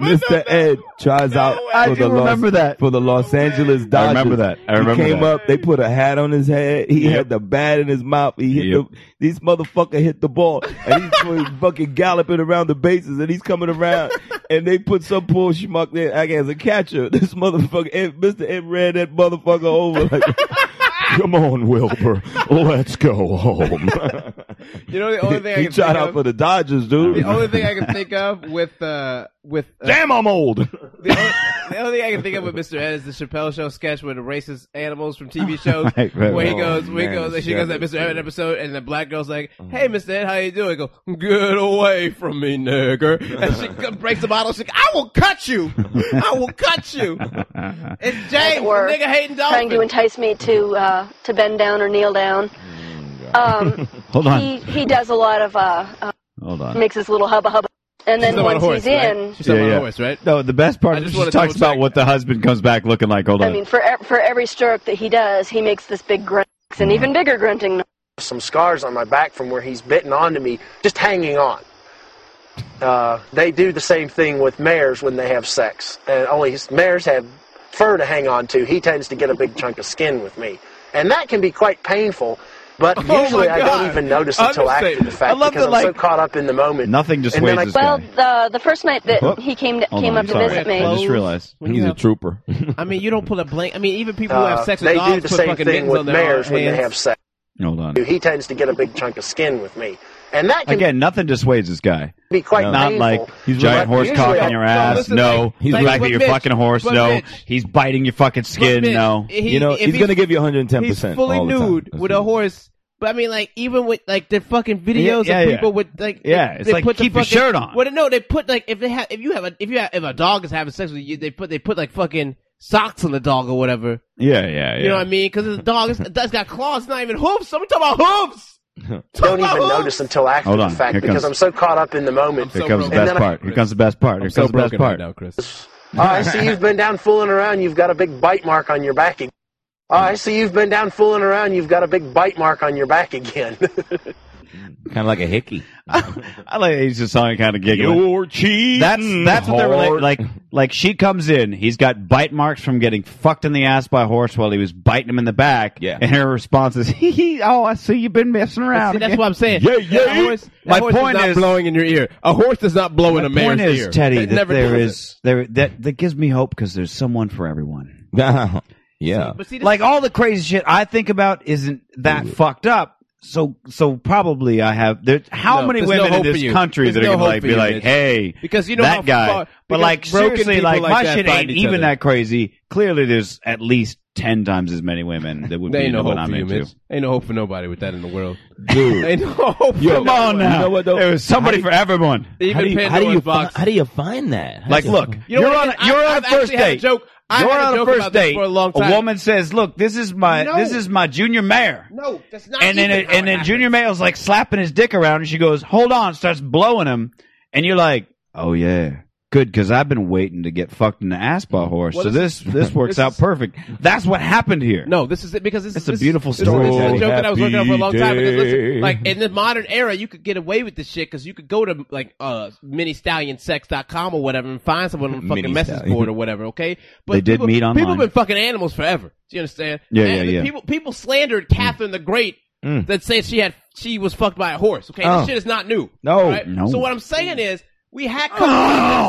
Mr. Ed tries out I for do the Los, remember that. for the Los Angeles Dodgers. I remember that. I remember he came that. up. They put a hat on his head. He Yep. had the bat in his mouth. He hit Yep. the, these motherfucker hit the ball, and he's fucking- fucking galloping around the bases, and he's coming around, and they put some poor schmuck there like, as a catcher. This motherfucker, Ed, Mr. Ed, ran that motherfucker over. Like, Come on, Wilbur. Let's go home. You know the only thing I he can think tried out of. for the Dodgers, dude. the only thing I can think of with uh with uh, Damn, I'm old. the, only, the only thing I can think of with Mr. Ed is the Chappelle Show sketch with the racist animals from TV shows, Right, right, where he right. goes, Oh, where man, he goes, the and she goes that Chappelle Mr. Show. Ed episode, and the black girl's like, "Hey, Mr. Ed, how you doing?" He goes, "Get away from me, nigger!" And she co- breaks the bottle. She's like, "I will cut you! I will cut you!" It's As James, it were, the nigga hating trying to dolphin. entice me to uh, to bend down or kneel down. Mm, Um, Hold on. He he does a lot of uh, uh, Hold on. makes his little hubba hubba, and then She's talking about a once horse, he's right? in, She's talking about a horse, right? No, the best part I is just she wanna talks double about check. what the husband comes back looking like. Hold I on. mean, for e- for every stroke that he does, he makes this big grunt, and Mm-hmm. even bigger grunting. noise. some scars on my back from where he's bitten onto me, just hanging on. Uh, they do the same thing with mares when they have sex, and only his, mares have fur to hang on to. He tends to get a big chunk of skin with me, and that can be quite painful. But Oh my usually I God. don't even notice until after the Understatement. fact I love because that, I'm so like, caught up in the moment. Nothing just And weighs then I- this Well, guy. the the first night that Oh, he came Hold came on, up I'm to sorry. visit me, I just realized. When you He's a have- trooper. I mean, you don't put a blank. I mean, even people who uh, have sex with they do dogs the put same fucking thing mittens with on their mares hands. when they have sex. Hold on. He tends to get a big chunk of skin with me, and that can Again, nothing dissuades this guy. be quite Not painful. like He's giant right. horse Usually cock I- in your No, ass. listen, No, like- he's like- back but at your Mitch- fucking horse. but No, Mitch- he's biting your fucking skin. Mitch, no, he- you know, if he's going to give you 110%. He's fully all the time. nude with That's what a he- horse. But I mean, like even with like the fucking videos Yeah, yeah, of yeah. people with like they- Yeah, it's they like, put the keep your fucking- shirt on. Well, no, they put like if they have if you have a if you have if a dog is having sex with you, they put they put like fucking socks on the dog or whatever. yeah, yeah, yeah. You know what I mean? Because the dog is, that's got claws, it's not even hoofs. So we talking about hoofs. don't even notice until after Hold the on, fact here because comes- I'm so caught up in the moment. Here comes the And best then I- part. Here comes the best part. Here so comes the best broken right part. now, Chris. Oh, I see you've been down fooling around. You've got a big bite mark on your back. ag- Oh, I see you've been down fooling around. You've got a big bite mark on your back again. Kind of like a hickey. I like he's just on kind of giggling. You're cheating. That's that's what they're hard. related. Like like she comes in, he's got bite marks from getting fucked in the ass by a horse while he was biting him in the back. Yeah. and her response is, "Hee hee, oh, I see you've been messing See, around." that's what I'm saying. Yeah, yeah. That horse, that My horse point is not is- blowing in your ear. A horse does not blow in a My mare's point is, ear. Teddy, It that never there does it. is there that that gives me hope because there's someone for everyone. yeah. But see, this- Like all the crazy shit I think about isn't that fucked up. So so probably I have there's how No, many there's women no in hope for this you. country There's that no are gonna hope like for be you, like, Mitch. hey, Because you know that how guy. far- but because like broken seriously, people like, like my that shit find ain't each even other. that crazy. Clearly, there's at least ten times as many women that would There be ain't no into what hope I'm for you, into. Mitch. Ain't no hope for nobody with that in the world. Dude. Ain't no hope. for Come nobody. on now, You know what, though? there was somebody for everyone. Even Pandora's box. do you find that? Like, look, You you know are what, on it a, is? you're I- on I've a first actually had a date. joke- I you're had a on joke first about this date for a long time. woman says, "Look, this is my No. this is my junior mayor." No, that's not. and then even it, how and it then happens. junior male's like slapping his dick around, and she goes, "Hold on," starts blowing him, and you're like, "Oh yeah, Good, because I've been waiting to get fucked in the ass by a horse. Well, so this this- this works this out is- perfect. That's what happened here. No, this is it because this, It's a this, beautiful this- story, This, is Daddy. a joke that I was working on for a long time. Because Happy day. listen, like in the modern era, you could get away with this shit because you could go to like uh ministallionsex.com or whatever and find someone on the fucking Mini message stallion. board or whatever. Okay, They did people, meet online. People have been fucking animals forever. Do you understand? Yeah, And yeah, the yeah. People people slandered Catherine the Great. Mm. That said, she had she was fucked by a horse. Okay, Oh. this shit is not new. No. All right? No. So what I'm saying is, we had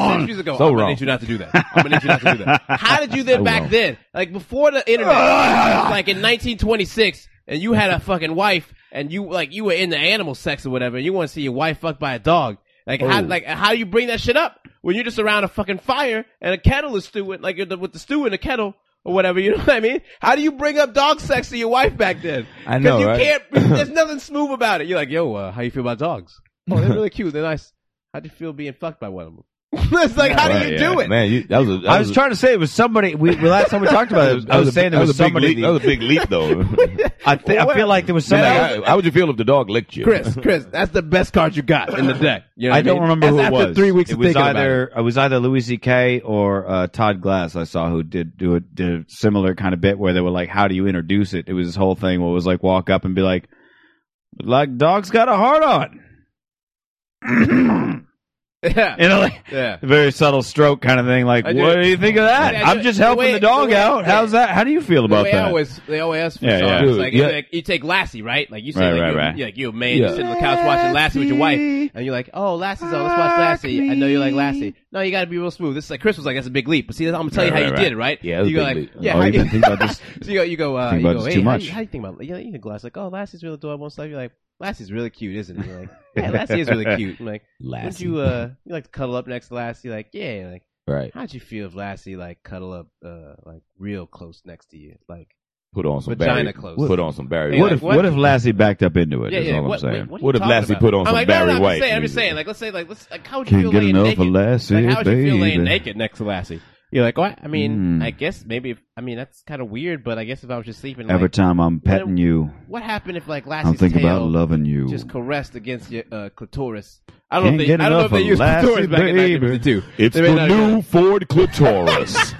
centuries ago. So I'm gonna wrong. need you not to do that. I'm gonna need you not to do that. How did you then I back will. then? Like before the internet, like in 1926, and you had a fucking wife, and you like you were in the animal sex or whatever, and you want to see your wife fucked by a dog. Like how Oh. like how do you bring that shit up when you're just around a fucking fire and a kettle is stewing like with the stew in the kettle or whatever? You know what I mean? How do you bring up dog sex to your wife back then? I know, you right? can't. There's nothing smooth about it. You're like, yo, uh, how you feel about dogs? Oh, they're really cute. They're nice. How'd you feel being fucked by one of them? it's like, how do you do it? Man, you, that was. A, that I was trying to say it was somebody. We the last time we talked about it, I was, That a- saying there that was, a big somebody. leap- That was a big leap, though. I, thi- I feel like there was somebody. Man, how, how would you feel if the dog licked you? Chris, Chris, that's the best card you got in the deck. You know what I don't mean? remember That's who it after was. Three weeks it of was thinking about either it. was either Louis C.K. or uh, Todd Glass. I saw who did do it did a similar kind of bit where they were like, "How do you introduce it?" It was this whole thing where it was like, walk up and be like, "Like dog's got a heart on," it. Yeah. you know, like Yeah. very subtle stroke kind of thing. Like, I do. what do you think of that? Yeah, I do. I'm just The helping way- the dog the way- out. How's that? How do you feel about they that? Always, they always ask for Yeah, yeah, yeah. songs. Dude, Like, yeah. like, you take Lassie, right? Like you say, Right, like, right, you're, right. You're, like you a man, Yeah. you sit on the couch watching Lassie with your wife, and you're like, oh, Lassie's on. Let's watch Lassie. I know you like Lassie. No, you got to be real smooth. This is like Chris was like, that's a big leap. But see, I'm gonna tell you Right, how right, you right. did it, right? Yeah, it was you go a big like, leap. yeah, Oh, how you've you- been thinking about this- so you go, you go, uh, Think you about go, this hey, too how, much. You, how you think about, you know, you think Lass like, oh, Lassie's real adorable and stuff. You're like, Lassie's really cute, isn't he? You're like, yeah, Lassie is really cute. I'm like, would Lassie. you uh, you like to cuddle up next to Lassie? Like, yeah, You're like. Right. How'd you feel if Lassie like cuddle up uh like real close next to you? Like Put on some Vagina Barry. clothes. Put on some Barry. Yeah, what like, if what- what, if Lassie backed up into it? Yeah, is yeah, what- all I'm wait, saying. what are you What if talking Lassie about? put on I'm some like, no, no, Barry I'm White? Just saying, I'm just music? saying, like, let's say, like, let's, like, how would you Can't feel get laying enough naked? of Lassie, like, how would you feel baby. laying naked next to Lassie? You're like, what? I mean, Mm. I guess maybe, if, I mean, that's kind of weird, but I guess if I was just sleeping, like, Every time I'm petting you, what happened if, like, Lassie's I'm thinking tail about loving you. just caressed against your uh, clitoris? I don't Can't think, get I don't know enough if they of used Lassie, clitoris back in baby. 1952. It's They may the not- new Ford Clitoris.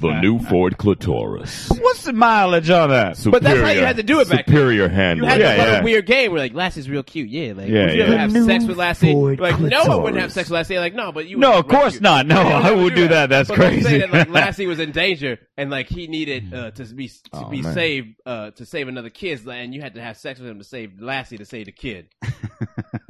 the new Ford Clitoris. What's the mileage on that? Superior, But that's how you had to do it back then. Superior You handling. had Yeah, to play yeah. a weird game where like Lassie's real cute, yeah. Like Yeah, would you yeah. ever have The sex with Lassie? Ford Like no one wouldn't clitoris. have sex with Lassie. Like no, but you. No, would- of course you- not. No, you I would would do that. That's But I'm crazy. saying that like Lassie was in danger and like he needed uh, to be to Oh, be man. saved uh, to save another kid, and you had to have sex with him to save Lassie to save the kid.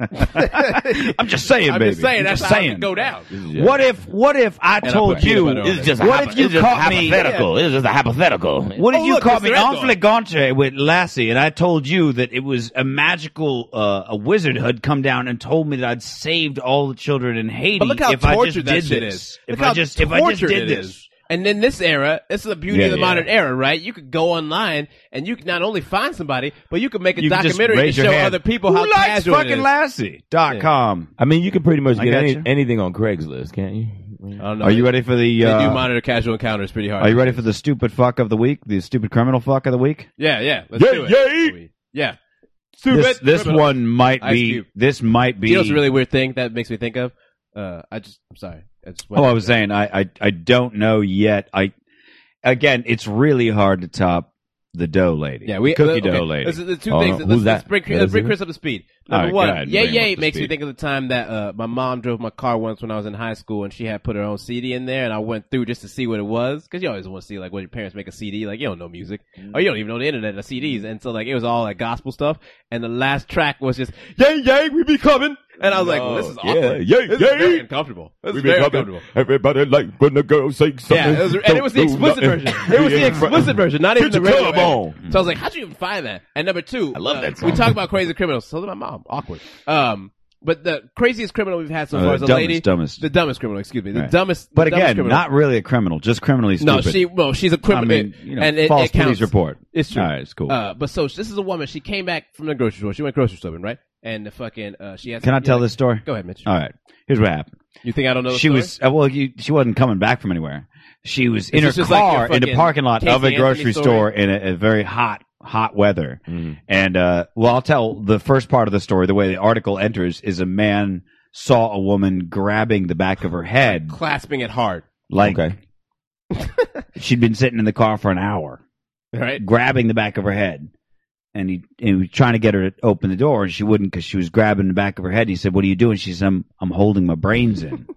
I'm just saying, I'm baby. just saying I'm that's just how it saying. could go down. Yeah. What if? What if I I told put peanut you? butter on it. uh, It's just what hypo- if you it's just caught me? hypothetical. It's just a hypothetical. What if Oh, you look, caught Mr. me Red en Dog. flagrante with Lassie, and I told you that it was a magical, uh, a wizard had come down and told me that I'd saved all the children in Haiti. But look how if I just tortured that did shit this. is. If Look how I just, if I just tortured did it is. this, And then this era, this is the beauty Yeah, of the yeah. modern era, right? You could go online and you could not only find somebody, but you could make a you could just documentary to raise your show hand. other people Who how likes casual fucking it is. Lassie dot Yeah. com. I mean, you can pretty much I get got any- you. Uh, anything on Craigslist, can't you? I don't know. Are you ready for the? They do Uh, monitor casual encounters pretty hard. are you ready for the stupid fuck of the week? The stupid criminal fuck of the week. Yeah, yeah. Let's Yeah, do yeah. it. Yeah. Stupid. This, this criminal. one might Ice be. Cube. This might be. You know what's a really weird thing that makes me think of? Uh, I just, I'm sorry. I just Oh, I was saying I, I I don't know yet. I again, it's really hard to top the dough lady. Yeah, we uh, cookie okay, dough lady. This is the two Oh, things. That, no, let's, who's that? let's bring, That let's is bring it? Chris up to speed. All Number right, go ahead, one, yay bring him up yay to makes me speed. think of the time that uh, my mom drove my car once when I was in high school, and she had put her own CD in there, and I went through just to see what it was because you always want to see like when your parents make a CD, like you don't know music Mm-hmm. or you don't even know the internet, the CDs, and so like it was all like gospel stuff, and the last track was just yay yay we be coming, and I was like, well, this is Yeah, awkward, this yay, yay. is very uncomfortable, this is We've very been uncomfortable. coming. Everybody like when the girls say something. Yeah, it was, and Don't it was the do explicit nothing. version. It was Yeah. the explicit version, not even Get the your regular. club on. version. So I was like, "How'd you even find that?" And number two, I love that We song. talk about crazy criminals. So did my mom. Awkward. Um, but the craziest criminal we've had so Uh, far is a dumbest, lady, dumbest. the dumbest criminal. Excuse me, the Right. dumbest. the but dumbest again, criminal. not really a criminal, just criminally No, stupid. she. Well, she's a I criminal, mean, you know, and it, false it counts. police report. It's true. All right, it's cool. Uh, but so this is a woman. She came back from the grocery store. She went grocery shopping, right? And the fucking uh, she has. Can I tell this story? Go ahead, Mitch. All right, here's what happened. You think I don't know? the she story? was uh, well. You, she wasn't coming back from anywhere. She was in her this just like car your in the fucking parking lot of a Casey Anthony grocery story? Mm-hmm. store in a, a very hot, hot weather. And uh, well, I'll tell the first part of the story. The way the article enters is a man saw a woman grabbing the back of her head, clasping it hard. Like she'd been sitting in the car for an hour, right? Grabbing the back of her head, and he, and he was trying to get her to open the door, and she wouldn't because she was grabbing the back of her head. And he said, "What are you doing?" She said, "I'm I'm holding my brains in."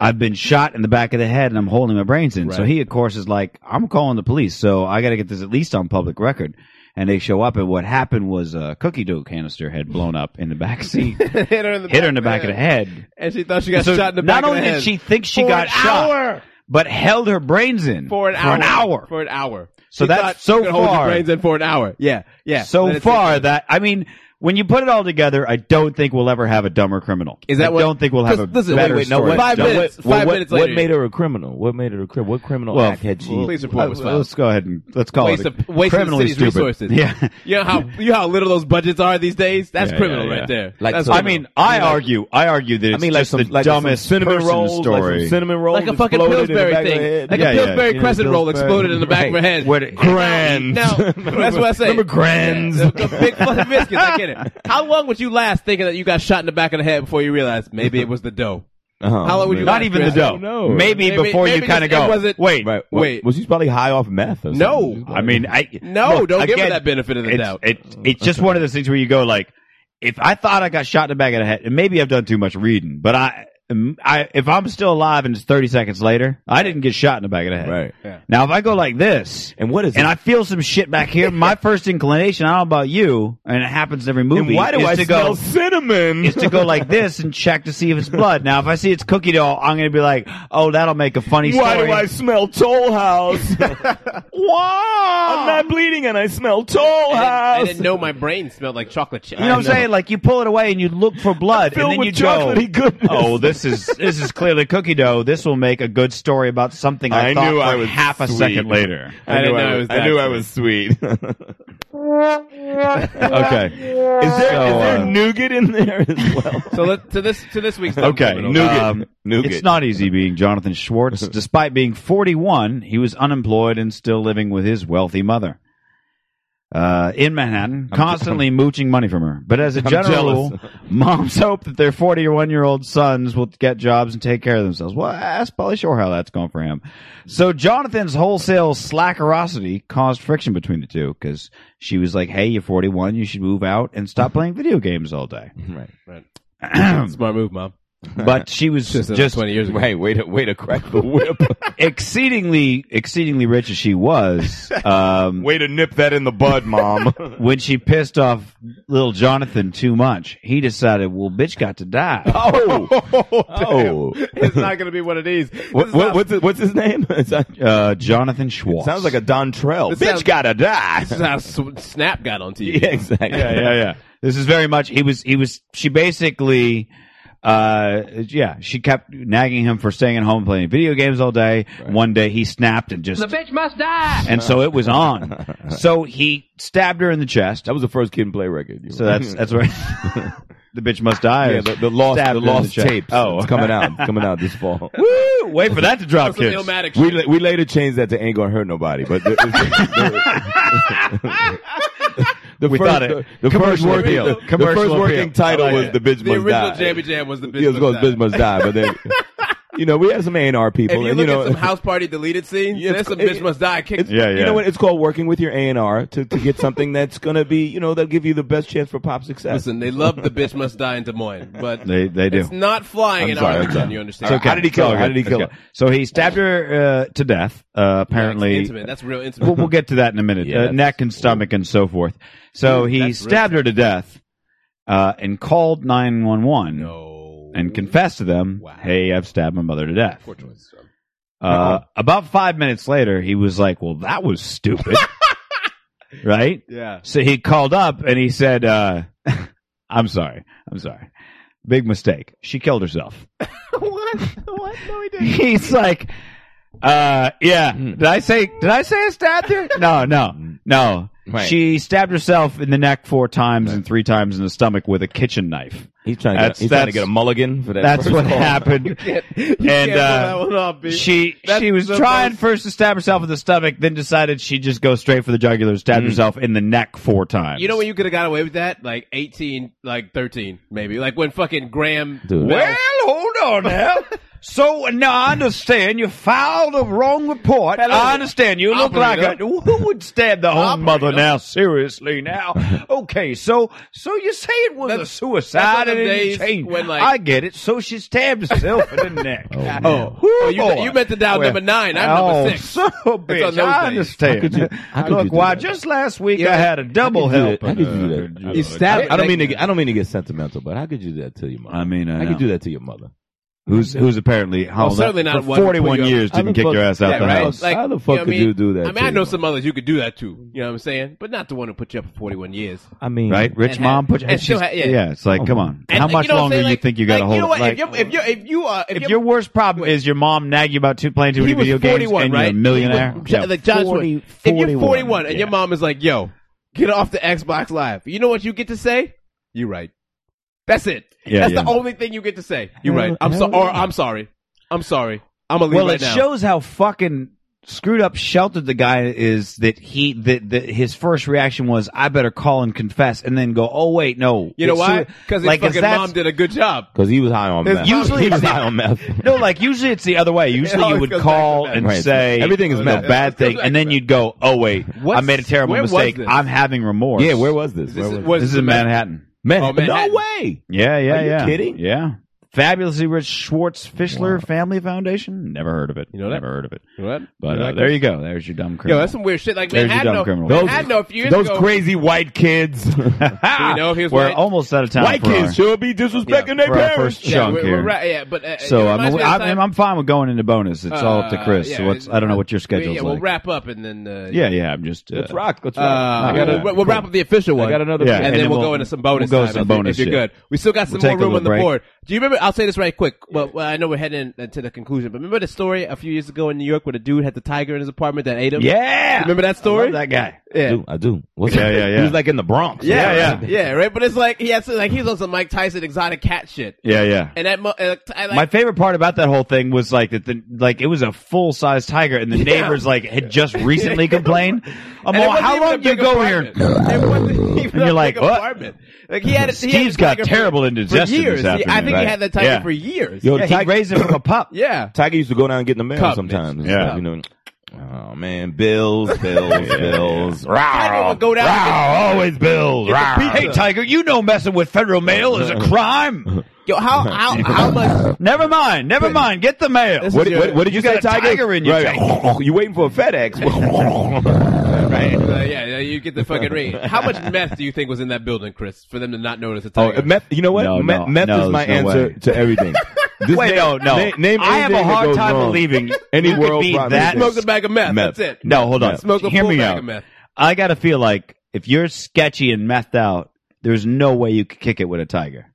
I've been shot in the back of the head and I'm holding my brains in. So Right. he, of course, is like, I'm calling the police. So I got to get this at least on public record. And they show up, and what happened was a cookie dough canister had blown up in the back seat, hit hit her in the her in the back of the head. and she thought she got So shot in the back. not of only the did head. she think she For an got shot, hour! but held her brains in for an hour, for an hour. for an hour. So She that's thought so she could Hold far. your brains in for an hour. Yeah, yeah. Then So it's- far, that I mean, when you put it all together, I don't think we'll ever have a dumber criminal. Is that I what- don't think we'll have a 'cause listen, better wait, wait, no, story. what- Five Don't- minutes- Well, five what, minutes what later. made her a criminal? What made her a criminal? What criminal Well, act had she? police report was Uh, filed. Let's go ahead and let's call Waste it of, waste of the Oh, criminally city's stupid. resources. Yeah. you know how you know how little those budgets are these days. That's Yeah, criminal yeah, yeah. right there. Like, That's so- I criminal. mean, I argue, I argue that it's I mean, like just some the like some dumbest cinnamon person rolls, like story. some cinnamon rolls, like a fucking Pillsbury thing, like Yeah, a yeah. Pillsbury Yeah, Crescent roll Pillsbury. exploded in the back of her Right. head. Where the- Grand. No, that's what I say. Remember Grands? Yeah, the- the big fucking biscuits. I get it. How long would you last thinking that you got shot in the back of the head before you realized maybe it was the dough? Uh-huh. How long would you Not last, even the Chris? dough. know. Maybe, Maybe- before maybe you kind it of go. wasn't- wait, Right. Well, Wait. Well, she's probably high off meth. Or No. something. She's I probably- mean, I No, look, don't give her again, that benefit of the it's- doubt. It, it's just one of those things where you go like, if I thought I got shot in the back of the head, and maybe I've done too much reading, but I. um, I, if I'm still alive and it's 30 seconds later, I didn't get shot in the back of the head. Right. Now, if I go like this, And what is and it? I feel some shit back here. My first inclination, I don't know about you, and it happens in every movie. And why do is I to smell go, cinnamon? Is to go like this and check to see if it's blood. Now, if I see it's cookie dough, I'm going to be like, "Oh, that'll make a funny Why story." do I smell Toll House? Why? I'm not bleeding and I smell Toll I House. didn't know my brain smelled like chocolate chip. you know what I'm saying? Like you pull it away and you look for blood, Filled and then with you chocolatey go, goodness. "Oh, this is this is clearly cookie dough. This will make a good story about something I, I thought knew for I was half a sweet. second later." I didn't know it was that sweet. sweet. is there Okay, is So, there uh, nougat in there as well? So let, to this to this week's Okay, criminal. nougat. Um, Nougat. It's not easy being Jonathan Schwartz. Despite being 41, he was unemployed and still living with his wealthy mother uh, in Manhattan, constantly mooching money from her. But as a general jealous. rule, moms hope that their 41 year old sons will get jobs and take care of themselves. Well, ask Polly Shore how that's going for him. So Jonathan's wholesale slackerosity caused friction between the two because she was like, hey, you're 41, you should move out and stop playing video games all day. right. Smart move, mom. But she was Just, just, just twenty years ago. Right. Way to way to crack the whip. exceedingly exceedingly rich as she was um, way to nip that in the bud, mom. when she pissed off little jonathan too much he decided well bitch got to die oh. Oh, damn. it's not going to be one of these. This What, is what, not- what's his, what's his name? It sounds- uh, jonathan schwartz sounds like a Dontrell. This Bitch sounds- gotta die. this is how Sw- Snap got on TV. yeah, exactly. yeah yeah yeah this is very much he was he was she basically uh yeah she kept nagging him for staying at home playing video games all day one day he snapped and just The bitch must die. and so it was on so he stabbed her in the chest That was the first kid and play record. so that's that's where the bitch must die yeah, is the, the lost, stabbed the her in lost chest. tapes. oh Oh, it's coming out, It's coming out this fall. Woo! Wait for that to drop, That's some kids. Illmatic We shit. la- we later changed that to "Ain't Gonna Hurt Nobody," but the, the We first, thought it. The, the first Commercial working, appeal. the, Commercial first appeal. working title I like was it. "The Bitch the Must original Die." Jammy Jam was the bitch. Yeah, it was called Must Die. "Bitch Must Die," but then you know we had some A and R people, If you and look you know at some house party deleted scenes, Yeah, there's it's- some bitch it- must die. Kick It's, Yeah, yeah. You know what? It's called working with your A and R to to get something that's gonna be you know that'll give you the best chance for pop success. Listen, they love the bitch must die in Des Moines, but They- they do. It's not flying I'm in sorry, I'm Arlington. sorry. You understand? It's okay. How did he kill her? How did he kill her? So he stabbed her uh, to death. Uh, apparently, It's intimate. That's real intimate. we'll, we'll get to that in a minute. Yeah, uh, neck and stomach and so forth. So Dude, he that's rich. stabbed her to death uh, and called nine one one no. and confessed to them, Wow. "Hey, I've stabbed my mother to death." Poor choice. son. Uh, about five minutes later, he was like, "Well, that was stupid." right? Yeah. So he called up and he said, uh, "I'm sorry. I'm sorry. Big mistake. She killed herself." what? What? No, he didn't. he's like, uh, yeah. Hmm. Did I say? Did I say I stabbed her? No, no, no. Right. She stabbed herself in the neck four times and three times in the stomach with a kitchen knife. He's trying. To, he's trying to get a mulligan for that. That's first what call. happened. pull and that one uh, off, B. she That's she was the trying most- first to stab herself in the stomach, then decided she'd just go straight for the jugular, stabbed Hmm. herself in the neck four times. You know when you could have got away with that? Like 18, like 13, maybe. Like when fucking Graham. Dude. Bell- Well, hold on now. So now I understand you filed a wrong report. I understand you look like a who would stab the home mother now. Seriously, now. Okay, so so you say it was a suicide that's like and the it days changed. when, like- I get it. So she stabbed herself in the neck. Oh, Oh, oh, you, you meant to dial number nine. I'm oh, number six. So, on bitch, those days. I understand. How could you- how could look, you do why that? just last week Yeah. I had a double How could help. you do that? How could you do that? You stab it I don't like mean to. Get, I don't mean to get sentimental, but how could you do that to your mother? I mean, I how could you know. do that to your mother? Who's who's apparently Well, held certainly not up for one who put 41 you up- years, How didn't the kick fuck- your ass out Yeah, the right. house. How the fuck know what could I mean? you do that I mean, I to know your some others you could do that to. You know what I'm saying? But not the one who put you up for 41 years. I mean, right? Rich And mom have- put you. and And still she's, ha- yeah. yeah. it's like, come on. And, How like, much you know what I'm longer do saying? you Like- think you got like, to hold you know it? what? Like, if, you're, if, you're, if you are, if, if you're, your worst problem is your mom nagged you about two playing too he many was video games 41, and right? you're a millionaire, He was- yeah. the judge was- 40 if you're 41, 41 and yeah. your mom is like, "Yo, get off the Xbox Live," you know what you get to say? You right. That's it. Yeah, That's yeah. the only thing you get to say. You Hell- right. I'm hell so or yeah. I'm sorry. I'm sorry. I'm gonna leave well, right it now. shows how fucking screwed up, sheltered the guy is. That he that, that his first reaction was, "I better call and confess," and then go, "Oh wait, no." you know It's why? sui- Because like, is fucking that's- mom did a good job. Because he was high on meth. usually- he was high on meth. No, like usually it's the other way. Usually you always would goes back to call that. Oh, and Right. say Everything is the meth. bad goes thing, back and to then that. you'd go, "Oh wait, I What's- made a terrible where was mistake. this? I'm having remorse." yeah, where was this? Where is- was was- this is in Manhattan. Man, Oh, Manhattan. no way. Yeah, yeah, Are you yeah. kidding? Yeah. Fabulously Rich Schwartz Fischler Family Foundation. Never heard of it. You know that? Never heard of it. What? But uh, there you go. There's your dumb Yo, criminal. that's some weird shit. Like There's your Manhattan, dumb though- criminal. Manhattan, though, a few years Those ago, crazy white kids. Ha! Do we know if he was We're white? almost out of time. white for kids our, should be disrespecting their for our parents. first yeah, chunk we're, here. we're right, yeah, but uh, So it I'm, reminds me of I'm, the time- I'm fine with going into bonus. It's all up to uh, Chris. yeah, so what's, I don't know what your we- schedule's yeah, like. We'll wrap up and then uh, yeah, yeah. I'm just. Uh, Let's rock. Let's Uh, rock. I gotta- yeah. we'll, we'll wrap up the official one. got another Yeah, pick. and, and then, then we'll, we'll- go into some bonus. we'll go time some if, you- bonus if you're shit. good. We still got some We'll take more a room little on the break. board. Do you remember? I'll say this right quick. Well, well I know we're heading into the conclusion, but remember the story a few years ago in New York where the dude had the tiger in his apartment that ate him. yeah. remember that story? I love that guy. I Yeah. do. I do. What's Yeah, that? yeah, yeah. He was like in the Bronx. Yeah, Yeah, yeah. yeah, right. But it's like he had some, like he's on some Mike Tyson exotic cat shit, Yeah, yeah. and that mo- uh, I, like, My favorite part about that whole thing was like that the like it was a full size tiger and the neighbors like had just recently complained. I'm And it all, wasn't how even a long do you big go here? apartment. It wasn't even And you're a like, big "What?" apartment. Like he had. it- he had Steve's the got tiger for- terrible for indigestion this years. He- I afternoon, think right? he had that tiger Yeah. for years. Yo, Yeah, he tiger, raised it from a pup. Yeah. tiger used to go down and get in the mail Cup, sometimes. and Yeah. stuff, You know. Oh man, bills, bills, bills. Tiger Wow, would go down and Rawr, always bills. Rawr. Hey Tiger, you know messing with federal mail is a crime. Yo, how how how much? uh, never mind, never mind. Get the mail. This What, is did- what, what did you, You say, got a tiger in your right. You waiting for a FedEx? Uh, yeah, yeah, you get the fucking ring. How much meth do you think was in that building, Chris, for them to not notice a Oh, tiger? meth, you know what? No, meth no, meth no, is my there's no answer way. to everything. This Wait, name- no, no. na- Name I have a anything that hard goes time wrong. believing any you could world be problem. that- is- smoked a bag of meth. Meth. That's it. No, hold on. Meth. Smoked a Hear full me bag out. of meth. I gotta feel like if you're sketchy and methed out, there's no way you could kick it with a tiger.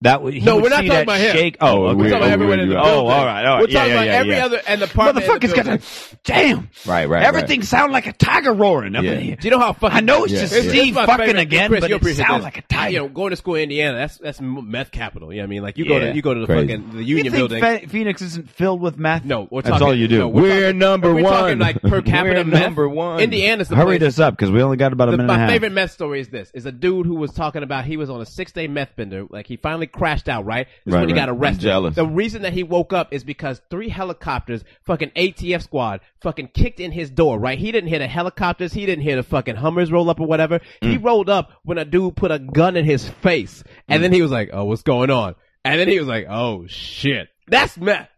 That would he No, would we're not see talking that about him. shake. Oh, okay. We're talking about Oh, everyone weird, in the you're right. building. Oh, all right, all right. We're Yeah, talking yeah, about yeah, every yeah. other and the part. Motherfucker's got a damn. Right, right, Everything sound like a tiger roaring up Yeah. in here. Do you know how fucking? I know it's Yeah, just yeah. Steve my fucking favorite- again, Chris, but you'll it appreciate sounds this. like a tiger. You know, going to school in Indiana, that's that's m- meth capital. You know what I mean? Like you go Yeah. to you go to the Crazy. fucking the You Union think building. Fe- Phoenix isn't filled with meth? no, we're that's talking, all you do. no, We're, we're, talking, number we're one. talking like per capita We're meth. number one. Indiana's the Hurry place. this up because we only got about a The- minute my and a half. favorite meth story is this: is a dude who was talking about he was on a six day meth bender. Like he finally crashed out. Right, this is Right, when he right. got arrested. I'm jealous. The reason that he woke up is because three helicopters, fucking ATF squad, fucking kicked in his door. Right, he didn't hear the helicopters. He didn't hear the fucking Hummers roll up or whatever. He Mm. rolled up when a dude put a gun in his face, and then he was like, "Oh, what's going on?" And then he was like, "Oh shit, that's meth."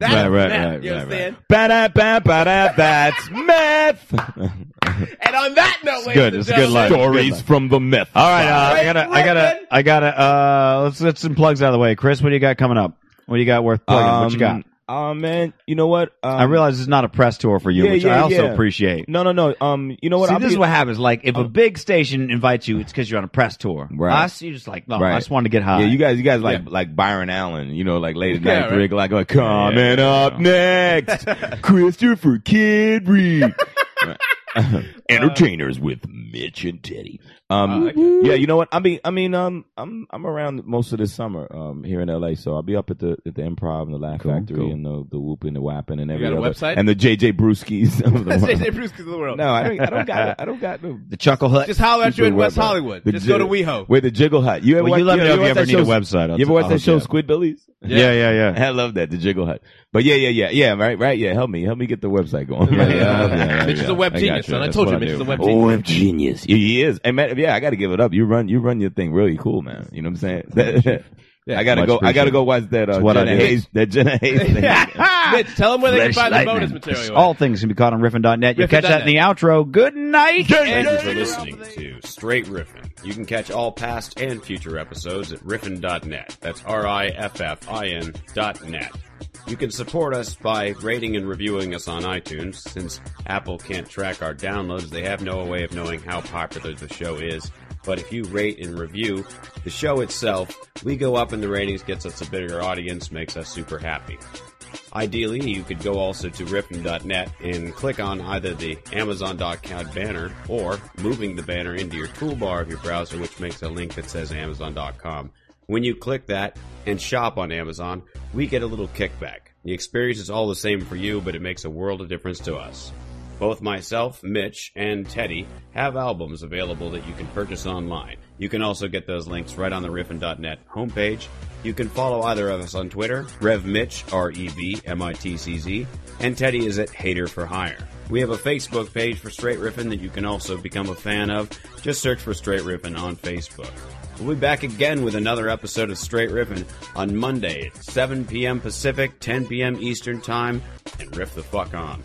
That's Right, right, meth. right, you know right, what I'm saying? Ba-da, ba, ba-da, that's meth. And on that note, ladies good. and It's a good gentlemen, life. Stories from the meth. All right, uh, I Wait, gotta, I gotta, Griffin. I gotta. Uh, let's get some plugs out of the way. Chris, what do you got coming up? What do you got worth plugging? what you got? Um, Oh man, you know what? Um, I realize it's not a press tour for you, yeah, which I yeah, also yeah. appreciate. No, no, no. Um, you know what? See, I'll this be- is what happens. Like, if a big station invites you, it's because you're on a press tour. Right. Us, you're just like, no, Right. I just wanted to get high. Yeah, you guys, you guys like like Byron Allen, you know, like late at Yeah, night, right. three o'clock, like coming Yeah. up next, Christopher Kidry. entertainers with Mitch and Teddy. Um, yeah, you know what? I mean, I mean, um, I'm I'm around most of the summer um, here in L.A., so I'll be up at the at the Improv and the Laugh Cool, Factory cool. and the the Whoop and the Wapping and every got a other website? and the JJ Brewskis. of the world. J.J. Brewskis of the world. No, I don't, I don't got I don't got no the Chuckle Hut. Just holler at you in Stupid West website. Hollywood. The Just go to Jig- WeHo. Wait, the Jiggle Hut. You ever Well, watch, you let me know if ever you watch ever that need a show- website. I'll- You ever watch I'll that hook show you up. Squidbillies? Yeah, yeah, yeah. I love that the Jiggle Hut. But yeah, yeah, yeah, yeah. Right, right. Yeah, help me, help me get the website going. Yeah, Right, yeah. I love that. Right, Mitch is yeah. a web got genius, son. I That's told what you, Mitch is do. a web Oh, genius. Web genius. He is. And man, yeah, I got to give it up. You run, you run your thing really cool, man. You know what I'm saying? I gotta Much go. I appreciated. gotta go watch that uh, It's what I Jenna did. Hayes. That Jenna Hayes thing. Mitch, tell them where they can Flash find the lightning. bonus material. All things can be caught on riffin.net. You'll catch that in the outro. Good night. Thank you for listening to Straight Riffin. You can catch all past and future episodes at riffin.net. That's R I F F I N dot net. You can support us by rating and reviewing us on iTunes. Since Apple can't track our downloads, they have no way of knowing how popular the show is. But if you rate and review the show itself, we go up in the ratings, gets us a bigger audience, makes us super happy. Ideally, you could go also to rippin.net and click on either the Amazon.com banner or moving the banner into your toolbar of your browser, which makes a link that says Amazon.com. When you click that and shop on Amazon, we get a little kickback. The experience is all the same for you, but it makes a world of difference to us. Both myself, Mitch, and Teddy have albums available that you can purchase online. You can also get those links right on the riffin.net homepage. You can follow either of us on Twitter, RevMitch, R E V M I T C Z, and Teddy is at Hater for Hire. We have a Facebook page for Straight Riffin that you can also become a fan of. Just search for Straight Riffin on Facebook. We'll be back again with another episode of Straight Riffin on Monday at 7 p.m. Pacific, 10 p.m. Eastern Time, and riff the fuck on.